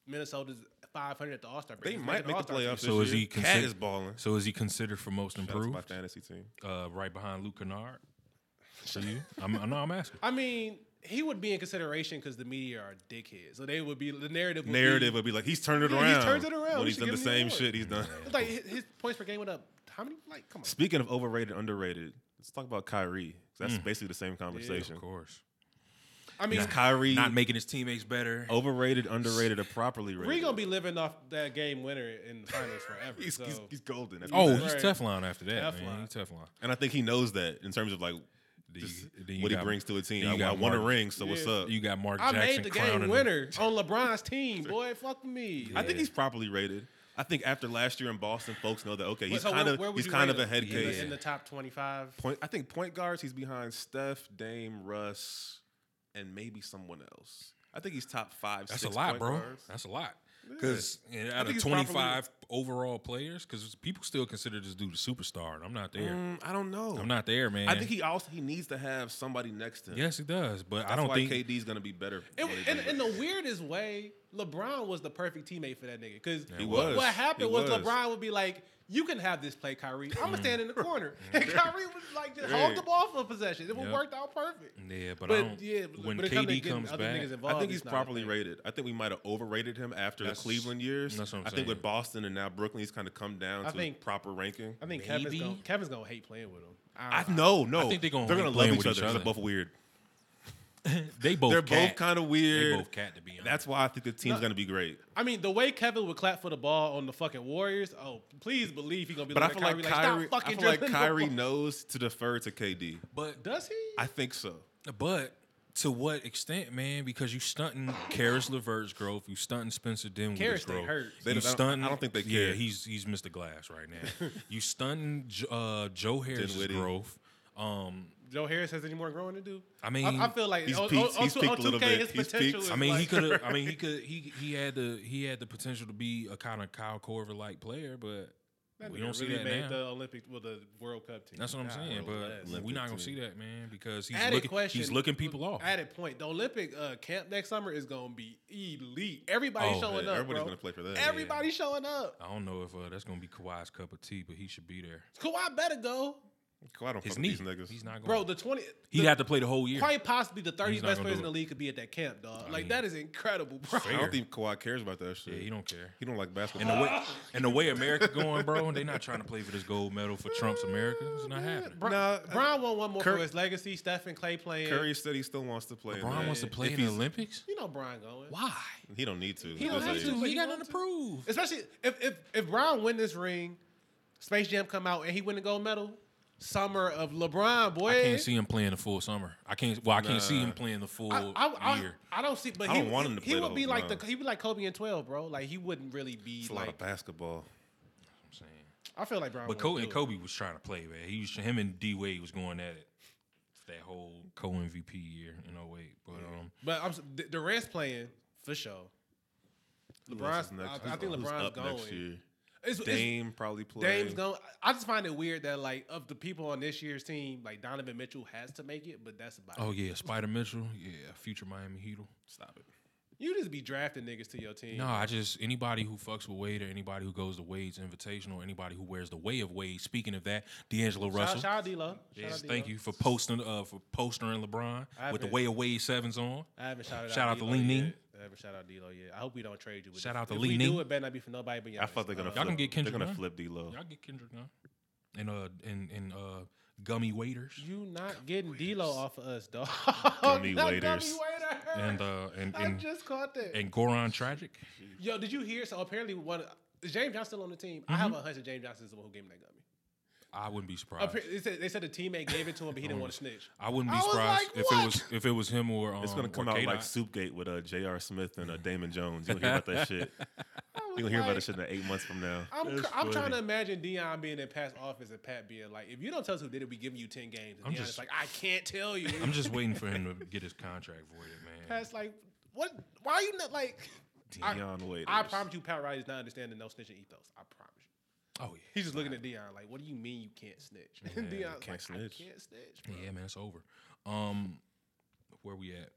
Speaker 1: Minnesota's 500 at the All Star,
Speaker 4: They might make the playoffs.
Speaker 3: So
Speaker 4: this
Speaker 3: is
Speaker 4: year.
Speaker 3: he
Speaker 4: Cat
Speaker 3: consider-
Speaker 4: is balling.
Speaker 3: so is he considered for most
Speaker 4: That's my
Speaker 3: improved?
Speaker 4: fantasy team.
Speaker 3: Uh, right behind Luke Kennard. For you, I'm, I know I'm asking.
Speaker 1: I mean, he would be in consideration because the media are dickheads. So they would be the narrative. Would
Speaker 4: narrative
Speaker 1: Be,
Speaker 4: would be like he's turned it
Speaker 1: Yeah,
Speaker 4: around.
Speaker 1: he's turned it around. We
Speaker 4: When he's
Speaker 1: should
Speaker 4: done the
Speaker 1: give him the
Speaker 4: same
Speaker 1: award.
Speaker 4: shit he's done.
Speaker 1: it's like his, his points per game went up. How many? Like, come on.
Speaker 4: Speaking of overrated, underrated, let's talk about Kyrie. 'cause That's basically the same conversation.
Speaker 3: Of course.
Speaker 1: I mean,
Speaker 4: Is Kyrie
Speaker 3: Not making his teammates better.
Speaker 1: Oh,
Speaker 4: overrated, underrated, or properly rated?
Speaker 1: we're gonna be living off that game winner in the finals forever.
Speaker 4: he's,
Speaker 1: so.
Speaker 4: he's, he's golden. That's
Speaker 3: Oh,
Speaker 4: what
Speaker 1: Right.
Speaker 3: he's Teflon after that, man.
Speaker 1: Teflon.
Speaker 3: He's Teflon.
Speaker 4: and I think he knows that in terms of like
Speaker 3: Then
Speaker 4: just
Speaker 3: you- then you
Speaker 4: what he
Speaker 3: got-
Speaker 4: brings to a team.
Speaker 3: then you
Speaker 4: I,
Speaker 3: got
Speaker 4: I won a
Speaker 3: Mark-
Speaker 4: ring, so what's
Speaker 1: Yeah.
Speaker 4: up?
Speaker 3: You got Mark
Speaker 1: I
Speaker 3: Jackson
Speaker 1: made the
Speaker 3: crowning
Speaker 1: game
Speaker 3: him.
Speaker 1: winner on LeBron's team, boy. Fuck me.
Speaker 4: I think he's properly rated. I think after last year in Boston, folks know that okay, he's
Speaker 1: So
Speaker 4: kind
Speaker 1: where
Speaker 4: of
Speaker 1: would
Speaker 4: he's
Speaker 1: you
Speaker 4: kind
Speaker 1: rate
Speaker 4: of a
Speaker 1: him?
Speaker 4: head
Speaker 1: in
Speaker 4: case.
Speaker 1: the, in the top twenty-five.
Speaker 4: Point, I think point guards. He's behind Steph, Dame, Russ, and maybe someone else. I think he's top five.
Speaker 3: That's a
Speaker 4: six
Speaker 3: lot,
Speaker 4: point
Speaker 3: bro.
Speaker 4: guards.
Speaker 3: That's a lot. Because out
Speaker 4: think
Speaker 3: of
Speaker 4: he's probably-
Speaker 3: 25 overall players, because people still consider this dude a superstar, and I'm not there.
Speaker 4: Mm, I don't know.
Speaker 3: I'm not there, man.
Speaker 4: I think he also he needs to have somebody next to him.
Speaker 3: Yes, he does, but I
Speaker 4: That's
Speaker 3: don't
Speaker 4: why
Speaker 3: think.
Speaker 4: KD's gonna be better.
Speaker 1: It,
Speaker 4: when they
Speaker 1: in,
Speaker 4: do
Speaker 1: in
Speaker 4: it.
Speaker 1: the weirdest way, LeBron was the perfect teammate for that nigga. Because
Speaker 4: He
Speaker 1: what,
Speaker 4: was.
Speaker 1: what happened
Speaker 4: He
Speaker 1: was,
Speaker 4: was. Mm.
Speaker 1: LeBron would be like, "You can have this play, Kyrie. I'm gonna stand in the corner." And Kyrie would like just
Speaker 4: Yeah.
Speaker 1: hold the ball for possession. It would
Speaker 3: Yep.
Speaker 1: worked out perfect.
Speaker 3: yeah, but,
Speaker 1: But,
Speaker 3: I don't.
Speaker 1: yeah, but
Speaker 3: when
Speaker 1: when it come to
Speaker 3: KD
Speaker 1: getting
Speaker 3: comes
Speaker 1: other
Speaker 3: back,
Speaker 1: niggas involved,
Speaker 4: I think
Speaker 1: it's
Speaker 4: he's
Speaker 1: not a
Speaker 4: properly
Speaker 1: thing.
Speaker 4: rated. I think we might have overrated him after
Speaker 3: That's-
Speaker 4: the Cleveland years.
Speaker 3: that's what I'm
Speaker 4: I think
Speaker 3: saying.
Speaker 4: with Boston and now Brooklyn, he's kind of come down
Speaker 1: I
Speaker 4: to
Speaker 1: think-
Speaker 4: proper ranking.
Speaker 1: I think Kevin's
Speaker 3: Maybe.
Speaker 1: gonna, Kevin's gonna hate playing with him.
Speaker 4: I
Speaker 1: don't know.
Speaker 4: no no.
Speaker 3: I think they gonna
Speaker 4: they're
Speaker 3: hate
Speaker 4: gonna love
Speaker 3: playing
Speaker 4: each
Speaker 3: with
Speaker 4: other.
Speaker 3: each
Speaker 4: 'cause
Speaker 3: other.
Speaker 4: They're both weird.
Speaker 3: they both.
Speaker 4: They're both
Speaker 3: cat.
Speaker 4: kind of
Speaker 3: They
Speaker 4: weird.
Speaker 3: both cat to be honest.
Speaker 4: That's why I think the team's gonna be great.
Speaker 1: I mean, the way Kevin would clap for the ball on the fucking Warriors. Oh, please believe he's gonna be.
Speaker 4: But I
Speaker 1: looking
Speaker 4: feel
Speaker 1: at
Speaker 4: like Kyrie.
Speaker 1: Kyrie, like, stop
Speaker 4: I
Speaker 1: fucking
Speaker 4: feel like
Speaker 1: dribbling the
Speaker 4: Kyrie
Speaker 1: ball."
Speaker 4: knows to defer to KD.
Speaker 3: But
Speaker 1: Does he?
Speaker 4: I think so.
Speaker 3: But to what extent, man? Because you stunting Karis Levert's growth, you stunting Spencer
Speaker 1: Karis
Speaker 3: Dinwiddie's
Speaker 1: stay
Speaker 3: growth.
Speaker 1: hurt.
Speaker 4: They
Speaker 3: you
Speaker 4: don't- I don't-
Speaker 3: stunting,
Speaker 4: I don't think they
Speaker 3: Yeah,
Speaker 4: care.
Speaker 3: he's he's Mr. Glass right now. you stunting J- uh, Joe Harris's
Speaker 4: Dinwiddie.
Speaker 3: growth. Um,
Speaker 1: Joe Harris has any more growing to do?
Speaker 3: I mean,
Speaker 1: I, I feel like
Speaker 4: he's
Speaker 1: on,
Speaker 4: peaked-
Speaker 1: on,
Speaker 4: he's
Speaker 1: on
Speaker 4: peaked a little
Speaker 1: 2K,
Speaker 4: bit.
Speaker 1: his
Speaker 4: He's
Speaker 1: potential
Speaker 4: peaked.
Speaker 1: is
Speaker 3: I mean, he
Speaker 1: like-
Speaker 3: could have. I mean, he could. He he had the he had the potential to be a kind of Kyle Corver like player, but
Speaker 1: That
Speaker 3: We
Speaker 1: nigga
Speaker 3: don't see
Speaker 1: really
Speaker 3: that
Speaker 1: made
Speaker 3: now.
Speaker 1: the Olympic, well, the World Cup team.
Speaker 3: That's what I'm
Speaker 1: God,
Speaker 3: saying.
Speaker 1: world
Speaker 3: But
Speaker 1: class.
Speaker 3: we're not gonna
Speaker 4: Olympic
Speaker 3: see that, man, because he's
Speaker 1: Added
Speaker 3: looking,
Speaker 1: question.
Speaker 3: he's looking people off.
Speaker 1: Added point. The Olympic uh, camp next summer is gonna be elite. Everybody
Speaker 3: Oh,
Speaker 1: showing
Speaker 4: Yeah,
Speaker 1: up,
Speaker 4: everybody's
Speaker 1: bro.
Speaker 4: gonna play for that.
Speaker 1: Everybody showing up.
Speaker 3: I don't know if uh, that's gonna be Kawhi's cup of tea, but he should be there.
Speaker 1: Kawhi better go,
Speaker 4: Cool, I don't
Speaker 3: His
Speaker 4: fuck
Speaker 3: knee,
Speaker 4: with these niggas.
Speaker 3: he's not going.
Speaker 1: bro. The twenty.
Speaker 3: he'd
Speaker 1: the-
Speaker 3: have to play the whole year.
Speaker 1: quite possibly the thirty
Speaker 3: He's not
Speaker 1: best
Speaker 3: gonna
Speaker 1: players in
Speaker 3: do
Speaker 1: the league could be at that camp, dog. Like
Speaker 3: mean,
Speaker 1: that is incredible, bro.
Speaker 4: I
Speaker 3: fair.
Speaker 4: don't think Kawhi cares about that shit.
Speaker 3: yeah, he don't care.
Speaker 4: He don't like
Speaker 3: And the
Speaker 4: basketball.
Speaker 3: way and the way America going, bro, they not trying to play for this gold medal for Trump's America. It's not happening.
Speaker 1: Bro,
Speaker 4: Nah,
Speaker 1: Brown won one more
Speaker 4: Kirk-
Speaker 1: for his legacy. Stephen Clay playing.
Speaker 4: Curry said he still wants to play. in
Speaker 3: Brian
Speaker 4: that.
Speaker 3: wants to play
Speaker 4: If
Speaker 3: in the
Speaker 4: he's-
Speaker 3: Olympics.
Speaker 1: You know Brian going.
Speaker 3: Why?
Speaker 4: He don't need to.
Speaker 1: He don't
Speaker 4: This
Speaker 1: have
Speaker 4: age.
Speaker 1: to.
Speaker 3: Dude,
Speaker 1: But
Speaker 3: he
Speaker 1: he
Speaker 3: got
Speaker 1: wants
Speaker 3: nothing to prove.
Speaker 1: Especially if if if Brown win this ring, Space Jam come out and he win the gold medal. Summer of LeBron, boy.
Speaker 3: I can't see him playing the full summer. I can't. Well, I can't see him playing the full
Speaker 1: I, I, I-
Speaker 3: year.
Speaker 1: I don't see, but
Speaker 4: I
Speaker 1: he,
Speaker 4: don't want him to
Speaker 1: he
Speaker 4: play
Speaker 1: would
Speaker 4: the
Speaker 1: be
Speaker 4: whole-
Speaker 1: like
Speaker 4: no.
Speaker 1: the he'd be like Kobe and twelve, bro. Like he wouldn't really be
Speaker 4: It's a lot of
Speaker 1: like.
Speaker 4: basketball.
Speaker 3: I'm saying.
Speaker 1: I feel like Brown. wouldn't
Speaker 3: But Kobe
Speaker 1: do
Speaker 3: and
Speaker 1: it.
Speaker 3: Kobe was trying to play, man. He was him and D Wade was going at it for that whole co MVP year in 08. But um,
Speaker 1: But I'm s- D- Durant's playing for sure. LeBron's.
Speaker 4: Who's next-
Speaker 1: I, I think
Speaker 4: who's
Speaker 1: LeBron's
Speaker 4: up
Speaker 1: going.
Speaker 4: next year.
Speaker 1: It's, it's-
Speaker 4: Dame probably play.
Speaker 1: Dame's going. I just find it weird that like of the people on this year's team, like Donovan Mitchell has to make it, but that's about
Speaker 3: oh
Speaker 1: it.
Speaker 3: yeah, Spider Mitchell, yeah, future Miami Heat.
Speaker 4: Stop it.
Speaker 1: You just be drafting niggas to your team.
Speaker 3: No, I just anybody who fucks with Wade or anybody who goes to Wade's Invitational, anybody who wears the way of Wade. Speaking of that, D'Angelo
Speaker 1: shout,
Speaker 3: Russell.
Speaker 1: shout out D-Lo. Shout
Speaker 3: Yes,
Speaker 1: out
Speaker 3: thank
Speaker 1: D-Lo.
Speaker 3: you for posting uh for postering LeBron
Speaker 1: I
Speaker 3: with the
Speaker 1: haven't-
Speaker 3: way of Wade sevens on.
Speaker 1: I haven't shouted
Speaker 3: Shout
Speaker 1: out
Speaker 3: out to
Speaker 1: D-Lo
Speaker 3: Ling
Speaker 1: yet.
Speaker 3: Ning.
Speaker 1: I haven't shouted out D'Lo yet. I hope we don't trade you. With
Speaker 3: Shout
Speaker 1: this.
Speaker 3: out to
Speaker 1: if
Speaker 3: Ling
Speaker 1: we
Speaker 3: Ning.
Speaker 1: Do, it better not be for nobody but Giannis.
Speaker 4: I thought they're gonna.
Speaker 1: Uh,
Speaker 3: can
Speaker 4: flip-
Speaker 3: get Kendrick
Speaker 4: They're gonna
Speaker 3: Nunn.
Speaker 4: flip D'Lo.
Speaker 3: Y'all get Kendrick now, and uh and and uh gummy waiters
Speaker 1: you not getting D'Lo off of us, dog.
Speaker 4: Gummy
Speaker 1: Not
Speaker 4: waiters.
Speaker 1: waiter.
Speaker 3: and uh and
Speaker 1: I
Speaker 3: and,
Speaker 1: just caught that.
Speaker 3: and Goron tragic.
Speaker 1: Yo, did you hear? So apparently, one is James Johnson still on the team. I
Speaker 3: Mm-hmm.
Speaker 1: have a hunch that James Johnson's the one who gave him that gummy.
Speaker 3: I wouldn't be surprised.
Speaker 1: Appa- They said, they said the teammate gave it to him, but he
Speaker 3: Mm-hmm.
Speaker 1: didn't want to snitch.
Speaker 3: I wouldn't
Speaker 1: I
Speaker 3: be
Speaker 1: was
Speaker 3: surprised
Speaker 1: like,
Speaker 3: if
Speaker 1: "What?"
Speaker 3: it was if it was him or um,
Speaker 4: It's gonna come
Speaker 3: or
Speaker 4: out
Speaker 3: K-Dot.
Speaker 4: like Soupgate with uh, J.R. Smith and uh, Damon Jones. You gonna hear about that shit. You gonna hear about that shit in uh, eight months from now.
Speaker 1: I'm, cr- I'm trying to imagine Dion being in Pat's office and Pat being like, if you don't tell us who did it, we giving you 10 games. And
Speaker 3: I'm
Speaker 1: Dion's
Speaker 3: just-
Speaker 1: like, I can't tell you.
Speaker 3: I'm just waiting for him to get his contract voided, man.
Speaker 1: Pat's like, what? Why are you not like. I-
Speaker 4: Dion Waiters.
Speaker 1: I promise you, Pat Riley is not understanding no snitching ethos. I promise you.
Speaker 3: Oh yeah,
Speaker 1: He's just looking at Dion like, what do you mean you can't snitch? And
Speaker 3: Yeah,
Speaker 1: Dion's
Speaker 4: can't
Speaker 1: like,
Speaker 4: snitch.
Speaker 1: I can't snitch. Bro.
Speaker 3: yeah, man, it's over. Um, where we at?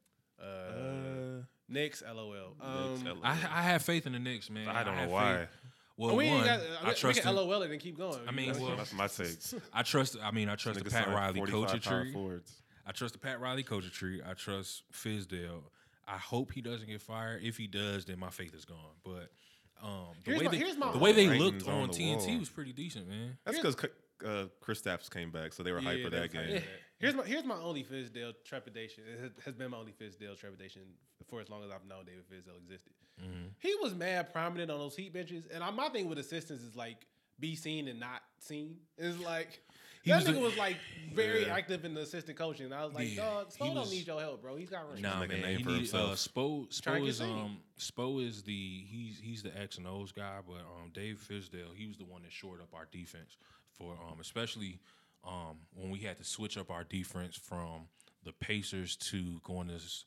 Speaker 4: Uh,
Speaker 1: Knicks, LOL. Um,
Speaker 3: I I have faith in the Knicks, man.
Speaker 4: I don't know
Speaker 3: have
Speaker 4: why.
Speaker 3: faith- Well,
Speaker 1: we
Speaker 3: one,
Speaker 1: ain't got,
Speaker 3: I trust.
Speaker 1: we can
Speaker 3: in-
Speaker 1: LOL it and keep going.
Speaker 3: I mean,
Speaker 1: You know,
Speaker 3: well,
Speaker 4: That's my take.
Speaker 3: I trust. I mean, I trust the
Speaker 4: Nigga
Speaker 3: Pat
Speaker 4: signed
Speaker 3: Riley
Speaker 4: 45
Speaker 3: culture
Speaker 4: power
Speaker 3: tree.
Speaker 4: forwards.
Speaker 3: I trust the Pat Riley culture tree. I trust Fizdale. I hope he doesn't get fired. If he does, then my faith is gone. But um, the
Speaker 1: Here's
Speaker 3: way
Speaker 1: my-
Speaker 3: they
Speaker 1: here's my-
Speaker 3: the way they
Speaker 4: Writing's
Speaker 3: looked
Speaker 4: on
Speaker 3: on
Speaker 4: the
Speaker 3: TNT
Speaker 4: wall.
Speaker 3: was pretty decent, man.
Speaker 4: That's because uh, Chris Stapps came back, so they were hyped
Speaker 1: Yeah,
Speaker 4: for
Speaker 1: they was
Speaker 4: that
Speaker 1: hyped
Speaker 4: game.
Speaker 1: for that. Here's my here's my only Fizdale trepidation. It has- has been my only Fizdale trepidation for as long as I've known David Fizdale existed.
Speaker 4: Mm-hmm.
Speaker 1: He was mad prominent on those heat benches, and I, my thing with assistants is like be seen and not seen. It's like
Speaker 3: He
Speaker 1: that
Speaker 3: was
Speaker 1: nigga
Speaker 3: the-
Speaker 1: was like very
Speaker 4: Yeah.
Speaker 1: active in the assistant coaching. And I was like,
Speaker 3: Yeah,
Speaker 1: dog,
Speaker 3: he
Speaker 1: Spo don't
Speaker 3: was-
Speaker 1: need your help, bro. He's got rings.
Speaker 3: Nah,
Speaker 4: make a
Speaker 3: man.
Speaker 4: name
Speaker 3: He
Speaker 4: for
Speaker 3: needed, uh,
Speaker 4: himself.
Speaker 3: Spo.
Speaker 1: Trying to
Speaker 3: Spo
Speaker 1: get
Speaker 3: is
Speaker 1: seen.
Speaker 3: um. Spo is the he's he's the X and O's guy, but um, Dave Fizdale he was the one that shored up our defense for um, especially um when we had to switch up our defense from the Pacers to going to s-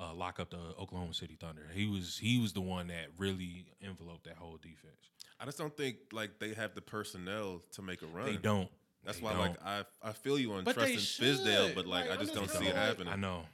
Speaker 3: uh, lock up the Oklahoma City Thunder. He was he was the one that really enveloped that whole defense.
Speaker 4: I just don't think like they have the personnel to make a run.
Speaker 3: They don't.
Speaker 4: That's
Speaker 3: They
Speaker 4: why like
Speaker 3: don't.
Speaker 4: I I feel you on
Speaker 1: But they
Speaker 4: trusting Fizdale,
Speaker 1: should.
Speaker 4: but like,
Speaker 1: Like,
Speaker 4: I
Speaker 1: I'm
Speaker 4: just don't
Speaker 1: just
Speaker 4: see
Speaker 1: kinda
Speaker 4: it
Speaker 1: like-
Speaker 4: happening.
Speaker 3: I know.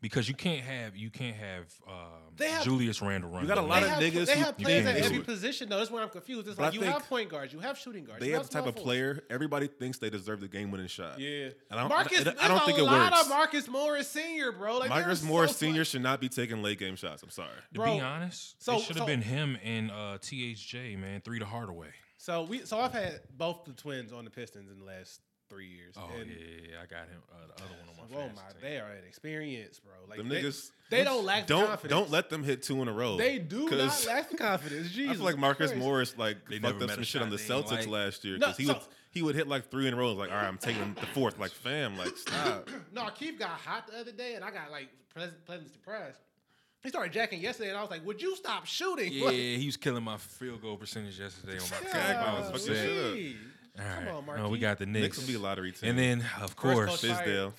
Speaker 3: Because you can't have you can't have, um,
Speaker 1: They have-
Speaker 3: Julius Randle running.
Speaker 4: got a
Speaker 3: the
Speaker 4: lot
Speaker 1: They
Speaker 4: of
Speaker 1: have,
Speaker 4: niggas
Speaker 1: they
Speaker 4: who-
Speaker 1: have
Speaker 4: you
Speaker 1: players
Speaker 3: can't
Speaker 1: at
Speaker 3: do
Speaker 1: every
Speaker 4: it.
Speaker 1: position though. That's where I'm confused. It's
Speaker 4: But I
Speaker 1: like you
Speaker 4: think
Speaker 1: have point guards, you have shooting guards.
Speaker 4: They
Speaker 1: you
Speaker 4: have the type
Speaker 1: small
Speaker 4: of
Speaker 1: forwards.
Speaker 4: player everybody thinks they deserve the game winning shot.
Speaker 1: Yeah,
Speaker 4: And I don't-
Speaker 1: Marcus.
Speaker 4: I- I
Speaker 1: there's
Speaker 4: don't think
Speaker 1: a
Speaker 4: it
Speaker 1: lot
Speaker 4: works.
Speaker 1: of Marcus Morris Senior, bro. Like,
Speaker 4: Marcus
Speaker 1: there's
Speaker 4: Morris
Speaker 1: so
Speaker 4: Senior
Speaker 1: much-
Speaker 4: should not be taking late game shots. I'm sorry.
Speaker 3: To
Speaker 1: Bro,
Speaker 3: be honest,
Speaker 1: so-
Speaker 3: it should have
Speaker 1: so-
Speaker 3: been him and uh, THJ, man, three to Hardaway.
Speaker 1: So we so I've had both the twins on the Pistons in the last three years.
Speaker 3: Oh
Speaker 1: and
Speaker 3: yeah, yeah, yeah, I got him. Uh, the other one on my.
Speaker 1: Oh
Speaker 3: fantasy
Speaker 1: my,
Speaker 3: team.
Speaker 1: they are an experience, bro. Like
Speaker 4: Them
Speaker 1: they,
Speaker 4: niggas-
Speaker 1: they don't lack
Speaker 4: Don't
Speaker 1: confidence.
Speaker 4: don't let them hit two in a row.
Speaker 1: they do not
Speaker 4: 'Cause
Speaker 1: lack the confidence. Jesus,
Speaker 4: I feel like Marcus
Speaker 1: Christ.
Speaker 4: Morris like
Speaker 3: never
Speaker 4: fucked up
Speaker 3: met
Speaker 4: some
Speaker 3: a
Speaker 4: shit on
Speaker 3: shot
Speaker 4: the
Speaker 3: they ain't
Speaker 4: Celtics
Speaker 3: like.
Speaker 4: last year
Speaker 1: No,
Speaker 4: because he
Speaker 1: so-
Speaker 4: would he would hit like three in a row. Like all right, I'm taking the fourth. Like fam, like stop.
Speaker 1: No, Keith got hot the other day, and I got like pleasant, pleasant surprised. He started jacking yesterday, and I was like, "Would you stop shooting?"
Speaker 3: Yeah,
Speaker 1: Like,
Speaker 3: he was killing my field goal percentage yesterday on my.
Speaker 1: God,
Speaker 3: I was
Speaker 4: fucking
Speaker 3: upset.
Speaker 4: shit up.
Speaker 1: Lee.
Speaker 3: All right.
Speaker 1: on,
Speaker 3: No, we
Speaker 1: Marquise.
Speaker 3: got the
Speaker 4: Knicks
Speaker 3: Knicks.
Speaker 4: will be a lottery team.
Speaker 3: and then, of course,
Speaker 4: Fizz-
Speaker 3: I
Speaker 4: Fizdale.
Speaker 3: was,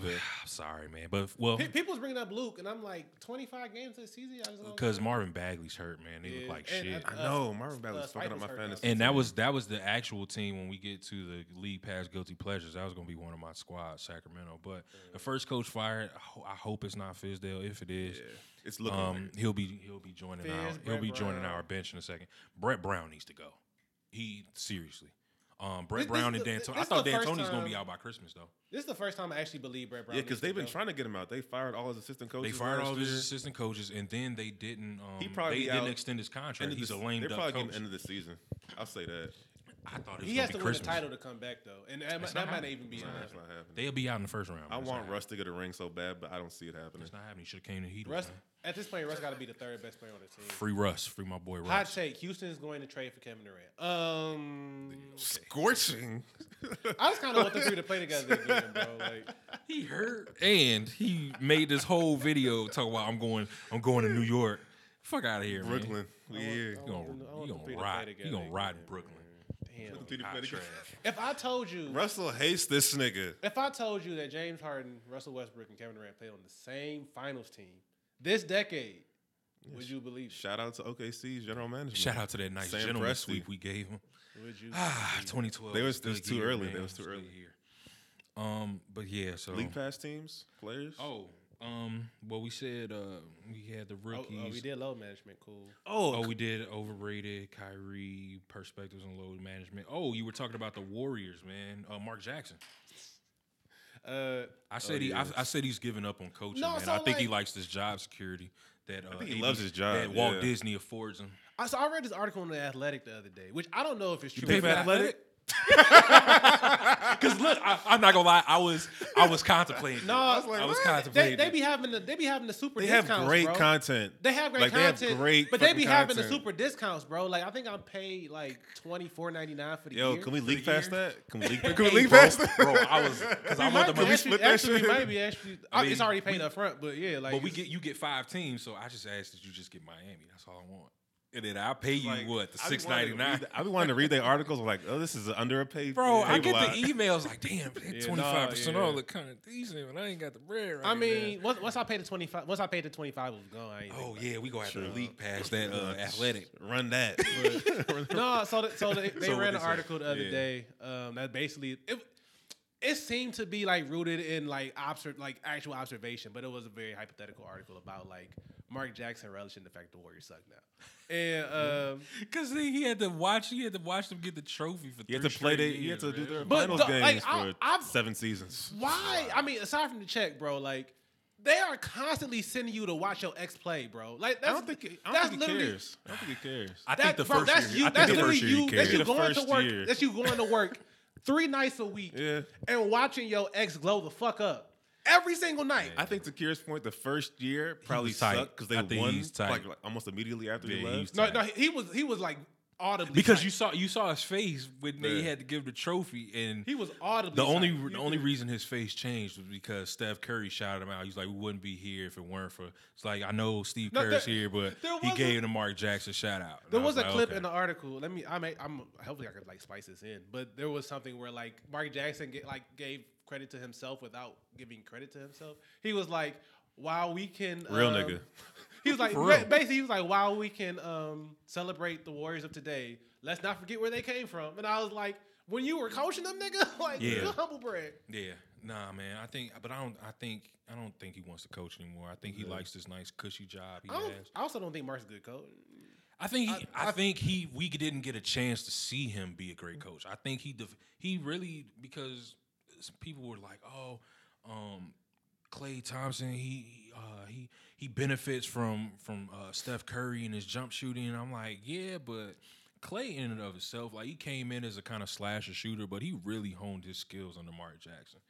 Speaker 4: Fizdale.
Speaker 3: I'm sorry, man, but well,
Speaker 1: People's bringing up Luke, and I'm like, 25 games this season. I just don't
Speaker 3: because
Speaker 1: know.
Speaker 3: Marvin Bagley's hurt, man, they
Speaker 1: Yeah,
Speaker 3: look like
Speaker 1: and
Speaker 3: shit.
Speaker 1: I-
Speaker 4: I know Marvin
Speaker 1: uh,
Speaker 4: Bagley's fucking up
Speaker 1: Spike
Speaker 4: my
Speaker 1: was hurt
Speaker 4: fantasy.
Speaker 1: now.
Speaker 3: and that
Speaker 4: team.
Speaker 3: was that was the actual team when we get to the league past guilty pleasures. That was gonna be one of my squad, Sacramento. But the first coach fired. I ho- I hope it's not Fizdale. If it is,
Speaker 4: Yeah. It's looking.
Speaker 3: um, he'll be he'll be joining
Speaker 1: Fizz,
Speaker 3: our he'll
Speaker 1: Brett
Speaker 3: be joining
Speaker 1: Brown.
Speaker 3: our bench in a second. Brett Brown needs to go. He seriously. Um, Brett
Speaker 1: This- this
Speaker 3: Brown
Speaker 1: is
Speaker 3: and
Speaker 1: the-
Speaker 3: Dan.
Speaker 1: this
Speaker 3: Tony. I
Speaker 1: is
Speaker 3: thought
Speaker 1: the
Speaker 3: Dan
Speaker 1: first
Speaker 3: Tony's gonna
Speaker 1: time-
Speaker 3: be out by Christmas though.
Speaker 1: This is the first time I actually believe Brett Brown.
Speaker 4: yeah, because
Speaker 1: needs to
Speaker 4: they've been
Speaker 1: go.
Speaker 4: trying to get him out. They fired all his assistant coaches.
Speaker 3: They fired
Speaker 4: last
Speaker 3: all of his
Speaker 4: year.
Speaker 3: assistant coaches, and then they didn't. Um,
Speaker 4: He probably
Speaker 3: they didn't
Speaker 4: out
Speaker 3: extend his
Speaker 4: End
Speaker 3: contract.
Speaker 4: of
Speaker 3: He's a
Speaker 4: the-
Speaker 3: lame
Speaker 4: They're
Speaker 3: duck
Speaker 4: probably
Speaker 3: coach.
Speaker 4: getting end of the season. I'll say that.
Speaker 3: I thought it was
Speaker 1: He
Speaker 3: gonna
Speaker 1: has
Speaker 3: be
Speaker 1: to win
Speaker 3: Christmas.
Speaker 1: the title to come back though, and that, might-
Speaker 3: not
Speaker 1: that might not
Speaker 3: happening.
Speaker 1: even be
Speaker 4: Nah,
Speaker 1: enough.
Speaker 4: that's not happening.
Speaker 3: They'll be out in the first round.
Speaker 4: I
Speaker 3: It's
Speaker 4: want
Speaker 3: not
Speaker 4: Russ to get a ring so bad, but I don't see it happening.
Speaker 3: It's not happening. Should have came to Heat.
Speaker 1: Russ, at this point, Russ got to be the third best player on the team.
Speaker 3: Free Russ. Free my boy
Speaker 1: Hot
Speaker 3: Russ.
Speaker 1: take: Houston is going to trade for Kevin Durant. Um,
Speaker 4: Scorching.
Speaker 1: I just kind of want the three to play together again, bro. Like,
Speaker 3: He hurt, and he made this whole video talking about I'm going. I'm going to New York. Fuck out of here, man.
Speaker 4: Brooklyn. We here.
Speaker 1: I
Speaker 3: You gonna,
Speaker 1: want them- Oh, I want
Speaker 3: you
Speaker 1: them
Speaker 3: gonna
Speaker 1: three to play
Speaker 3: rot. You
Speaker 1: together
Speaker 3: gonna rot
Speaker 1: again,
Speaker 3: Brooklyn.
Speaker 1: damn.
Speaker 4: Three to
Speaker 3: Hot
Speaker 4: play
Speaker 3: trash.
Speaker 4: together.
Speaker 1: If I told you,
Speaker 4: Russell hates this nigga.
Speaker 1: if I told you that James Harden, Russell Westbrook, and Kevin Durant played on the same Finals team this decade, would you believe? it?
Speaker 4: Shout out to OKC's general management.
Speaker 3: Shout out to that nice
Speaker 4: Sam
Speaker 3: gentleman
Speaker 4: Presti.
Speaker 3: sweep we gave him.
Speaker 1: Would you?
Speaker 3: Ah, 2012.
Speaker 4: They was-
Speaker 3: a
Speaker 4: it was
Speaker 3: good
Speaker 4: too
Speaker 3: year,
Speaker 4: early.
Speaker 3: man.
Speaker 4: They
Speaker 3: It
Speaker 4: was too
Speaker 3: a good
Speaker 4: early.
Speaker 3: year. Um, but yeah, so
Speaker 4: League pass teams, players.
Speaker 3: oh, um, well, we said uh, we had the
Speaker 1: Oh,
Speaker 3: rookies.
Speaker 1: oh, we did load management. Cool.
Speaker 3: Oh, we did overrated Kyrie perspectives on load management. Oh, you were talking about the Warriors, man. Uh, Mark Jackson.
Speaker 1: Uh,
Speaker 3: I said he. I, I said he's giving up on coaching,
Speaker 1: No,
Speaker 3: man.
Speaker 1: so,
Speaker 3: I think he
Speaker 1: like-
Speaker 3: likes this job security that uh,
Speaker 4: think he
Speaker 3: AB
Speaker 4: loves his job,
Speaker 3: That Walt
Speaker 4: yeah.
Speaker 3: Disney affords him.
Speaker 1: I, so I read this article on the Athletic the other day, which I don't know if it's true.
Speaker 3: pay
Speaker 1: or
Speaker 3: for
Speaker 1: not.
Speaker 3: Athletic? Because look, I, I'm not gonna lie. I was. I was contemplating.
Speaker 1: No,
Speaker 3: I
Speaker 1: I
Speaker 3: was,
Speaker 1: was
Speaker 4: like, what?
Speaker 1: They,
Speaker 3: contemplating.
Speaker 1: they be having the they be having the super.
Speaker 4: They have
Speaker 1: discounts,
Speaker 4: great
Speaker 1: bro.
Speaker 4: content.
Speaker 1: They have great
Speaker 4: Like,
Speaker 1: content,
Speaker 4: They have great
Speaker 1: but they
Speaker 4: fucking
Speaker 1: be having the
Speaker 4: content.
Speaker 1: super discounts, bro. Like I think I'm paid like twenty four ninety nine for the
Speaker 4: Yo,
Speaker 1: year.
Speaker 4: can we leak past that? Can we leak, can
Speaker 1: Hey,
Speaker 4: we leak
Speaker 1: bro.
Speaker 4: past that?
Speaker 3: bro, I was because I
Speaker 1: We might
Speaker 3: want the
Speaker 1: be
Speaker 3: money.
Speaker 1: actually,
Speaker 4: split that
Speaker 1: actually,
Speaker 4: shit?
Speaker 1: maybe actually. I
Speaker 3: mean,
Speaker 1: it's already paid up front, but yeah, like
Speaker 3: But we
Speaker 1: it's-
Speaker 3: get you get five teams, so I just asked that you just get Miami. That's all I want. And then I pay you what the
Speaker 4: I be
Speaker 3: six ninety
Speaker 4: wanting to
Speaker 3: nine.
Speaker 4: read- I be wanting to read their articles. I'm like, oh, this is an underpaid.
Speaker 3: Bro, I
Speaker 4: table
Speaker 3: get
Speaker 4: out.
Speaker 3: the emails like, damn, that
Speaker 1: nah,
Speaker 3: twenty five percent all
Speaker 1: yeah.
Speaker 3: look kind of decent, but I ain't got the bread. Right
Speaker 1: I
Speaker 3: now.
Speaker 1: mean, once, once I paid the twenty five, once I paid the twenty five, it was gone. I ain't
Speaker 3: oh yeah, we gonna have to leak past that uh, athletic.
Speaker 4: Run that.
Speaker 1: no, so the, so they, they
Speaker 3: So what
Speaker 1: ran
Speaker 3: they
Speaker 1: an
Speaker 3: say.
Speaker 1: article the other
Speaker 3: Yeah.
Speaker 1: day um, that basically it it seemed to be like rooted in like obser- like actual observation, but it was a very hypothetical article about like Mark Jackson relishing the fact the Warriors suck now, and um,
Speaker 3: Because he had to watch, he had to watch them get the trophy for.
Speaker 4: You have
Speaker 3: three
Speaker 4: to play.
Speaker 3: straight
Speaker 4: They, you have
Speaker 3: years,
Speaker 4: to do
Speaker 3: man.
Speaker 4: their
Speaker 1: But
Speaker 4: finals
Speaker 1: the- like,
Speaker 4: games
Speaker 1: I-
Speaker 4: for
Speaker 1: I've-
Speaker 4: seven seasons.
Speaker 1: why? I mean, aside from the check, bro, like. They are constantly sending you to watch your ex play, bro. Like that's,
Speaker 4: I don't think. I
Speaker 1: that's
Speaker 4: don't think he
Speaker 1: literally
Speaker 4: cares. I don't think he cares.
Speaker 3: I
Speaker 1: That,
Speaker 3: think the
Speaker 1: bro,
Speaker 3: first
Speaker 1: that's
Speaker 3: year,
Speaker 1: you.
Speaker 3: I
Speaker 1: That's
Speaker 3: think the
Speaker 1: literally
Speaker 3: first year
Speaker 1: you.
Speaker 3: he
Speaker 1: That's
Speaker 3: cared.
Speaker 1: you
Speaker 4: The
Speaker 1: going to
Speaker 4: first
Speaker 1: work.
Speaker 4: year.
Speaker 1: That's you going to work three nights a week
Speaker 4: Yeah.
Speaker 1: and watching your ex glow the fuck up every single night.
Speaker 4: I think to Kira's point, the first year probably
Speaker 3: was tight.
Speaker 4: sucked because
Speaker 3: I
Speaker 4: they
Speaker 3: think
Speaker 4: won
Speaker 3: he's tight.
Speaker 4: Like, like almost immediately after
Speaker 3: Yeah,
Speaker 4: he
Speaker 3: he was
Speaker 4: left.
Speaker 1: no, no, he he was he was like audibly
Speaker 3: because
Speaker 1: tight.
Speaker 3: you saw you saw his face when they
Speaker 4: Yeah.
Speaker 3: had to give the trophy, and
Speaker 1: he was audibly
Speaker 3: the only
Speaker 1: tight.
Speaker 3: the only reason his face changed was because Steph Curry shouted him out. He's like, "We wouldn't be here if it weren't for." It's like I know Steve
Speaker 1: No,
Speaker 3: Kerr's
Speaker 1: there-
Speaker 3: here, but
Speaker 1: there
Speaker 3: he
Speaker 1: was
Speaker 3: gave
Speaker 1: a-
Speaker 3: the Mark Jackson shout out. And
Speaker 1: There
Speaker 3: I
Speaker 1: was a
Speaker 3: like,
Speaker 1: clip
Speaker 3: okay.
Speaker 1: in the article. Let me. I may, I'm hopefully I could like spice this in, but there was something where like Mark Jackson get, like gave credit to himself without giving credit to himself. He was like, "While we can
Speaker 4: Real
Speaker 1: um,
Speaker 4: nigga.
Speaker 1: He was like,
Speaker 3: For real.
Speaker 1: ba- basically, he was like, "While we can um, celebrate the Warriors of today, let's not forget where they came from." And I was like, "When you were coaching them, nigga, like
Speaker 3: Yeah.
Speaker 1: good humble brag."
Speaker 3: Yeah, nah, man. I think, but I don't. I think I don't think he wants to coach anymore. I think he likes this nice cushy job he
Speaker 1: I, don't,
Speaker 3: has.
Speaker 1: I also don't think Mark's a good coach.
Speaker 3: I think he, I,
Speaker 1: I-
Speaker 3: think he we didn't get a chance to see him be a great coach. I think he def- he really because some people were like, oh, um, Clay Thompson he uh, he he benefits from from uh, Steph Curry and his jump shooting. And I'm like, yeah, but Clay in and of itself, like he came in as a kind of slasher shooter, but he really honed his skills under Mark Jackson.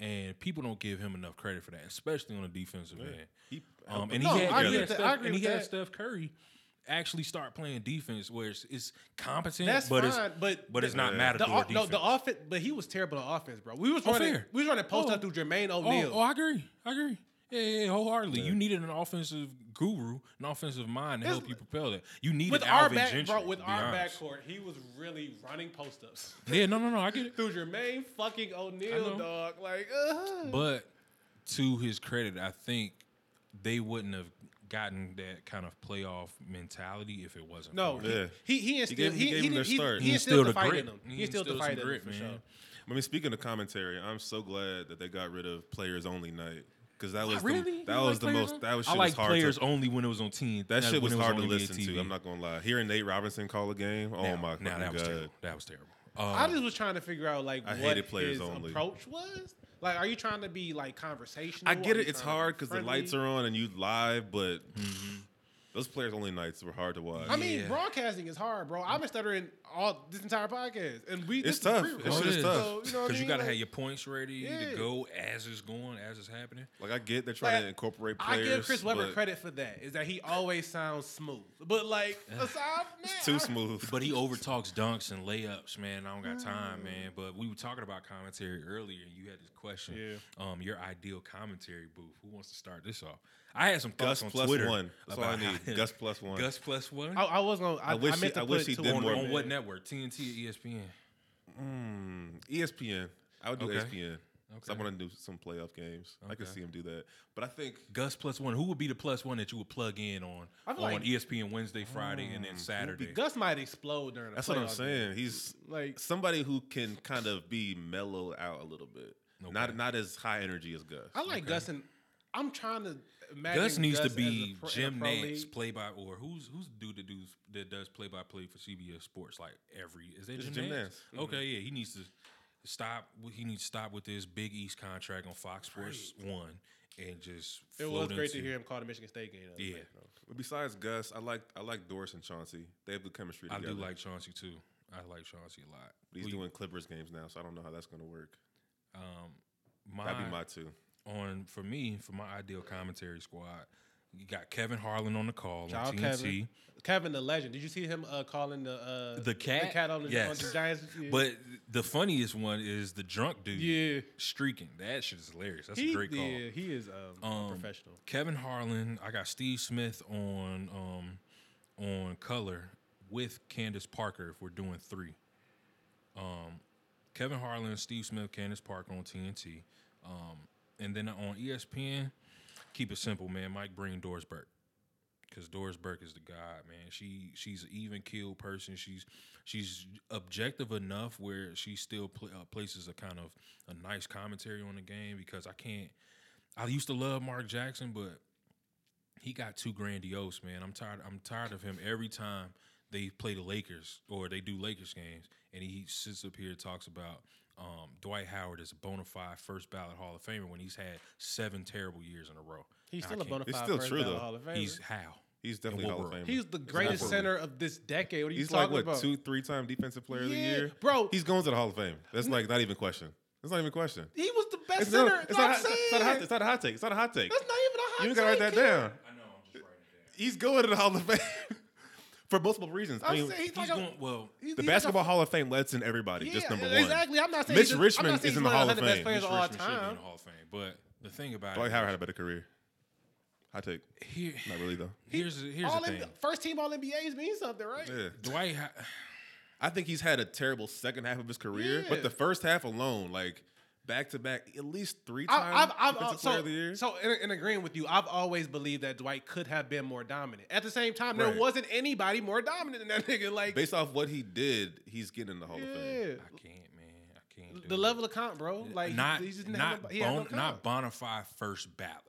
Speaker 3: And people don't give him enough credit for that, especially on the defensive end.
Speaker 4: He- oh,
Speaker 3: Um, and
Speaker 1: No,
Speaker 3: he had,
Speaker 1: I
Speaker 3: and he
Speaker 1: agree
Speaker 3: had
Speaker 1: with that.
Speaker 3: Steph,
Speaker 1: I agree
Speaker 3: and he
Speaker 1: with
Speaker 3: had
Speaker 1: that.
Speaker 3: Steph Curry actually start playing defense where it's, it's competent,
Speaker 1: That's
Speaker 3: but
Speaker 1: fine,
Speaker 3: it's
Speaker 1: but
Speaker 3: but it's not
Speaker 4: Yeah.
Speaker 1: The,
Speaker 3: matador
Speaker 1: off- no,
Speaker 3: defense.
Speaker 1: the offense, but he was terrible on offense, bro. We was
Speaker 3: Oh,
Speaker 1: running,
Speaker 3: fair.
Speaker 1: we was running post
Speaker 3: Oh.
Speaker 1: up through Jermaine
Speaker 3: oh,
Speaker 1: O'Neal.
Speaker 3: oh, I agree, I agree. Yeah, yeah, wholeheartedly. You needed an offensive guru, an offensive mind to help you propel that. You needed
Speaker 1: With our
Speaker 3: Alvin
Speaker 1: back,
Speaker 3: Gentry.
Speaker 1: bro, with
Speaker 3: to be
Speaker 1: our
Speaker 3: honest.
Speaker 1: backcourt, he was really running post ups.
Speaker 3: Yeah, no, no, no. I get it.
Speaker 1: Through Jermaine fucking
Speaker 3: know.
Speaker 1: O'Neal, dog. Like, uh,
Speaker 3: But to his credit, I think they wouldn't have gotten that kind of playoff mentality if it wasn't.
Speaker 1: no,
Speaker 3: for
Speaker 1: he,
Speaker 3: him.
Speaker 4: Yeah.
Speaker 1: he he
Speaker 4: gave
Speaker 1: instilled
Speaker 4: him-
Speaker 1: he
Speaker 4: he gave
Speaker 1: he,
Speaker 4: him their
Speaker 1: he, he,
Speaker 4: start.
Speaker 1: he
Speaker 4: He
Speaker 1: instilled the
Speaker 3: instilled a
Speaker 1: fight
Speaker 3: grit.
Speaker 1: in him.
Speaker 3: He
Speaker 1: He instilled the
Speaker 3: instilled some
Speaker 1: fight in him
Speaker 3: grit,
Speaker 1: for
Speaker 3: man.
Speaker 1: sure.
Speaker 4: I mean, speaking of commentary, I'm so glad that they got rid of players only night because that was
Speaker 3: Ah, really?
Speaker 4: the, that
Speaker 3: You
Speaker 4: was
Speaker 3: like
Speaker 4: the
Speaker 3: players
Speaker 4: most
Speaker 3: only?
Speaker 4: that was
Speaker 3: I
Speaker 4: shit
Speaker 3: like
Speaker 4: was hard
Speaker 3: players
Speaker 4: to,
Speaker 3: only when it was on team.
Speaker 4: that
Speaker 3: not when
Speaker 4: shit was
Speaker 3: it
Speaker 4: hard to
Speaker 3: on NBA
Speaker 4: listen
Speaker 3: TV.
Speaker 4: to. I'm not gonna lie. Hearing Nate Robinson call a game, oh
Speaker 3: Now-
Speaker 4: my
Speaker 3: now
Speaker 4: fucking
Speaker 3: that was
Speaker 4: god,
Speaker 3: terrible. That was terrible. Um,
Speaker 1: I just was trying to figure out like
Speaker 4: I
Speaker 1: what
Speaker 4: hated players
Speaker 1: his
Speaker 4: only.
Speaker 1: approach was. Like, are you trying to be like conversational?
Speaker 4: I get
Speaker 1: Are
Speaker 4: it.
Speaker 1: you
Speaker 4: It's
Speaker 1: trying to
Speaker 4: hard
Speaker 1: be
Speaker 4: because the
Speaker 1: friendly?
Speaker 4: lights are on and you live, but
Speaker 3: Mm-hmm.
Speaker 4: those players only nights were hard to watch.
Speaker 1: I mean,
Speaker 3: Yeah.
Speaker 1: broadcasting is hard, bro. I've been stuttering all this entire podcast, and we.
Speaker 4: It's
Speaker 1: this is
Speaker 4: tough.
Speaker 1: pre-roll.
Speaker 4: That shit
Speaker 3: Oh, it
Speaker 4: is
Speaker 3: is.
Speaker 4: tough.
Speaker 1: So, you know what I
Speaker 3: Because you
Speaker 1: mean?
Speaker 3: got to have
Speaker 1: Like,
Speaker 3: your points ready
Speaker 1: Yeah.
Speaker 3: to go as it's going, as it's happening.
Speaker 4: like I get they're trying to
Speaker 1: Like,
Speaker 4: incorporate
Speaker 1: I
Speaker 4: players.
Speaker 1: give Chris Webber
Speaker 4: but
Speaker 1: credit for that. Is that he always sounds smooth, but like aside from that,
Speaker 4: Too
Speaker 1: I-
Speaker 4: smooth.
Speaker 3: But he overtalks dunks and layups, man. I don't got
Speaker 4: Mm.
Speaker 3: time, man. But we were talking about commentary earlier, and you had this question.
Speaker 1: Yeah.
Speaker 3: Um, your ideal commentary booth. Who wants to start this off? I had some thoughts
Speaker 4: Gus
Speaker 3: on
Speaker 4: plus
Speaker 3: Twitter
Speaker 4: one. That's all I
Speaker 3: about how-
Speaker 4: need. Gus plus one.
Speaker 3: Gus plus one.
Speaker 1: I, I was gonna. I,
Speaker 4: I wish
Speaker 1: I meant
Speaker 4: he-
Speaker 1: to
Speaker 4: I
Speaker 1: put
Speaker 4: wish
Speaker 1: it
Speaker 4: he
Speaker 1: to
Speaker 4: did
Speaker 1: him.
Speaker 3: on,
Speaker 4: more.
Speaker 3: on what network? TNT, or E ESPN.
Speaker 4: Mm, ESPN. I would do E
Speaker 3: Okay.
Speaker 4: ESPN. 'Cause
Speaker 3: Okay.
Speaker 4: I want to do some playoff games. I could
Speaker 3: Okay.
Speaker 4: see him do that. But I think
Speaker 3: Gus plus one. Who would be the plus one that you would plug in on
Speaker 1: I
Speaker 3: on E
Speaker 1: feel like-
Speaker 3: ESPN Wednesday, Friday, and
Speaker 4: Mm,
Speaker 3: then Saturday?
Speaker 1: Gus might explode during. The
Speaker 4: that's what I'm
Speaker 1: playoffs.
Speaker 4: saying. He's
Speaker 1: Like-
Speaker 4: somebody who can kind of be mellowed out a little bit. Not not as high energy as Gus.
Speaker 1: I like Gus, and I'm trying to imagine.
Speaker 3: Gus needs
Speaker 1: Gus
Speaker 3: to be
Speaker 1: as a pro- in a
Speaker 3: Jim
Speaker 1: pro
Speaker 3: Nance,
Speaker 1: league.
Speaker 3: play by or who's who's the dude that does that does play by play for CBS Sports like every is that
Speaker 4: It's
Speaker 3: Jim,
Speaker 4: Jim
Speaker 3: Nance?
Speaker 1: Mm-hmm.
Speaker 3: Okay, yeah, he needs to stop. He needs to stop with this Big East contract on Fox Sports One and just.
Speaker 1: It was
Speaker 3: float
Speaker 1: great to
Speaker 3: into-
Speaker 1: hear him call the Michigan State game. the other
Speaker 3: Yeah.
Speaker 1: night, bro.
Speaker 4: But besides Gus, I like I like Doris and Chauncey. They have good chemistry
Speaker 3: I
Speaker 4: together.
Speaker 3: do like Chauncey too. I like Chauncey a lot.
Speaker 4: But he's
Speaker 3: We-
Speaker 4: doing Clippers games now, so I don't know how that's going to work.
Speaker 3: um,
Speaker 4: That'd
Speaker 3: my-
Speaker 4: be my two.
Speaker 3: on for me for my ideal commentary squad. You got Kevin Harlan on the call
Speaker 1: Shout out
Speaker 3: on TNT.
Speaker 1: Kevin. Kevin the legend. Did you see him uh, calling the uh,
Speaker 3: The cat?
Speaker 1: the cat on the,
Speaker 3: Yes.
Speaker 1: on the Giants? Yeah.
Speaker 3: But the funniest one is the drunk dude
Speaker 1: yeah,
Speaker 3: streaking. That shit is hilarious. That's
Speaker 1: he,
Speaker 3: a great call.
Speaker 1: yeah, he is um, a
Speaker 3: Um,
Speaker 1: professional.
Speaker 3: Kevin Harlan. I got Steve Smith on um, on color with Candace Parker. If we're doing three, um, Kevin Harlan, Steve Smith, Candace Parker on TNT, um, and then on E ESPN. Keep it simple, man. Mike Breen, Doris Burke. Cause Doris Burke is the god, man. She she's an even killed person. She's she's objective enough where she still pla uh, places a kind of a nice commentary on the game. Because I can't, I used to love Mark Jackson, but he got too grandiose, man. I'm tired. I'm tired of him every time they play the Lakers or they do Lakers games, and he sits up here and talks about um, Dwight Howard is a bona fide first ballot Hall of Famer when he's had seven terrible years in a row.
Speaker 1: He's
Speaker 3: I
Speaker 1: still a
Speaker 3: can't-
Speaker 1: bona
Speaker 4: It's
Speaker 1: fide
Speaker 4: still
Speaker 1: first
Speaker 4: true,
Speaker 1: ballot
Speaker 4: though.
Speaker 1: Hall of Famer.
Speaker 3: He's how
Speaker 4: He's
Speaker 3: what
Speaker 4: definitely Hall of
Speaker 3: world?
Speaker 4: Famer.
Speaker 1: He's the greatest
Speaker 4: Absolutely.
Speaker 1: center of this decade. What are you
Speaker 4: He's like
Speaker 1: talking
Speaker 4: what
Speaker 1: about?
Speaker 4: two, three time defensive player of the
Speaker 1: Yeah,
Speaker 4: year,
Speaker 1: bro.
Speaker 4: He's going to the Hall of Fame. That's like not even a question. That's not even a question.
Speaker 1: he was the best
Speaker 4: It's
Speaker 1: center.
Speaker 4: not, it's,
Speaker 1: like
Speaker 4: not,
Speaker 1: I'm saying.
Speaker 4: it's, not a hot, it's not a hot take. It's not a hot take.
Speaker 1: That's not even a hot
Speaker 4: you gotta write
Speaker 1: take,
Speaker 4: that
Speaker 1: kid.
Speaker 3: I
Speaker 4: down.
Speaker 3: know. I'm just writing it
Speaker 4: He's going to the Hall of Fame for multiple reasons. I
Speaker 1: I'm
Speaker 4: mean,
Speaker 1: saying he's,
Speaker 3: He's
Speaker 1: like
Speaker 3: going
Speaker 1: a,
Speaker 3: well.
Speaker 1: he's-
Speaker 4: the
Speaker 1: he's like a-
Speaker 4: Basketball Hall of Fame lets in everybody. just number one.
Speaker 1: Exactly. I'm not saying
Speaker 4: Mitch
Speaker 1: he's- I'm
Speaker 4: Richmond
Speaker 1: not saying
Speaker 4: is
Speaker 1: he's
Speaker 4: in the
Speaker 1: one
Speaker 4: Hall
Speaker 1: of
Speaker 4: of
Speaker 1: the 100 best
Speaker 4: Fame.
Speaker 1: players
Speaker 3: Mitch
Speaker 1: of all
Speaker 3: Richmond should be in
Speaker 1: time.
Speaker 3: the Hall of Fame, but the thing about
Speaker 4: Dwight
Speaker 3: it
Speaker 4: Howard
Speaker 3: is-
Speaker 4: had a better career. Hot take.
Speaker 3: here,
Speaker 4: Not really though.
Speaker 3: here's the- here's
Speaker 1: All
Speaker 3: the thing.
Speaker 1: NBA first team All NBAs means something, right?
Speaker 4: Yeah.
Speaker 3: Dwight, Ho-
Speaker 4: I think he's had a terrible second half of his career,
Speaker 1: Yeah.
Speaker 4: but the first half alone, like back to back, at least three times.
Speaker 1: I, I've, I've, uh,
Speaker 4: defensive player of the
Speaker 1: so,
Speaker 4: year.
Speaker 1: so in, in agreeing with you, I've always believed that Dwight could have been more dominant. At the same time, there
Speaker 4: Right.
Speaker 1: wasn't anybody more dominant than that nigga. Like,
Speaker 4: Based off what he did, he's getting in the Hall
Speaker 1: yeah,
Speaker 4: of Fame.
Speaker 3: I can't, man. I can't. Do
Speaker 1: the
Speaker 3: it.
Speaker 1: level of comp, bro. Like, he-
Speaker 3: not
Speaker 1: he just didn't have
Speaker 3: not
Speaker 1: nobody- he had no
Speaker 3: bon- not
Speaker 1: comp.
Speaker 3: bona fide first ballot.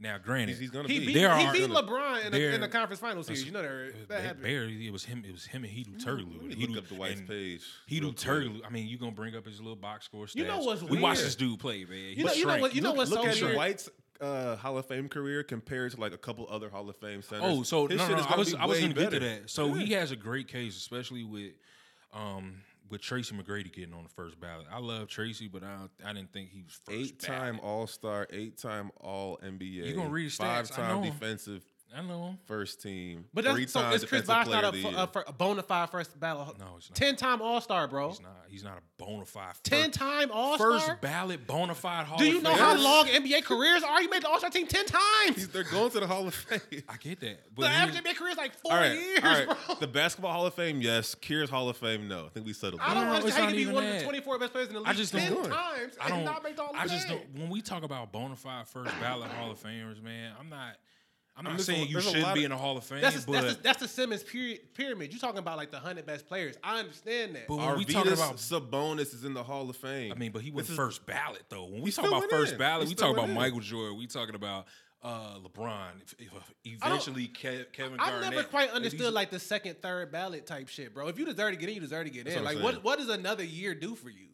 Speaker 3: Now, granted,
Speaker 4: He's, he's gonna
Speaker 1: He
Speaker 4: be.
Speaker 1: beat,
Speaker 3: There
Speaker 1: he
Speaker 3: are-
Speaker 1: beat LeBron in, a,
Speaker 3: there-
Speaker 1: in the conference finals series. You know
Speaker 3: it was
Speaker 1: that,
Speaker 3: ba-
Speaker 1: that happened. Mm-hmm.
Speaker 3: barely. It was him. It was him and Hedo Turglu.
Speaker 4: Let
Speaker 3: And
Speaker 4: me
Speaker 3: Hedo
Speaker 4: look up Dwight's
Speaker 3: and
Speaker 4: page.
Speaker 3: Hedo
Speaker 4: real quick.
Speaker 3: Turglu. I mean, you gonna bring up his little box score stats.
Speaker 1: You know what's
Speaker 3: we watched
Speaker 1: weird?
Speaker 3: this dude play, man.
Speaker 1: You know, you know what? You know what's
Speaker 4: Look
Speaker 1: so
Speaker 4: at
Speaker 1: weird?
Speaker 4: Dwight's uh, Hall of Fame career compared to like a couple other Hall of Fame centers.
Speaker 3: Oh, so
Speaker 4: His
Speaker 3: no, no,
Speaker 4: shit
Speaker 3: no,
Speaker 4: is
Speaker 3: I
Speaker 4: gonna
Speaker 3: was
Speaker 4: be
Speaker 3: I was
Speaker 4: way
Speaker 3: gonna get to
Speaker 4: better.
Speaker 3: that. So he has a great case, especially with um with Tracy McGrady getting on the first ballot. I love Tracy, but I I didn't think he was first
Speaker 4: Eight time
Speaker 3: ballot.
Speaker 4: All Star, eight time All NBA.
Speaker 3: You gonna read his stats,
Speaker 4: Five
Speaker 3: I know
Speaker 4: time
Speaker 3: him.
Speaker 4: defensive
Speaker 3: I know.
Speaker 4: First team.
Speaker 1: But that's
Speaker 4: three
Speaker 1: so.
Speaker 4: times
Speaker 1: Is Chris
Speaker 4: defensive
Speaker 1: Bosh
Speaker 4: player
Speaker 1: not a,
Speaker 4: of the
Speaker 1: fu-
Speaker 4: year.
Speaker 1: a, fir- a bona fide first battle?
Speaker 3: No, he's not.
Speaker 1: Ten time All Star, bro.
Speaker 3: He's not. He's not a bona fide.
Speaker 1: Ten
Speaker 3: first-
Speaker 1: time All Star.
Speaker 3: First ballot bona fide Hall
Speaker 1: Do you
Speaker 3: of
Speaker 1: know
Speaker 3: Famer.
Speaker 1: how long NBA careers are? You made the All Star team ten times.
Speaker 4: He's- They're going to the Hall of Fame.
Speaker 3: I get that. But
Speaker 1: The
Speaker 3: he-
Speaker 1: average NBA career is like four
Speaker 4: All right,
Speaker 1: years,
Speaker 4: all right.
Speaker 1: bro.
Speaker 4: The Basketball Hall of Fame, yes. Cures Hall of Fame, no. I think we settled.
Speaker 1: I don't
Speaker 3: No, it's
Speaker 1: understand how
Speaker 3: not
Speaker 1: you can be
Speaker 3: even
Speaker 1: one of
Speaker 3: that.
Speaker 1: the 24 best players in the league
Speaker 3: I just
Speaker 1: 10
Speaker 3: don't do it.
Speaker 1: times
Speaker 3: I don't.
Speaker 1: and not make the All
Speaker 3: I just
Speaker 1: Fame.
Speaker 3: don't. When we talk about bona fide first ballot Hall of Famers, man, I'm not. I'm not
Speaker 4: there's a-
Speaker 3: saying you
Speaker 4: there's a
Speaker 3: should
Speaker 4: lot
Speaker 3: be
Speaker 4: of-
Speaker 3: in the Hall of Fame,
Speaker 1: That's, a,
Speaker 3: but
Speaker 1: that's, a, that's the Simmons period, pyramid. You're talking about like the 100 best players. I understand that.
Speaker 3: but when we
Speaker 4: Arvidas
Speaker 3: talking about
Speaker 4: Sabonis is in the Hall of Fame.
Speaker 3: I mean, but he was
Speaker 4: is-
Speaker 3: first ballot though. When we talk
Speaker 4: still
Speaker 3: about
Speaker 4: went
Speaker 3: first
Speaker 4: in.
Speaker 3: ballot,
Speaker 4: He
Speaker 3: we
Speaker 4: still
Speaker 3: talk about
Speaker 4: went in.
Speaker 3: Michael Jordan. We talking about uh, LeBron. If, if, if
Speaker 1: don't-
Speaker 3: eventually, Ke- Kevin
Speaker 1: I've
Speaker 3: Garnett.
Speaker 1: never quite
Speaker 3: If he's-
Speaker 1: understood like the second, third ballot type shit, bro. If you deserve to get in, you deserve to get in.
Speaker 4: what I'm
Speaker 1: Like, what,
Speaker 4: saying.
Speaker 1: what does another year do for you?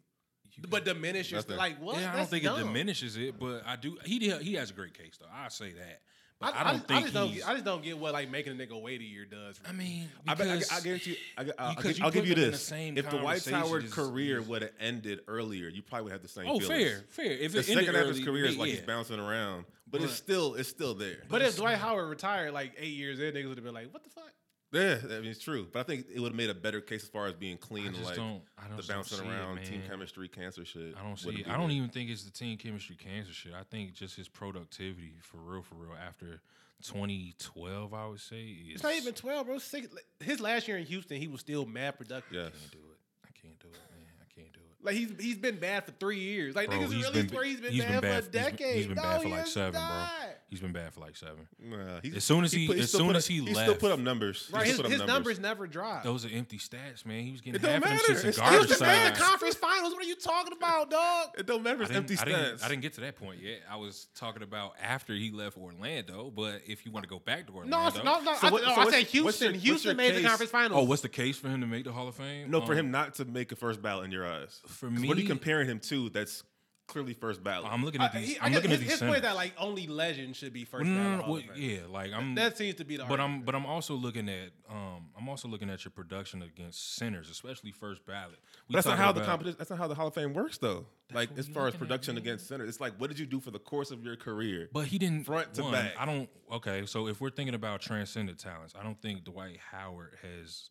Speaker 1: but diminish your
Speaker 4: Nothing.
Speaker 1: like what?
Speaker 3: Yeah, I don't
Speaker 1: That's
Speaker 3: think
Speaker 1: dumb.
Speaker 3: it diminishes it, but I do. He did, he has a great case though. I say that,
Speaker 1: I,
Speaker 3: but I, don't
Speaker 1: just-
Speaker 3: think
Speaker 1: I just don't,
Speaker 3: he's.
Speaker 1: get- I just don't get what like making a nigga wait a year does. For
Speaker 3: I
Speaker 1: me.
Speaker 3: mean,
Speaker 4: I bet,
Speaker 3: because
Speaker 4: I, I guarantee you. I, will
Speaker 3: because
Speaker 4: give,
Speaker 3: you
Speaker 4: I'll give
Speaker 3: put
Speaker 4: you
Speaker 3: them in the
Speaker 4: this:
Speaker 3: same
Speaker 4: if the White
Speaker 3: conversation
Speaker 4: Howard
Speaker 3: is-
Speaker 4: career
Speaker 3: is-
Speaker 4: would have ended earlier, you probably would have the same.
Speaker 3: oh,
Speaker 4: feelings.
Speaker 3: fair, fair. If
Speaker 4: The
Speaker 3: it ended
Speaker 4: second half of his
Speaker 3: early,
Speaker 4: career is like
Speaker 3: yeah.
Speaker 4: he's bouncing around, but it's
Speaker 3: But-
Speaker 4: still it's still there.
Speaker 1: but if Dwight Howard retired like eight years in, niggas would have been like, what the fuck?
Speaker 4: Yeah, I mean, it's true. But I think it would have made a better case as far as being clean,
Speaker 3: I
Speaker 4: and
Speaker 3: just
Speaker 4: like
Speaker 3: don't- I
Speaker 4: the
Speaker 3: just don't
Speaker 4: bouncing
Speaker 3: see it,
Speaker 4: around, team
Speaker 3: man.
Speaker 4: chemistry, cancer shit.
Speaker 3: I don't see.
Speaker 4: wouldn't
Speaker 3: It.
Speaker 4: be
Speaker 3: I don't
Speaker 4: there.
Speaker 3: even think it's the team chemistry cancer shit. I think just his productivity, for real, for real. After 2012, I would say
Speaker 1: It's
Speaker 3: is-
Speaker 1: not even twelve, bro. Six, his last year in Houston, he was still mad productive.
Speaker 4: Yes.
Speaker 3: I can't do it. I can't do it, man. I can't do it.
Speaker 1: Like he's he's been bad for three years. Like
Speaker 3: Bro,
Speaker 1: niggas
Speaker 3: he's
Speaker 1: really
Speaker 3: been-
Speaker 1: swear he's been
Speaker 3: he's
Speaker 1: bad
Speaker 3: been
Speaker 1: for
Speaker 3: bad-
Speaker 1: a
Speaker 3: he's been-
Speaker 1: decade.
Speaker 3: he's been
Speaker 1: no,
Speaker 3: bad for
Speaker 1: he
Speaker 3: like
Speaker 1: is
Speaker 3: seven, bro.
Speaker 1: not.
Speaker 3: He's been bad for like seven.
Speaker 4: Nah, he's-
Speaker 3: As soon as he-
Speaker 4: put-
Speaker 3: as
Speaker 4: still
Speaker 3: soon
Speaker 4: put
Speaker 3: as
Speaker 4: up-
Speaker 3: he
Speaker 4: still
Speaker 3: left-
Speaker 4: put up numbers.
Speaker 1: Right,
Speaker 4: He
Speaker 1: his,
Speaker 4: still put
Speaker 1: his
Speaker 4: up
Speaker 1: numbers never drop.
Speaker 3: Those are empty stats, man. He was getting
Speaker 4: It don't
Speaker 3: half of them
Speaker 4: matter.
Speaker 3: shits in
Speaker 4: It's-
Speaker 1: He
Speaker 4: it
Speaker 3: garbage
Speaker 1: was the man in
Speaker 3: time.
Speaker 1: the conference finals. What are you talking about, dog?
Speaker 4: It don't matter.
Speaker 3: I
Speaker 4: It's
Speaker 3: didn't,
Speaker 4: empty
Speaker 3: I, didn't,
Speaker 4: stats.
Speaker 3: I didn't get to that point yet. I was talking about after he left Orlando, but if you want to go back to
Speaker 1: No,
Speaker 3: Orlando,
Speaker 1: it's- no, no.
Speaker 4: So
Speaker 1: I,
Speaker 4: what-
Speaker 1: no,
Speaker 4: so
Speaker 1: I
Speaker 4: what's-
Speaker 1: said
Speaker 4: what's your- what's
Speaker 1: Houston.
Speaker 4: your
Speaker 1: Houston made
Speaker 4: case?
Speaker 1: the conference finals.
Speaker 3: Oh, what's the case for him to make the Hall of Fame?
Speaker 4: No, for
Speaker 3: Um,
Speaker 4: him not to make a first ballot in your eyes.
Speaker 3: For
Speaker 4: 'Cause what are
Speaker 3: me-
Speaker 4: you comparing him to? That's clearly first ballot.
Speaker 3: I'm looking
Speaker 1: I,
Speaker 3: at these.
Speaker 1: he, I
Speaker 3: I'm
Speaker 1: guess
Speaker 3: looking
Speaker 1: his,
Speaker 3: at these.
Speaker 1: his point is
Speaker 3: sentences.
Speaker 1: that like only legends should be first.
Speaker 3: Well, no,
Speaker 1: ballot
Speaker 3: no, no,
Speaker 1: Hall of
Speaker 3: well,
Speaker 1: Fame.
Speaker 3: yeah, like I'm.
Speaker 1: that seems to be the.
Speaker 3: but
Speaker 1: argument.
Speaker 3: I'm but I'm also looking at um I'm also looking at your production against centers, especially first ballot. We
Speaker 4: that's not
Speaker 3: talking
Speaker 4: how the
Speaker 3: about-
Speaker 4: competition. That's not how the Hall of Fame works, though. Like
Speaker 3: what
Speaker 4: as
Speaker 3: we
Speaker 4: far
Speaker 3: looking
Speaker 4: as
Speaker 3: at,
Speaker 4: production
Speaker 3: man.
Speaker 4: against center, it's like what did you do for the course of your career?
Speaker 3: But he didn't
Speaker 4: Front to
Speaker 3: one,
Speaker 4: back.
Speaker 3: I don't. Okay, so if we're thinking about transcendent talents, I don't think Dwight Howard has.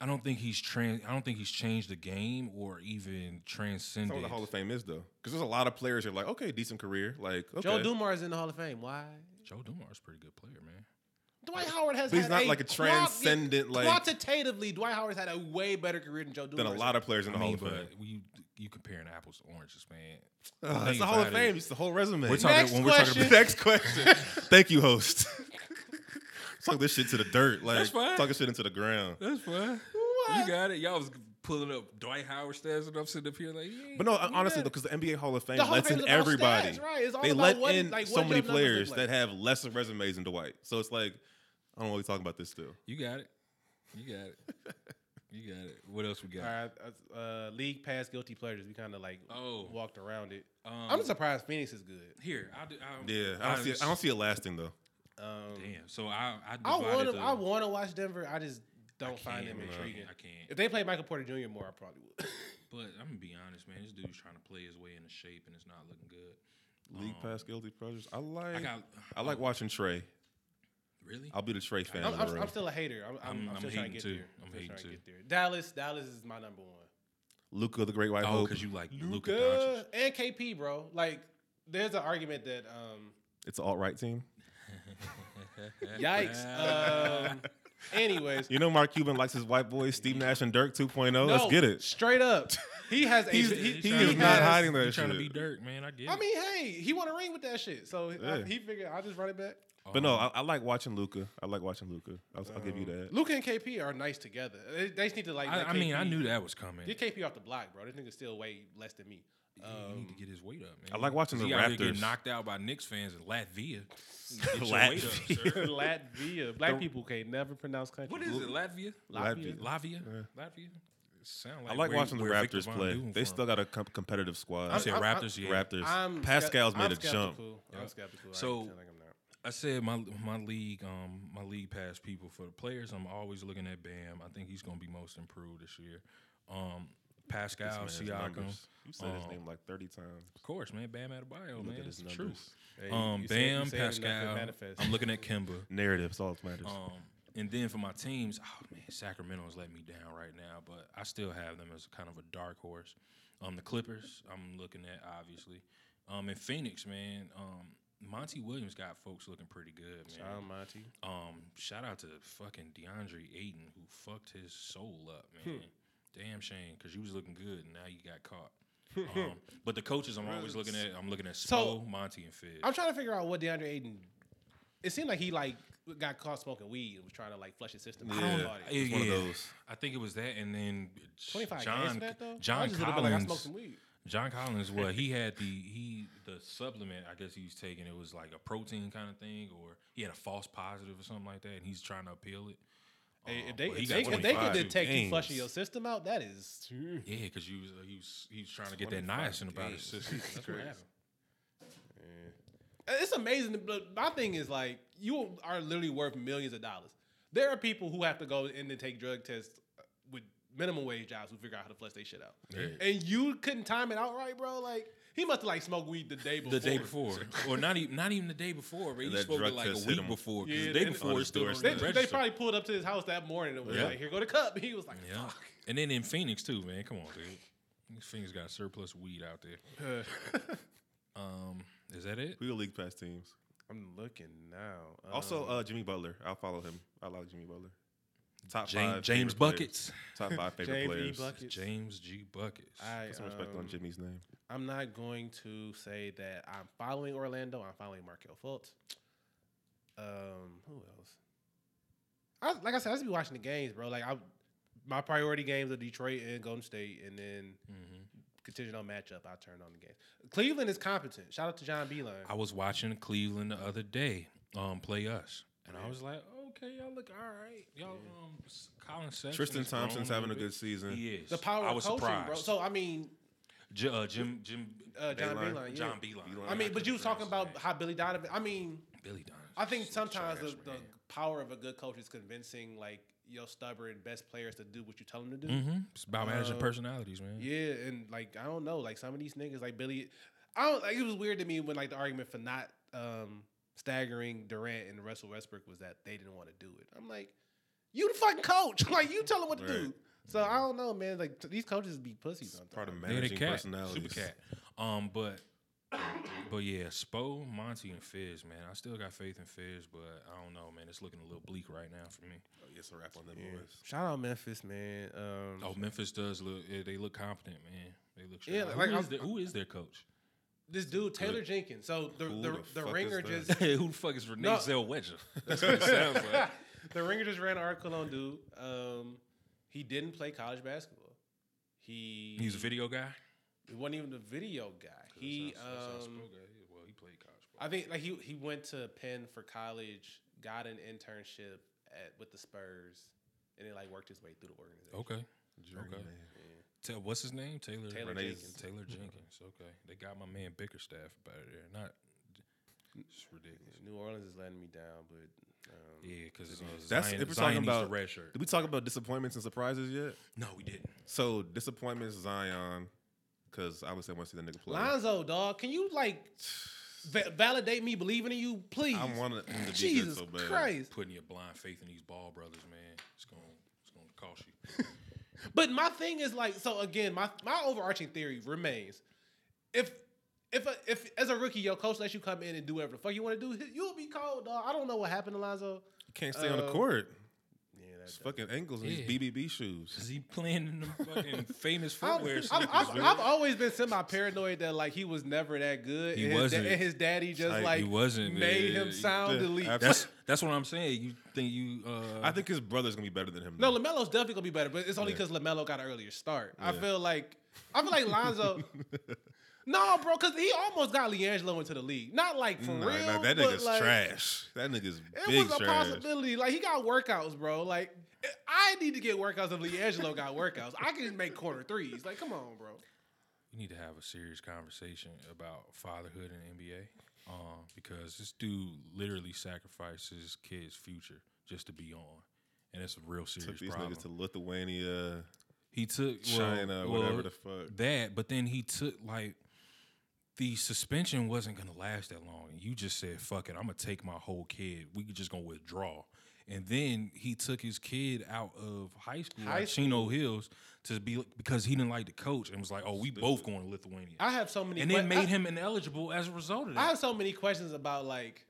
Speaker 3: I don't think he's trans. I don't think he's changed the game or even
Speaker 4: That's
Speaker 3: transcended.
Speaker 4: not what the Hall of Fame is, though, because there's a lot of players who are like, okay, decent career, like okay.
Speaker 1: Joe Dumars is in the Hall of Fame. Why?
Speaker 3: Joe Dumar's a pretty good player, man.
Speaker 1: Dwight Howard has.
Speaker 4: But he's
Speaker 1: had
Speaker 4: not like a
Speaker 1: quant-
Speaker 4: transcendent, like-
Speaker 1: quantitatively. Dwight Howard's had a way better career than Joe
Speaker 4: Than
Speaker 1: Dumars.
Speaker 4: a lot of players in the
Speaker 3: I mean,
Speaker 4: Hall of Fame.
Speaker 3: but you you comparing apples to oranges, man.
Speaker 4: Ugh, it's
Speaker 3: think
Speaker 4: the Hall of
Speaker 3: about it.
Speaker 4: Fame. It's the whole resume.
Speaker 3: We're talking
Speaker 1: Next
Speaker 3: when we're talking
Speaker 1: question.
Speaker 3: about
Speaker 4: Next question. Thank you, host. Talk this shit to the dirt, like
Speaker 3: That's fine.
Speaker 4: talking shit into the ground.
Speaker 3: That's fine. You got it. Y'all was pulling up Dwight Howard stats, and I'm sitting up here like, yeah.
Speaker 4: But no, honestly, though, because the NBA Hall of Fame
Speaker 1: The Hall of
Speaker 4: lets
Speaker 1: Fame
Speaker 4: in
Speaker 1: is about
Speaker 4: everybody.
Speaker 1: stats, right? It's all
Speaker 4: they
Speaker 1: about
Speaker 4: let
Speaker 1: what-
Speaker 4: in
Speaker 1: like, what
Speaker 4: so many
Speaker 1: your numbers look
Speaker 4: players
Speaker 1: like.
Speaker 4: that have lesser resumes than Dwight. So it's like, I don't know what we're talking about this still.
Speaker 3: you got it. You got it. You got it. What else we got?
Speaker 1: All right, uh, uh, league pass guilty pleasures. We kind of like
Speaker 3: Oh.
Speaker 1: walked around it.
Speaker 3: Um,
Speaker 1: I'm surprised Phoenix is good.
Speaker 3: Here, I do. I,
Speaker 4: Yeah, I don't see. It, I don't see it lasting though.
Speaker 1: Um,
Speaker 3: Damn. So I, I
Speaker 1: I
Speaker 3: divided.
Speaker 1: want to.
Speaker 3: the-
Speaker 1: I want to watch Denver. I just don't
Speaker 3: I
Speaker 1: find
Speaker 3: can't,
Speaker 1: them
Speaker 3: bro.
Speaker 1: intriguing.
Speaker 3: I can't.
Speaker 1: If they played Michael Porter Jr. more, I probably would.
Speaker 3: But I'm gonna be honest, man. This dude's trying to play his way into shape, and it's not looking good.
Speaker 4: League pass guilty pleasures. I like. I,
Speaker 3: I got
Speaker 4: like watching Trey.
Speaker 3: really.
Speaker 4: I'll be the Trey fan.
Speaker 1: I'm,
Speaker 4: in the
Speaker 1: I'm,
Speaker 4: room.
Speaker 1: I'm still a hater. I'm, I'm,
Speaker 3: I'm-
Speaker 1: I'm,
Speaker 3: I'm
Speaker 1: still trying to
Speaker 3: hating
Speaker 1: get
Speaker 3: too.
Speaker 1: there.
Speaker 3: I'm
Speaker 1: still
Speaker 3: hating
Speaker 1: trying to
Speaker 3: too.
Speaker 1: get there. Dallas, Luka is my number one.
Speaker 4: Luca, the great white
Speaker 3: oh,
Speaker 4: hope.
Speaker 3: because you like Luka Doncic.
Speaker 1: Luka and KP, bro. Like, there's an argument that, um,
Speaker 4: It's an alt right team.
Speaker 1: yikes. um, anyways,
Speaker 4: You know, Mark Cuban likes his white boys, Steve Nash and Dirk 2.0. Let's
Speaker 1: no,
Speaker 4: get it.
Speaker 1: Straight up, he has a.
Speaker 4: He's-
Speaker 1: he-
Speaker 4: he-
Speaker 1: he
Speaker 4: is
Speaker 1: has-
Speaker 4: not hiding that
Speaker 3: He's trying to be
Speaker 4: shit.
Speaker 3: dirt, man. I get.
Speaker 1: I
Speaker 3: it.
Speaker 1: mean, hey, he won a ring with that shit, so I-
Speaker 4: Yeah.
Speaker 1: he figured I'll just run it back.
Speaker 4: But no, I, I like watching Luca. I like watching Luca. I'll, I'll give you that.
Speaker 1: Luka and KP are nice together. They, they just need to like.
Speaker 3: I,
Speaker 1: let
Speaker 3: I mean, I
Speaker 1: KP
Speaker 3: knew that was coming.
Speaker 1: Get KP off the block, bro. This nigga's still way less than me.
Speaker 3: he need
Speaker 1: Um,
Speaker 3: to get his weight up, man.
Speaker 4: I like watching
Speaker 3: 'Cause
Speaker 4: the
Speaker 3: he out here
Speaker 4: Raptors.
Speaker 3: getting knocked out by Knicks fans in Latvia. Get your weight up, sir.
Speaker 1: Latvia. Black people can't never pronounce country.
Speaker 3: What is it, Latvia?
Speaker 4: Latvia.
Speaker 3: Latvia? Latvia? It sound
Speaker 4: I like
Speaker 3: where-
Speaker 4: watching the
Speaker 3: where Victor
Speaker 4: Raptors
Speaker 3: Von
Speaker 4: play.
Speaker 3: Doom
Speaker 4: They
Speaker 3: from.
Speaker 4: still got a com- competitive squad.
Speaker 3: You said
Speaker 1: I'm- I'm-
Speaker 3: Raptors, yeah.
Speaker 4: Raptors.
Speaker 1: I'm
Speaker 4: Pascal's
Speaker 1: skep-
Speaker 4: made
Speaker 1: I'm
Speaker 4: a jump.
Speaker 1: skeptical. I'm skeptical. I
Speaker 3: So-
Speaker 1: ain't telling him that.
Speaker 3: I said my my league um my league pass people for the players. I'm always looking at Bam. I think he's gonna be most improved this year. Um, Pascal
Speaker 4: This man's
Speaker 3: Siakam.
Speaker 4: numbers. You said his
Speaker 3: Um,
Speaker 4: name like 30 times.
Speaker 3: Of course, man. Bam Adebayo,
Speaker 4: Look
Speaker 3: man.
Speaker 4: at
Speaker 3: It's
Speaker 4: his
Speaker 3: the
Speaker 4: numbers.
Speaker 3: truth.
Speaker 5: Hey, you-
Speaker 3: Um,
Speaker 5: you said- you
Speaker 3: Bam,
Speaker 5: said enough, it
Speaker 3: Pascal.
Speaker 5: manifests.
Speaker 3: I'm looking at Kimba.
Speaker 4: Narratives, all that matters.
Speaker 3: Um, and then for my teams, oh man, Sacramento's let me down right now, but I still have them as kind of a dark horse. Um, the Clippers, I'm looking at obviously. Um, and Phoenix, man, um, Monty Williams got folks looking pretty good, man.
Speaker 5: John Monty.
Speaker 3: Um, shout out to fucking DeAndre Ayton who fucked his soul up,
Speaker 1: Hmm.
Speaker 3: man. Damn shame, because you was looking good and now you got caught. um, but the coaches I'm always looking at, I'm looking at
Speaker 1: So-
Speaker 3: Spo, Monty, and Fib.
Speaker 1: I'm trying to figure out what DeAndre Ayton. It seemed like he like got caught smoking weed and was trying to like flush his system. out.
Speaker 4: Yeah.
Speaker 1: I don't know.
Speaker 3: It's
Speaker 4: one of those.
Speaker 3: I think it was that, and then
Speaker 1: 25
Speaker 3: John
Speaker 1: John, for that though. I
Speaker 3: John
Speaker 1: just would've
Speaker 3: Collins.
Speaker 1: been like I smoked some weed.
Speaker 3: John Collins, well, he had the he the supplement I guess he was taking. It was like a protein kind of thing, or he had a false positive or something like that, and he's trying to appeal it.
Speaker 1: Hey,
Speaker 3: Um,
Speaker 1: if they
Speaker 3: but he
Speaker 1: if
Speaker 3: got
Speaker 1: they, if they
Speaker 3: 25
Speaker 1: could detect you
Speaker 4: games.
Speaker 1: flushing your system out, that is
Speaker 3: Yeah, because you was, uh, he was he was trying to get that niacin about his system. That's what happened.
Speaker 1: it's amazing. But my thing is like you are literally worth millions of dollars. There are people who have to go in and take drug tests uh, with minimum wage jobs who figure out how to flush their shit out. And you couldn't time it out right, bro. Like he must have like smoked weed the day before.
Speaker 3: The day before, or not even not even the day before, but he
Speaker 4: that
Speaker 3: spoke
Speaker 4: drug
Speaker 3: like a
Speaker 4: test hit
Speaker 3: week
Speaker 4: him.
Speaker 3: before. 'cause
Speaker 1: Yeah,
Speaker 3: the day
Speaker 1: they-
Speaker 3: before, it's still on
Speaker 4: They-
Speaker 1: They,
Speaker 3: the
Speaker 1: they
Speaker 3: register.
Speaker 1: probably pulled up to his house that morning and was
Speaker 3: Yeah.
Speaker 1: like, "Here go the cup." He was like,
Speaker 3: Yeah. And then in Phoenix too, man. Come on, dude. These Phoenix got surplus weed out there. um, is that it?
Speaker 4: We go league pass teams.
Speaker 5: I'm looking now.
Speaker 4: Also,
Speaker 5: Um,
Speaker 4: uh, Jimmy Butler. I'll follow him. I like Jimmy Butler. Top
Speaker 3: James,
Speaker 4: five
Speaker 3: James
Speaker 4: favorite players.
Speaker 3: Buckets.
Speaker 4: Top five favorite
Speaker 5: James E.
Speaker 4: players.
Speaker 5: Buck- Buckets.
Speaker 3: James G. Buckets.
Speaker 5: I,
Speaker 4: Put some respect on
Speaker 5: um,
Speaker 4: Jimmy's name.
Speaker 5: I'm not going to say that I'm following Orlando. I'm following Markel Fultz. Um, who else? I like I said, I just be watching the games, bro. Like I, my priority games are Detroit and Golden State, and then
Speaker 3: Mhm.
Speaker 5: contingent on matchup, I turn on the games. Cleveland is competent. Shout out to John Beeline.
Speaker 3: I was watching Cleveland the other day um, play us, and I was like, okay, y'all look all right. Y'all, um, S- Colin Sexton.
Speaker 4: Tristan
Speaker 3: is grown
Speaker 4: Thompson's having a
Speaker 3: little
Speaker 4: good season.
Speaker 3: bit. He is.
Speaker 1: "The power
Speaker 3: I
Speaker 1: of
Speaker 3: was
Speaker 1: coaching,
Speaker 3: surprised.
Speaker 1: bro." So I mean,
Speaker 3: J- uh, Jim, Jim,
Speaker 1: uh, John
Speaker 4: Beilein.
Speaker 1: Beeline. Yeah.
Speaker 3: John Beeline.
Speaker 4: Beeline.
Speaker 1: I mean, but you was talking about how Billy Donovan. I mean,
Speaker 3: Billy Donovan.
Speaker 1: I think
Speaker 3: Such
Speaker 1: sometimes the,
Speaker 3: trash,
Speaker 1: the
Speaker 3: man.
Speaker 1: power of a good coach is convincing like your stubborn best players to do what you tell them to do.
Speaker 3: Mhm. It's about managing
Speaker 1: Uh,
Speaker 3: personalities, man.
Speaker 1: Yeah, and like I don't know, like some of these niggas, like Billy, I don't like. It was weird to me when like the argument for not um staggering Durant and Russell Westbrook was that they didn't want to do it. I'm like, you the fucking coach, like you tell them what to do.
Speaker 4: Right.
Speaker 1: So I don't know, man. Like t- these coaches be pussies. sometimes.
Speaker 4: Part of
Speaker 3: They the
Speaker 4: managing
Speaker 3: cat,
Speaker 4: personalities.
Speaker 3: super cat. Um, but but yeah, Spo, Monty, and Fizz, man. I still got faith in Fizz, but I don't know, man. It's looking a little bleak right now for me.
Speaker 4: Oh, It's a wrap on them boys.
Speaker 5: Shout out Memphis, man. Um,
Speaker 3: Oh, Memphis does look. eh, They look competent, man. They look. Straight.
Speaker 1: Yeah,
Speaker 3: Who
Speaker 1: like,
Speaker 3: is
Speaker 1: I'm-
Speaker 3: their- who is their coach?
Speaker 1: This dude Taylor Jenkins. So the
Speaker 4: Who
Speaker 1: the,
Speaker 4: the
Speaker 1: the,
Speaker 4: fuck
Speaker 1: ringer
Speaker 4: is that?
Speaker 1: just
Speaker 3: who the fuck is Renee
Speaker 1: No.
Speaker 3: Zellweger? That's what it sounds like.
Speaker 1: the ringer just ran an article on dude. Um, he didn't play college basketball. He
Speaker 3: He's a video guy.
Speaker 1: He wasn't even a video guy. He um,
Speaker 3: well, he played college.
Speaker 1: I think like he he went to Penn for college, got an internship at with the Spurs, and then like worked his way through the organization.
Speaker 3: Okay.
Speaker 4: Journeyman.
Speaker 3: Ta- what's his name? Taylor.
Speaker 1: Taylor
Speaker 3: Renee-
Speaker 1: Jenkins.
Speaker 3: Taylor Jenkins. Okay. They got my man Bickerstaff out of there. Not. It's ridiculous.
Speaker 5: New Orleans is letting me down, but um,
Speaker 3: Yeah, because uh,
Speaker 4: That's
Speaker 3: Zion,
Speaker 4: if we're
Speaker 3: Zion
Speaker 4: talking
Speaker 3: needs the
Speaker 4: about.
Speaker 3: red shirt.
Speaker 4: Did we talk about disappointments and surprises yet?
Speaker 3: No, we didn't.
Speaker 4: So disappointments Zion, because obviously I want to see the nigga play.
Speaker 1: Lonzo, dog, can you like va- validate me believing in you, please?
Speaker 4: I want him to be
Speaker 1: Jesus
Speaker 4: good so bad.
Speaker 1: Christ!
Speaker 3: Putting your blind faith in these ball brothers, man. It's going. It's going to cost you.
Speaker 1: But my thing is like, so again, my my overarching theory remains: if if a, if as a rookie, your coach lets you come in and do whatever the fuck you want to do, you'll be cold, dog. I don't know what happened to Lonzo.
Speaker 4: You can't stay on the
Speaker 1: Uh,
Speaker 4: court.
Speaker 5: yeah,
Speaker 4: It's
Speaker 5: that,
Speaker 4: fucking ankles and
Speaker 3: Uh, Yeah.
Speaker 4: these BBB shoes.
Speaker 3: Is he playing in the fucking famous
Speaker 1: I-
Speaker 3: footwear?
Speaker 1: I've,
Speaker 3: sneakers,
Speaker 1: I've,
Speaker 3: man?
Speaker 1: I've always been semi paranoid that like he was never that good.
Speaker 3: He
Speaker 1: and his da-
Speaker 3: wasn't.
Speaker 1: and his daddy just
Speaker 4: Like,
Speaker 1: like
Speaker 3: he wasn't,
Speaker 1: made
Speaker 3: man.
Speaker 1: him sound
Speaker 4: Yeah,
Speaker 1: elite.
Speaker 4: absolutely.
Speaker 3: that's that's what I'm saying. You think you? Uh,
Speaker 4: I think his brother's gonna be better than him.
Speaker 1: No,
Speaker 4: though.
Speaker 1: Lamelo's definitely gonna be better, but it's only
Speaker 4: Yeah.
Speaker 1: because Lamelo got an earlier start. I
Speaker 4: Yeah.
Speaker 1: feel like I feel like Lonzo. no, bro, because he almost got Leangelo into the league. Not like for
Speaker 4: Nah,
Speaker 1: real.
Speaker 4: nah, that
Speaker 1: but,
Speaker 4: nigga's
Speaker 1: like,
Speaker 4: trash. That nigga's
Speaker 1: It
Speaker 4: big
Speaker 1: was a
Speaker 4: trash.
Speaker 1: possibility. Like he got workouts, bro. Like I need to get workouts if Leangelo got workouts. I can make corner threes. Like come on, bro.
Speaker 3: we need to have a serious conversation about fatherhood in the NBA, um, because this dude literally sacrifices kids' future just to be on, and it's a real serious
Speaker 4: Took these
Speaker 3: problem.
Speaker 4: niggas to Lithuania.
Speaker 3: He took well,
Speaker 4: China,
Speaker 3: well,
Speaker 4: whatever the fuck.
Speaker 3: that, but then he took like the suspension wasn't gonna last that long. And you just said, "Fuck it, I'm gonna take my whole kid. We just gonna withdraw." And then he took his kid out of high school,
Speaker 1: High
Speaker 3: like Chino Hills, to be because he didn't like the coach and was like, "Oh, we both going to Lithuania,"
Speaker 1: I have so many.
Speaker 3: and it
Speaker 1: que-
Speaker 3: made
Speaker 1: I-
Speaker 3: him ineligible as a result of that.
Speaker 1: I have so many questions about like,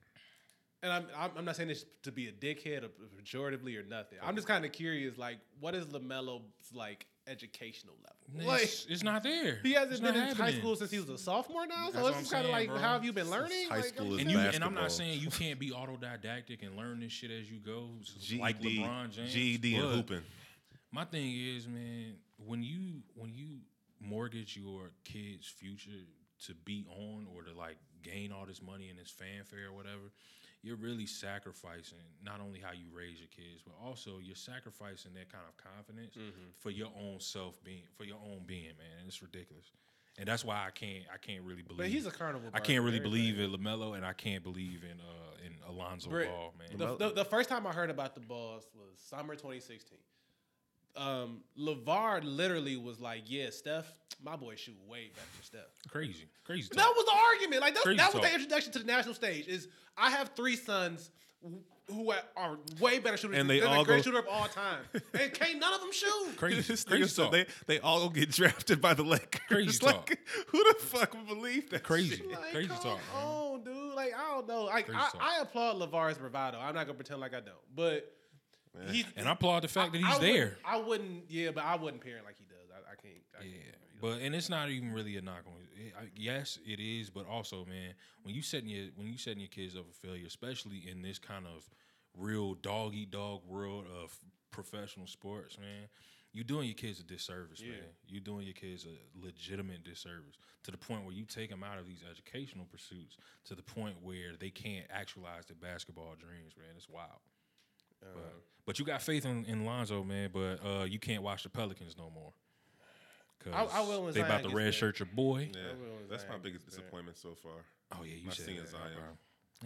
Speaker 1: and I'm I'm, I'm not saying this to be a dickhead or pejoratively or nothing. I'm just kind of curious, like, what is Lamelo's like educational level? Like,
Speaker 3: it's, it's not there.
Speaker 1: he
Speaker 3: It's
Speaker 1: hasn't
Speaker 3: not
Speaker 1: been in high
Speaker 3: happening.
Speaker 1: school since he was a sophomore now, so
Speaker 3: That's
Speaker 1: it's
Speaker 3: what
Speaker 1: just
Speaker 3: I'm
Speaker 1: kind of like,
Speaker 3: saying, bro.
Speaker 1: how have you been learning?
Speaker 4: high
Speaker 1: Like, I'm
Speaker 4: school is
Speaker 1: just-
Speaker 3: and you and I'm
Speaker 4: basketball.
Speaker 3: not saying you can't be autodidactic and learn this shit as you go, s-
Speaker 1: E
Speaker 3: like
Speaker 4: GED,
Speaker 3: LeBron James.
Speaker 4: GED E and
Speaker 3: but
Speaker 4: hooping.
Speaker 3: My thing is, man, when you when you mortgage your kid's future to be on or to like gain all this money and this fanfare or whatever, you're really sacrificing not only how you raise your kids, but also you're sacrificing that kind of confidence for your own self being for your own being, man. And it's ridiculous. And that's why I can't I can't really believe
Speaker 1: But he's a carnival.
Speaker 3: I
Speaker 1: bird
Speaker 3: can't
Speaker 1: for
Speaker 3: really
Speaker 1: everything.
Speaker 3: believe in Lamelo, and I can't believe in uh, in Alonzo
Speaker 1: Britt,
Speaker 3: Ball, man.
Speaker 1: The, the, the first time I heard about the Bulls was summer 2016. Um, LeVar literally was like, "Yeah, Steph, my boy shoot way better than Steph."
Speaker 3: crazy, crazy.
Speaker 1: That
Speaker 3: Talk.
Speaker 1: was the argument. Like that's,
Speaker 3: Crazy
Speaker 1: that was the
Speaker 3: talk.
Speaker 1: introduction to the national stage. Is I have three sons who are- are way better shooters,
Speaker 4: And
Speaker 1: than-
Speaker 4: they
Speaker 1: they're
Speaker 4: all
Speaker 1: the greatest
Speaker 4: go-
Speaker 1: shooter of all time, and can't none of them shoot.
Speaker 3: crazy,
Speaker 4: This nigga
Speaker 3: crazy
Speaker 4: said
Speaker 3: talk.
Speaker 4: they, they all gonna get drafted by the Lakers.
Speaker 3: Crazy
Speaker 4: like,
Speaker 3: talk.
Speaker 4: Who the fuck would believe that?
Speaker 3: Crazy.
Speaker 4: shit?
Speaker 1: Like,
Speaker 3: Crazy
Speaker 1: come
Speaker 3: talk, man.
Speaker 1: on, dude. Like I don't know. Like
Speaker 3: Crazy
Speaker 1: I,
Speaker 3: talk.
Speaker 1: I applaud Lavar's bravado. I'm not gonna pretend like I don't, but he's
Speaker 3: and I applaud the fact that he's
Speaker 1: I wouldn't-
Speaker 3: there.
Speaker 1: I wouldn't. Yeah, but I wouldn't parent like he does. I, I can't. I
Speaker 3: Yeah,
Speaker 1: Can't.
Speaker 3: but and it's not even really a knock on. It, I, yes, it is, but also, man, when you setting your when you setting your kids up for failure, especially in this kind of real dog eat dog world of professional sports, man, you're doing your kids a disservice, man. You're doing your kids a legitimate disservice to the point where you take them out of these educational pursuits to the point where they can't actualize their basketball dreams, man. It's wild.
Speaker 1: uh,
Speaker 3: But, Uh, but you got faith in, in Lonzo, man. But uh, you can't watch the Pelicans no more. 'Cause
Speaker 1: I- I will when
Speaker 3: they about to
Speaker 1: Zion gets
Speaker 3: redshirt your boy.
Speaker 4: Yeah,
Speaker 1: Everyone's
Speaker 4: that's my
Speaker 1: like,
Speaker 4: biggest
Speaker 1: it's bad.
Speaker 4: disappointment so far.
Speaker 3: Oh yeah, you
Speaker 4: Not
Speaker 3: said
Speaker 4: seeing
Speaker 3: that,
Speaker 4: Zion.
Speaker 3: bro.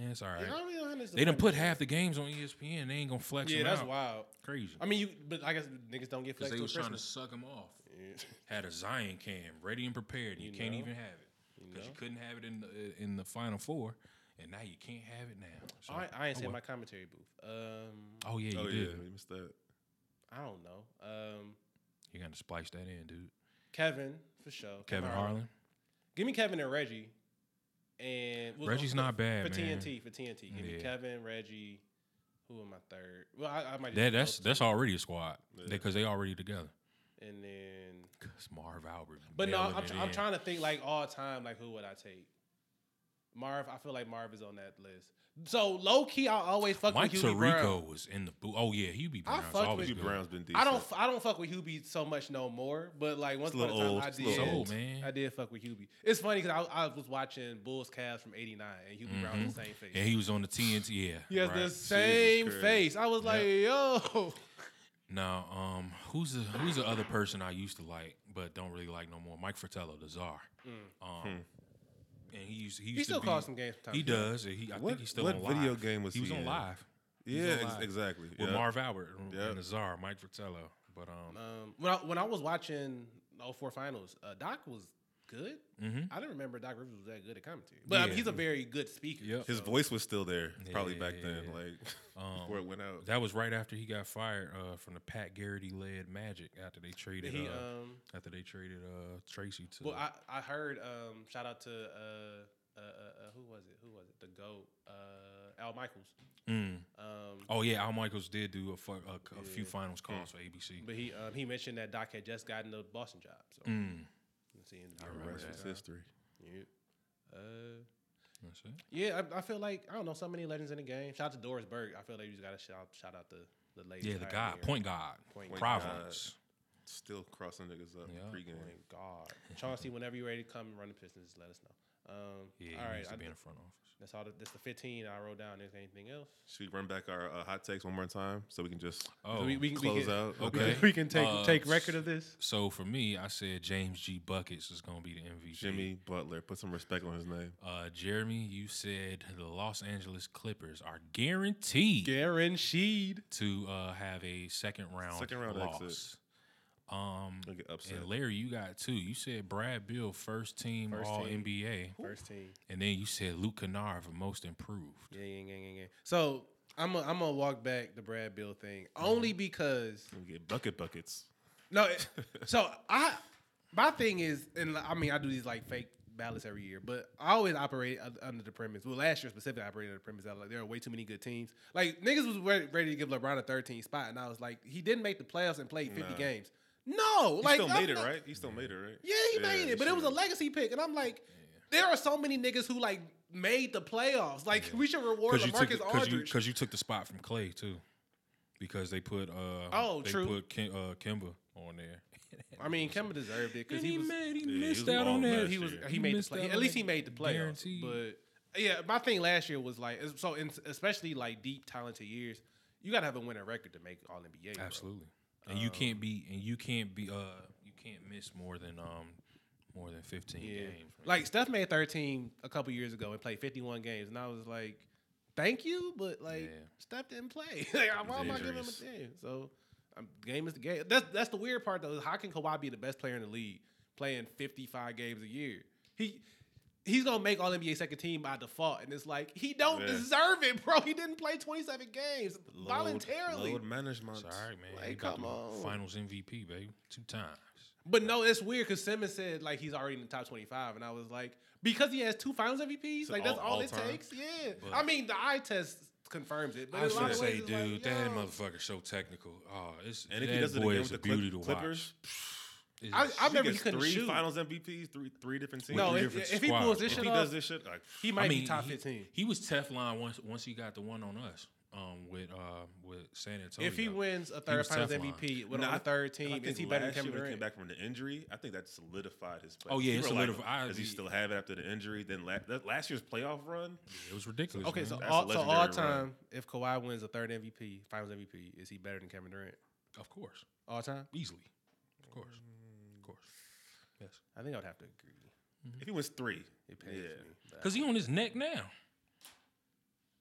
Speaker 3: Yeah, it's all right.
Speaker 1: I don't really understand.
Speaker 3: they done put half the games on E ESPN. They ain't gonna flex.
Speaker 1: Yeah,
Speaker 3: them
Speaker 1: that's
Speaker 3: out.
Speaker 1: wild.
Speaker 3: Crazy.
Speaker 1: I mean, you. But I guess niggas don't get
Speaker 3: Because
Speaker 1: flexed
Speaker 3: they
Speaker 1: till
Speaker 3: was trying to
Speaker 1: Christmas.
Speaker 3: suck him off. Had a Zion cam ready and prepared. And you, can't even have it because you, couldn't have it in the in the final four, and now you can't have it now. So,
Speaker 1: I, I ain't
Speaker 3: oh,
Speaker 1: saying
Speaker 3: well.
Speaker 1: my commentary booth. Um,
Speaker 3: Oh yeah, you
Speaker 4: Oh yeah,
Speaker 3: did.
Speaker 4: we missed that.
Speaker 1: I don't know. Um,
Speaker 3: You gotta splice that in, dude.
Speaker 1: Kevin for sure.
Speaker 3: Kevin Harlan.
Speaker 1: Give me Kevin and Reggie. And well,
Speaker 3: Reggie's
Speaker 1: for-
Speaker 3: not bad,
Speaker 1: for
Speaker 3: man.
Speaker 1: TNT. For TNT, give
Speaker 3: Yeah.
Speaker 1: me Kevin, Reggie. Who am I third? Well, I, I might. just
Speaker 3: That,
Speaker 1: do
Speaker 3: that's
Speaker 1: those
Speaker 3: that's already a squad because they already together.
Speaker 1: two. And then,
Speaker 3: Cause Marv Albert.
Speaker 1: but no,
Speaker 3: mailing
Speaker 1: I'm,
Speaker 3: it
Speaker 1: try- I'm
Speaker 3: in.
Speaker 1: trying to think like all time. Like who would I take? Marv. I feel like Marv is on that list. So low key, I always fuck
Speaker 3: Mike
Speaker 1: with Hubie Brown.
Speaker 3: Tarico was in the booth. Oh yeah, Hubie
Speaker 1: I
Speaker 3: Brown's
Speaker 1: fucked
Speaker 3: always
Speaker 1: with-
Speaker 4: Hugh
Speaker 3: good.
Speaker 4: Brown's been decent.
Speaker 1: I don't. f- I don't fuck with Hubie so much no more. But like once
Speaker 4: a
Speaker 1: upon a
Speaker 4: little
Speaker 1: time,
Speaker 4: old.
Speaker 1: I
Speaker 4: It's a little
Speaker 1: did.
Speaker 3: old, man.
Speaker 1: I did fuck with Hubie. It's funny because I, I was watching Bulls Cavs from '89, and Hubie Brown was the same face.
Speaker 3: And Mm-hmm. he was on the TNT. Yeah.
Speaker 1: He has
Speaker 3: right.
Speaker 1: the same
Speaker 4: Christ.
Speaker 1: face. I was like, yo.
Speaker 3: Now, um, who's the who's the other person I used to like but don't really like no more? Mike Fratello, the Czar. Um,
Speaker 4: Hmm.
Speaker 3: and he used
Speaker 1: Mm.
Speaker 3: he used
Speaker 1: He
Speaker 3: to
Speaker 1: still
Speaker 3: be-
Speaker 1: calls some games sometimes.
Speaker 3: He does. and He, I
Speaker 4: What-
Speaker 3: think he's still
Speaker 4: what
Speaker 3: on live.
Speaker 4: video game was
Speaker 3: he was
Speaker 4: he
Speaker 3: on
Speaker 4: in?
Speaker 3: live
Speaker 4: Yeah,
Speaker 3: He's on
Speaker 4: ex-
Speaker 3: live.
Speaker 4: exactly.
Speaker 3: with
Speaker 4: yeah.
Speaker 3: Marv Albert and-
Speaker 4: Yeah.
Speaker 3: and the Czar, Mike Fratello. But um,
Speaker 1: Um, when I, when I was watching the 04 finals, uh, Doc was good.
Speaker 3: Mhm.
Speaker 1: I didn't remember Doc Rivers was that good at commentary. But I mean,
Speaker 3: Yeah.
Speaker 1: he's a very good speaker.
Speaker 3: Yep.
Speaker 4: His voice was still there, probably back then,
Speaker 3: Yeah.
Speaker 4: like
Speaker 3: Um,
Speaker 4: before it went out.
Speaker 3: that was right after he got fired uh, from the Pat Garrity led Magic after they traded
Speaker 1: He,
Speaker 3: uh,
Speaker 1: um,
Speaker 3: after they traded uh, Tracy to
Speaker 1: well, I, I heard, um, shout out to, uh, uh, uh, uh, who was it? Who was it? The GOAT, uh, Al Michaels.
Speaker 3: Mm.
Speaker 1: Um,
Speaker 3: Oh yeah, Al Michaels did do a, fu- a, a few finals calls for ABC.
Speaker 1: Mm. but he, um, he mentioned that Doc had just gotten the Boston job. So,
Speaker 3: Mm.
Speaker 1: let's see.
Speaker 4: The rest was history.
Speaker 1: Yeah. Uh,
Speaker 3: That's it.
Speaker 1: Yeah, I, I feel like I don't know so many legends in the game. Shout out to Doris Burke. I feel like you just gotta shout shout out the the lady.
Speaker 3: Yeah, the guy, point guard,
Speaker 1: Point
Speaker 3: Providence.
Speaker 4: Still crossing niggas up
Speaker 3: Yeah.
Speaker 4: pregame.
Speaker 1: Thank God, Chauncey. Whenever you're ready to come and run the Pistons, just let us know. Um,
Speaker 3: Yeah, he
Speaker 1: all right,
Speaker 3: needs
Speaker 1: I-
Speaker 3: to be in the front office.
Speaker 1: that's all. The, that's the 15 I wrote down. Is there anything else?
Speaker 4: Should we run back our uh, hot takes one more time so we can just
Speaker 3: Oh,
Speaker 1: Uh, we, we, can- we
Speaker 4: close
Speaker 1: can,
Speaker 4: out?
Speaker 1: We
Speaker 3: okay.
Speaker 1: can, we can take
Speaker 3: Uh,
Speaker 1: take record of this.
Speaker 3: so for me, I said James G. Buckets is gonna be the MVP.
Speaker 4: Jimmy Butler, put some respect on his name.
Speaker 1: Um,
Speaker 3: uh, Jeremy, you said the Los Angeles Clippers are guaranteed
Speaker 1: Guaranteed.
Speaker 3: to uh, have a second round
Speaker 4: Second round
Speaker 3: loss.
Speaker 4: exit.
Speaker 3: Um,
Speaker 4: He'll get upset.
Speaker 3: and Larry, you got two. You said Brad Bill first team
Speaker 1: First
Speaker 3: All
Speaker 1: team.
Speaker 3: NBA,
Speaker 1: First team.
Speaker 3: and then you said Luke Kennard for most improved.
Speaker 1: Yeah, yeah, yeah, yeah, yeah. So I'm gonna I'm gonna walk back the Brad Bill thing only
Speaker 4: Mm-hmm.
Speaker 1: because
Speaker 4: He'll get bucket buckets.
Speaker 1: no. it- so I my thing is, and I mean I do these like fake ballots every year, but I always operate un- under the premise. Well, last year specifically, I operated under the premise that like there are way too many good teams. Like niggas was ready, ready to give LeBron a 13 spot, and I was like, he didn't make the playoffs and played 50
Speaker 4: Nah.
Speaker 1: games. No,
Speaker 4: He
Speaker 1: like
Speaker 4: still
Speaker 1: I'm
Speaker 4: made it,
Speaker 1: not-
Speaker 4: right? He still made it, right?
Speaker 1: Yeah, he made it, but it was a legacy pick, and I'm like, there are so many niggas who like made the playoffs. Like we should reward
Speaker 3: Because you took
Speaker 1: LaMarcus
Speaker 3: because you,
Speaker 1: Aldridge.
Speaker 3: 'cause you took the spot from Clay too, because they put uh
Speaker 1: Oh,
Speaker 3: they
Speaker 1: true.
Speaker 3: put Kim, uh, Kimba on there.
Speaker 1: I mean, Kemba deserved it because
Speaker 3: And
Speaker 1: he was
Speaker 3: made, he
Speaker 4: he
Speaker 3: missed
Speaker 4: was
Speaker 3: out on
Speaker 4: balling
Speaker 3: that.
Speaker 4: last
Speaker 1: he was
Speaker 4: year.
Speaker 1: he made the
Speaker 3: missed
Speaker 1: play.
Speaker 3: out
Speaker 1: At
Speaker 3: on
Speaker 1: least
Speaker 3: that
Speaker 1: he made the playoffs.
Speaker 3: guaranteed.
Speaker 1: But yeah, my thing last year was like so, in, especially like deep talented years, you gotta have a winning record to make All NBA. bro.
Speaker 3: Absolutely. And
Speaker 1: uh,
Speaker 3: you can't be and you can't be uh you can't miss more than um more than fifteen
Speaker 1: Yeah.
Speaker 3: games. man.
Speaker 1: Like Steph made 13 a couple years ago and played 51 games, and I was like, "Thank you," but like
Speaker 3: Yeah.
Speaker 1: Steph didn't play. like, why am I giving him a
Speaker 3: Injuries.
Speaker 1: ten? So, um, game is the game. That's that's the weird part though. Is how can Kawhi be the best player in the league playing 55 games a year? He He's gonna make All NBA second team by default, and it's like he don't
Speaker 4: Yeah.
Speaker 1: deserve it, bro. He didn't play twenty seven games voluntarily.
Speaker 4: Load management.
Speaker 3: it's all right, man.
Speaker 1: like,
Speaker 3: You about
Speaker 1: come
Speaker 3: to
Speaker 1: on.
Speaker 3: Finals MVP, baby, two times.
Speaker 1: But no, it's weird because Simmons said like he's already in the top twenty five, and I was like, because he has two Finals MVPs, like that's all,
Speaker 4: all- all
Speaker 1: it
Speaker 4: time?
Speaker 1: takes. Yeah,
Speaker 3: But-
Speaker 1: I mean the eye test confirms it. But
Speaker 3: I
Speaker 1: in
Speaker 3: was
Speaker 1: a lot
Speaker 3: gonna
Speaker 1: of
Speaker 3: say,
Speaker 1: ways,
Speaker 3: dude,
Speaker 1: it's like,
Speaker 3: that
Speaker 1: yo.
Speaker 3: motherfucker's so technical. Oh, it's
Speaker 4: And if
Speaker 3: that
Speaker 4: he does it
Speaker 3: boy
Speaker 4: again
Speaker 3: is
Speaker 4: with
Speaker 3: a
Speaker 4: the
Speaker 3: beauty
Speaker 4: Clip-
Speaker 3: to
Speaker 4: Clippers,
Speaker 3: watch.
Speaker 1: I,
Speaker 3: It's-
Speaker 1: I remember
Speaker 4: he
Speaker 1: he,
Speaker 4: gets
Speaker 1: couldn't
Speaker 4: three
Speaker 1: shoot.
Speaker 4: Finals MVPs, three three different teams.
Speaker 1: no,
Speaker 3: three
Speaker 1: if,
Speaker 3: different
Speaker 1: if he
Speaker 3: squads.
Speaker 1: pulls
Speaker 4: if
Speaker 1: this
Speaker 4: he
Speaker 1: shit off,
Speaker 4: does this shit, like
Speaker 1: he might be top
Speaker 3: he,
Speaker 1: fifteen.
Speaker 3: He was Teflon once once he got the one on us um, with uh, with San Antonio.
Speaker 1: if he wins a third
Speaker 3: was
Speaker 1: Finals
Speaker 3: Teflon.
Speaker 1: MVP with
Speaker 4: Nah,
Speaker 1: on
Speaker 4: I-
Speaker 1: the third
Speaker 4: I
Speaker 1: team,
Speaker 4: think
Speaker 1: is he better
Speaker 4: last
Speaker 1: than Kevin
Speaker 4: yeam when he came
Speaker 1: Durant?
Speaker 4: back from the injury. I think that solididified his place.
Speaker 3: Oh, yeah, it
Speaker 4: People are
Speaker 3: solidified-
Speaker 4: Does he still have it after the injury? Then la- that- last year's playoff run,
Speaker 3: it was ridiculous.
Speaker 1: Okay,
Speaker 3: man.
Speaker 1: so
Speaker 4: That's a
Speaker 1: all, so
Speaker 4: legendary
Speaker 1: all
Speaker 4: run.
Speaker 1: time, if Kawhi wins a third MVP, Finals MVP, is he better than Kevin Durant?
Speaker 3: of course,
Speaker 1: All time,
Speaker 3: easily, of course, of course, yes,
Speaker 1: I think I would have to agree.
Speaker 4: if he wins three,
Speaker 1: It pains
Speaker 4: yeah,
Speaker 1: me. but-
Speaker 3: because he on his neck now.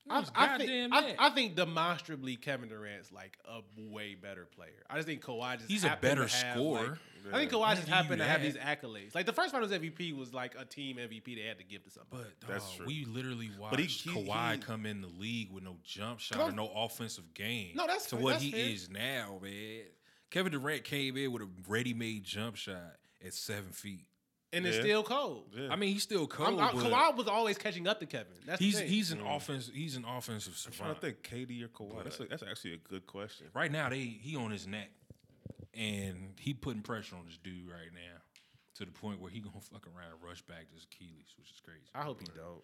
Speaker 3: He on
Speaker 1: I,
Speaker 3: his
Speaker 1: I,
Speaker 3: goddamn
Speaker 1: think, I,
Speaker 3: neck.
Speaker 1: I think demonstrably Kevin Durant's like a way better player. I just think Kawhi just
Speaker 3: He's a
Speaker 1: happened
Speaker 3: better
Speaker 1: to have,
Speaker 3: scorer.
Speaker 1: like- I think Kawhi
Speaker 3: I'll
Speaker 1: just
Speaker 3: give you
Speaker 1: happened to have
Speaker 3: that.
Speaker 1: these accolades. Like the first Finals MVP was like a team MVP they had to give to somebody.
Speaker 3: But
Speaker 4: That's
Speaker 3: dawg,
Speaker 4: true.
Speaker 3: we literally watched
Speaker 4: he- he-
Speaker 3: Kawhi
Speaker 4: he-
Speaker 3: come in the league with no jump shot or no offensive game.
Speaker 1: No, that's
Speaker 3: to
Speaker 1: fair-
Speaker 3: what
Speaker 1: that's
Speaker 3: he
Speaker 1: fair.
Speaker 3: is now, man. Kevin Durant came in with a ready-made jump shot at seven feet.
Speaker 1: and it's
Speaker 4: Yeah.
Speaker 1: still cold.
Speaker 4: Yeah.
Speaker 3: I mean, he's still
Speaker 1: I'm,
Speaker 3: cold.
Speaker 1: I,
Speaker 3: but
Speaker 1: Kawhi was always catching up to Kevin. That's
Speaker 3: he's
Speaker 1: the thing.
Speaker 3: he's an offense. He's an offensive
Speaker 4: Mm. I'm trying
Speaker 3: survivor.
Speaker 4: to think KD or Kawhi. That's, a, that's actually a good question.
Speaker 3: Right now, they he on his neck, and he putting pressure on this dude right now, to the point where he gonna fuck around and rush back to his Achilles, which is crazy.
Speaker 1: I hope he don't.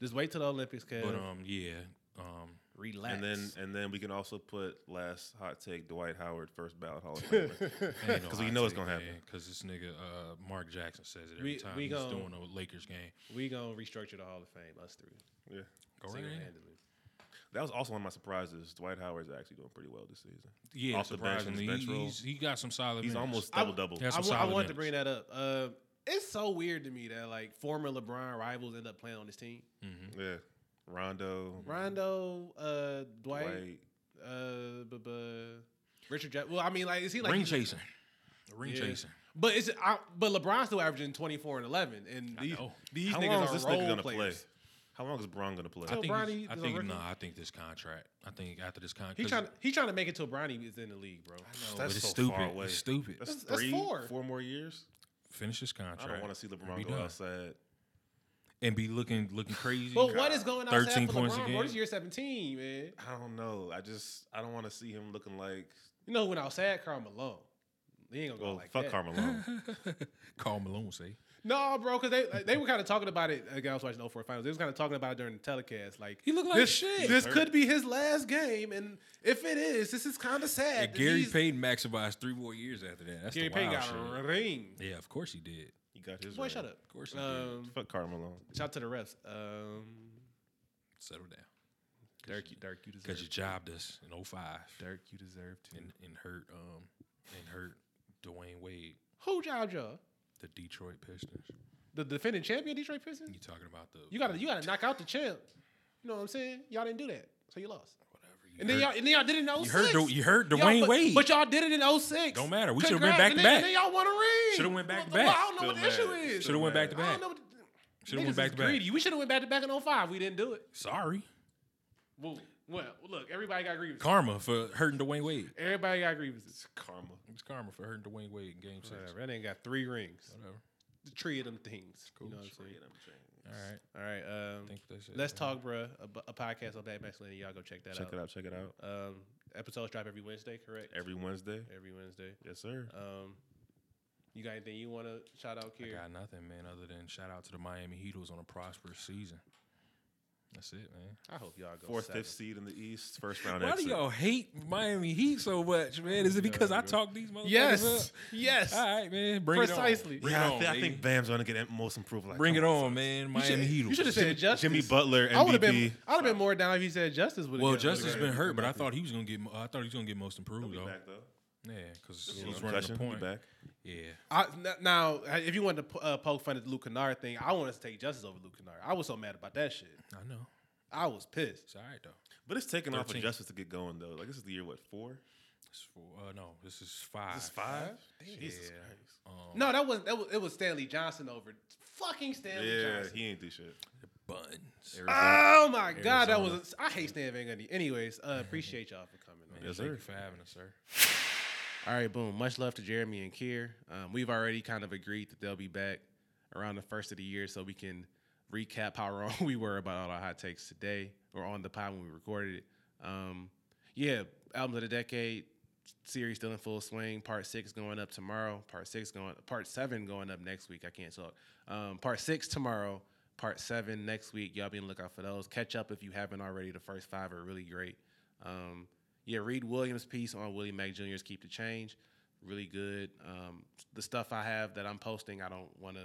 Speaker 1: Just wait till the Olympics, Kev.
Speaker 3: But um, yeah, um,
Speaker 1: Relax.
Speaker 4: And then and then we can also put last hot take Dwight Howard first ballot Hall of Famer.
Speaker 3: because
Speaker 4: 'Cause we know it's gonna happen.
Speaker 3: Because this nigga uh, Mark Jackson says it every
Speaker 1: We-
Speaker 3: time
Speaker 1: we
Speaker 3: he's
Speaker 1: gonna-
Speaker 3: doing a Lakers game.
Speaker 1: we gonna restructure the Hall of Fame, us three,
Speaker 4: yeah.
Speaker 3: Go right
Speaker 1: single
Speaker 3: in.
Speaker 1: handedly.
Speaker 4: That was also one of my surprises. Dwight Howard's actually doing pretty well this season.
Speaker 3: Yeah,
Speaker 4: Off the bench,
Speaker 3: surprisingly,
Speaker 4: his bench
Speaker 3: he,
Speaker 4: role.
Speaker 3: he's, he got some solid.
Speaker 4: He's
Speaker 3: minutes.
Speaker 4: almost
Speaker 1: I-
Speaker 4: double double.
Speaker 3: That's
Speaker 1: I,
Speaker 3: some
Speaker 1: wa- I
Speaker 3: solid
Speaker 1: wanted to bring
Speaker 3: minutes.
Speaker 1: that up. Uh, it's so weird to me that like former LeBron rivals end up playing on this team.
Speaker 3: Mm-hmm.
Speaker 4: Yeah. Rondo,
Speaker 1: Rondo, uh, Dwight,
Speaker 4: Mm-hmm. Dwight.
Speaker 1: uh, bu- bu- Richard. Jack- well, I mean, like, is he like
Speaker 3: ring
Speaker 1: he's-
Speaker 3: chasing, ring
Speaker 1: Yeah.
Speaker 3: chasing.
Speaker 1: But it's I, but LeBron's still averaging twenty four and eleven, and
Speaker 3: I
Speaker 1: these
Speaker 3: know.
Speaker 1: these
Speaker 4: How
Speaker 1: niggas
Speaker 4: long
Speaker 1: are
Speaker 4: is this
Speaker 1: role
Speaker 4: nigga gonna
Speaker 1: players.
Speaker 4: play? How long is Braun gonna play?
Speaker 1: So
Speaker 3: I think, he's-
Speaker 1: Bronny
Speaker 3: I
Speaker 1: is a
Speaker 3: think
Speaker 1: rookie?
Speaker 3: no, I think this contract. I think after this contract,
Speaker 1: He trying he trying to make it till Bronny is in the league, bro.
Speaker 4: No,
Speaker 3: but it's stupid. It's stupid.
Speaker 4: That's,
Speaker 1: That's- that's
Speaker 4: three,
Speaker 1: four.
Speaker 4: four more years.
Speaker 3: Finish this contract.
Speaker 4: I don't want to see
Speaker 3: and be
Speaker 4: LeBron go
Speaker 3: done.
Speaker 4: outside.
Speaker 3: and be looking looking crazy.
Speaker 1: But what is going outside
Speaker 3: 13
Speaker 1: for
Speaker 3: points a
Speaker 1: LeBron?
Speaker 3: game?
Speaker 1: Bro, this year seventeen, man.
Speaker 4: I don't know. I just I don't want to see him looking like
Speaker 1: You know when outside Karl Malone, he
Speaker 3: Oh,
Speaker 1: ain't gonna go
Speaker 4: well
Speaker 1: like
Speaker 4: fuck
Speaker 1: that.
Speaker 4: Carmelo.
Speaker 3: Carl Malone say?
Speaker 1: No, bro, because they they were kind of talking about it. Again, I was watching the 04 Finals. They was kind of talking about it during the telecast. Like
Speaker 3: He looked like
Speaker 1: this,
Speaker 3: shit.
Speaker 1: This could be his last game, and if it is, this is kind of sad.
Speaker 3: And Gary
Speaker 1: He's-
Speaker 3: Payton maximized three more years after that. That's
Speaker 1: Gary
Speaker 3: the
Speaker 1: Payton
Speaker 3: wild
Speaker 1: got
Speaker 3: shit.
Speaker 1: a ring.
Speaker 3: Yeah, of course he did.
Speaker 4: he got his.
Speaker 1: Boy,
Speaker 4: ring.
Speaker 1: shut up. Of
Speaker 3: course he did.
Speaker 1: Um,
Speaker 4: Fuck Carmelo.
Speaker 1: shout out to the refs. Um,
Speaker 3: Settle down.
Speaker 1: Dirk, you, Dirk, you deserve.
Speaker 3: Because you jobbed us in 05
Speaker 1: Dirk, you deserve to.
Speaker 3: and, and hurt um and hurt Dwayne Wade,
Speaker 1: Who jobbed y'all?
Speaker 3: the Detroit Pistons.
Speaker 1: The defending champion, Detroit Pistons.
Speaker 3: You talking about the
Speaker 1: You gotta you gotta knock out the champ. You know what I'm saying? Y'all didn't do that, so you lost.
Speaker 3: whatever.
Speaker 6: And then y'all, and then y'all did it in 06.
Speaker 3: You heard, Du- you heard
Speaker 6: Y'all-
Speaker 3: Dwayne
Speaker 6: but,
Speaker 3: Wade.
Speaker 6: But y'all did it in 06.
Speaker 3: Don't matter. We should've went
Speaker 6: Congrats. And
Speaker 3: back to
Speaker 6: then-
Speaker 3: back.
Speaker 6: And then y'all won a ring.
Speaker 3: Should've went back to
Speaker 6: Well,
Speaker 3: back.
Speaker 6: I don't know
Speaker 4: Still
Speaker 6: what the issue
Speaker 4: mad.
Speaker 6: is.
Speaker 3: Should have went back to
Speaker 6: I
Speaker 3: back.
Speaker 6: don't know. What,
Speaker 3: Should have
Speaker 6: niggas
Speaker 3: went back
Speaker 6: is
Speaker 3: to back.
Speaker 6: Greedy. We should have went back to back in 05. We didn't do it.
Speaker 3: Sorry,
Speaker 6: Well, well look, everybody got grievances.
Speaker 3: karma for hurting Dwayne Wade.
Speaker 6: everybody got grievances.
Speaker 4: Karma.
Speaker 3: It's karma for hurting Dwayne Wade in Game Six.
Speaker 6: Whatever. That nigga got three rings.
Speaker 3: Whatever.
Speaker 6: The tree of them things. You know what I'm saying?
Speaker 3: All right.
Speaker 6: All right. Um,
Speaker 3: Think that's it.
Speaker 6: let's talk, bruh. A, bu- a podcast on Black Masculinity. Y'all go check that
Speaker 4: Check it out. Check it out.
Speaker 6: Um, episodes drop every Wednesday, correct?
Speaker 4: Every Wednesday.
Speaker 6: Every Wednesday.
Speaker 4: Yes, sir.
Speaker 6: Um, you got anything you want to shout out,
Speaker 3: I
Speaker 6: Kieran?
Speaker 3: got nothing, man, other than shout out to the Miami Heat who's on a prosperous season. That's it, man.
Speaker 6: I hope y'all go
Speaker 4: Fourth,
Speaker 6: seven.
Speaker 4: fifth seed in the East. First round
Speaker 3: Why do
Speaker 4: exit.
Speaker 3: y'all hate Miami Heat so much, man? Is it because I talk these motherfuckers
Speaker 6: Yes,
Speaker 3: up?
Speaker 6: yes.
Speaker 3: All right, man. Bring
Speaker 6: Precisely.
Speaker 3: it on. Bring
Speaker 4: yeah,
Speaker 3: it
Speaker 4: I,
Speaker 3: on,
Speaker 4: thi- I
Speaker 3: baby.
Speaker 4: think Bam's gonna get most improved. Like,
Speaker 3: Bring
Speaker 4: come
Speaker 3: it on, man. Miami Heat.
Speaker 6: You should have said justice.
Speaker 4: Jimmy Butler,
Speaker 6: I would have
Speaker 4: MVP.
Speaker 6: been. I'd have been more down if he said justice. Would
Speaker 3: Well, Justice been hurt, but I thought he was gonna get. mo- I thought he was gonna get most improved
Speaker 4: Be
Speaker 3: though.
Speaker 4: back, though.
Speaker 3: Yeah, because
Speaker 4: You know,
Speaker 3: he's running the
Speaker 4: concussion,
Speaker 3: point.
Speaker 4: Be back.
Speaker 3: Yeah,
Speaker 6: I, n- now, if you wanted to po- uh, poke fun at the Luke Kennard thing, I wanted to take justice over Luke Kennard. I was so mad about that shit.
Speaker 3: I know.
Speaker 6: I was pissed.
Speaker 3: It's all right though.
Speaker 4: But it's taking off for
Speaker 3: 13.
Speaker 4: Justice to get going though. Like this is the year what four?
Speaker 3: It's four, uh, no, this is five.
Speaker 4: This is five.
Speaker 3: Yeah.
Speaker 4: Jesus Christ.
Speaker 3: Um,
Speaker 6: No, that was that was it was Stanley Johnson over fucking Stanley
Speaker 4: Yeah,
Speaker 6: Johnson.
Speaker 4: he ain't do shit.
Speaker 3: buns.
Speaker 6: Oh my god, that
Speaker 3: Arizona.
Speaker 6: was I hate Stan Van Gundy. Anyways, uh, appreciate y'all for coming. man.
Speaker 3: Yes,
Speaker 4: Yes,
Speaker 3: Thank
Speaker 4: sir.
Speaker 3: you for having us, sir.
Speaker 1: All right, boom. Much love to Jeremy and Kier. Um, we've already kind of agreed that they'll be back around the first of the year so we can recap how wrong we were about all our hot takes today or on the pod when we recorded it. Um, yeah, albums of the decade series still in full swing. Part six going up tomorrow. Part six going. Part seven going up next week. I can't talk. Um, part six tomorrow. Part seven next week. Y'all be on the lookout for those. Catch up if you haven't already. The first five are really great. Um, yeah, Reed Williams' piece on Willie Mack Jr.'s Keep the Change, really good. Um, the stuff I have that I'm posting, I don't want to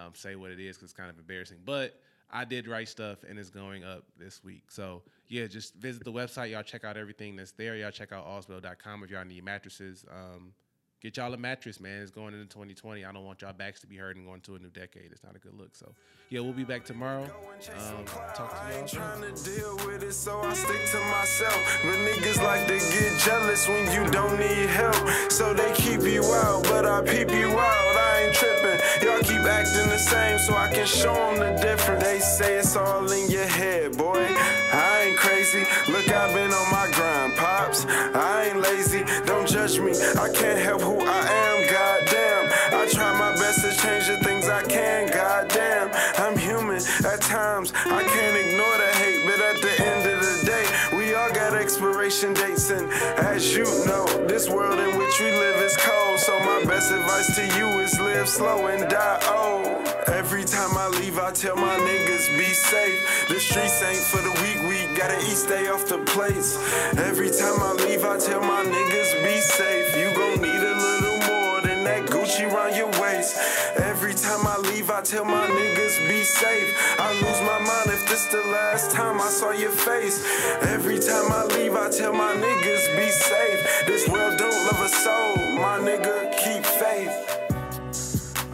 Speaker 1: um, say what it is because it's kind of embarrassing. But I did write stuff and it's going up this week. So yeah, just visit the website. Y'all check out everything that's there. Y'all check out allswell.com if y'all need mattresses. Um, get y'all a mattress, man. It's going into 2020. I don't want y'all backs to be hurting going to a new decade. It's not a good look. So yeah, we'll be back tomorrow. Um, talk to
Speaker 2: I
Speaker 1: y'all.
Speaker 2: ain't
Speaker 1: soon.
Speaker 2: tryna deal with it, so I stick to myself. But niggas like to get jealous when you don't need help. So they keep you out, but I peep you out. I ain't tripping. Y'all keep acting the same, so I can show 'em the difference. They say it's all in your head, boy. I ain't crazy. Look, I've been on my grind, pops. I ain't lazy. Don't judge me. I can't help who I am, goddamn. I try my best to change the things I can, goddamn. I'm human at times. I can't ignore the hate, but at the end of the day, we all got expiration dates. And as you know, this world in which we live is cold. So my best advice to you is live slow and die old. Every time I leave, I tell my niggas be safe. The streets ain't for the weak, we gotta eat, stay off the plates. Every time I leave, I tell my niggas be safe. You gon' need a little more than that Gucci round your waist. Every time I leave, I tell my niggas be safe. I lose my mind if this the last time I saw your face. Every time I leave, I tell my niggas be safe. This world don't love a soul, my nigga, keep faith.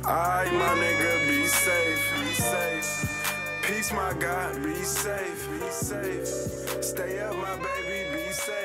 Speaker 2: Alright, my nigga, be safe, be safe. Peace, my God, be safe, be safe. Stay up, my baby, be safe.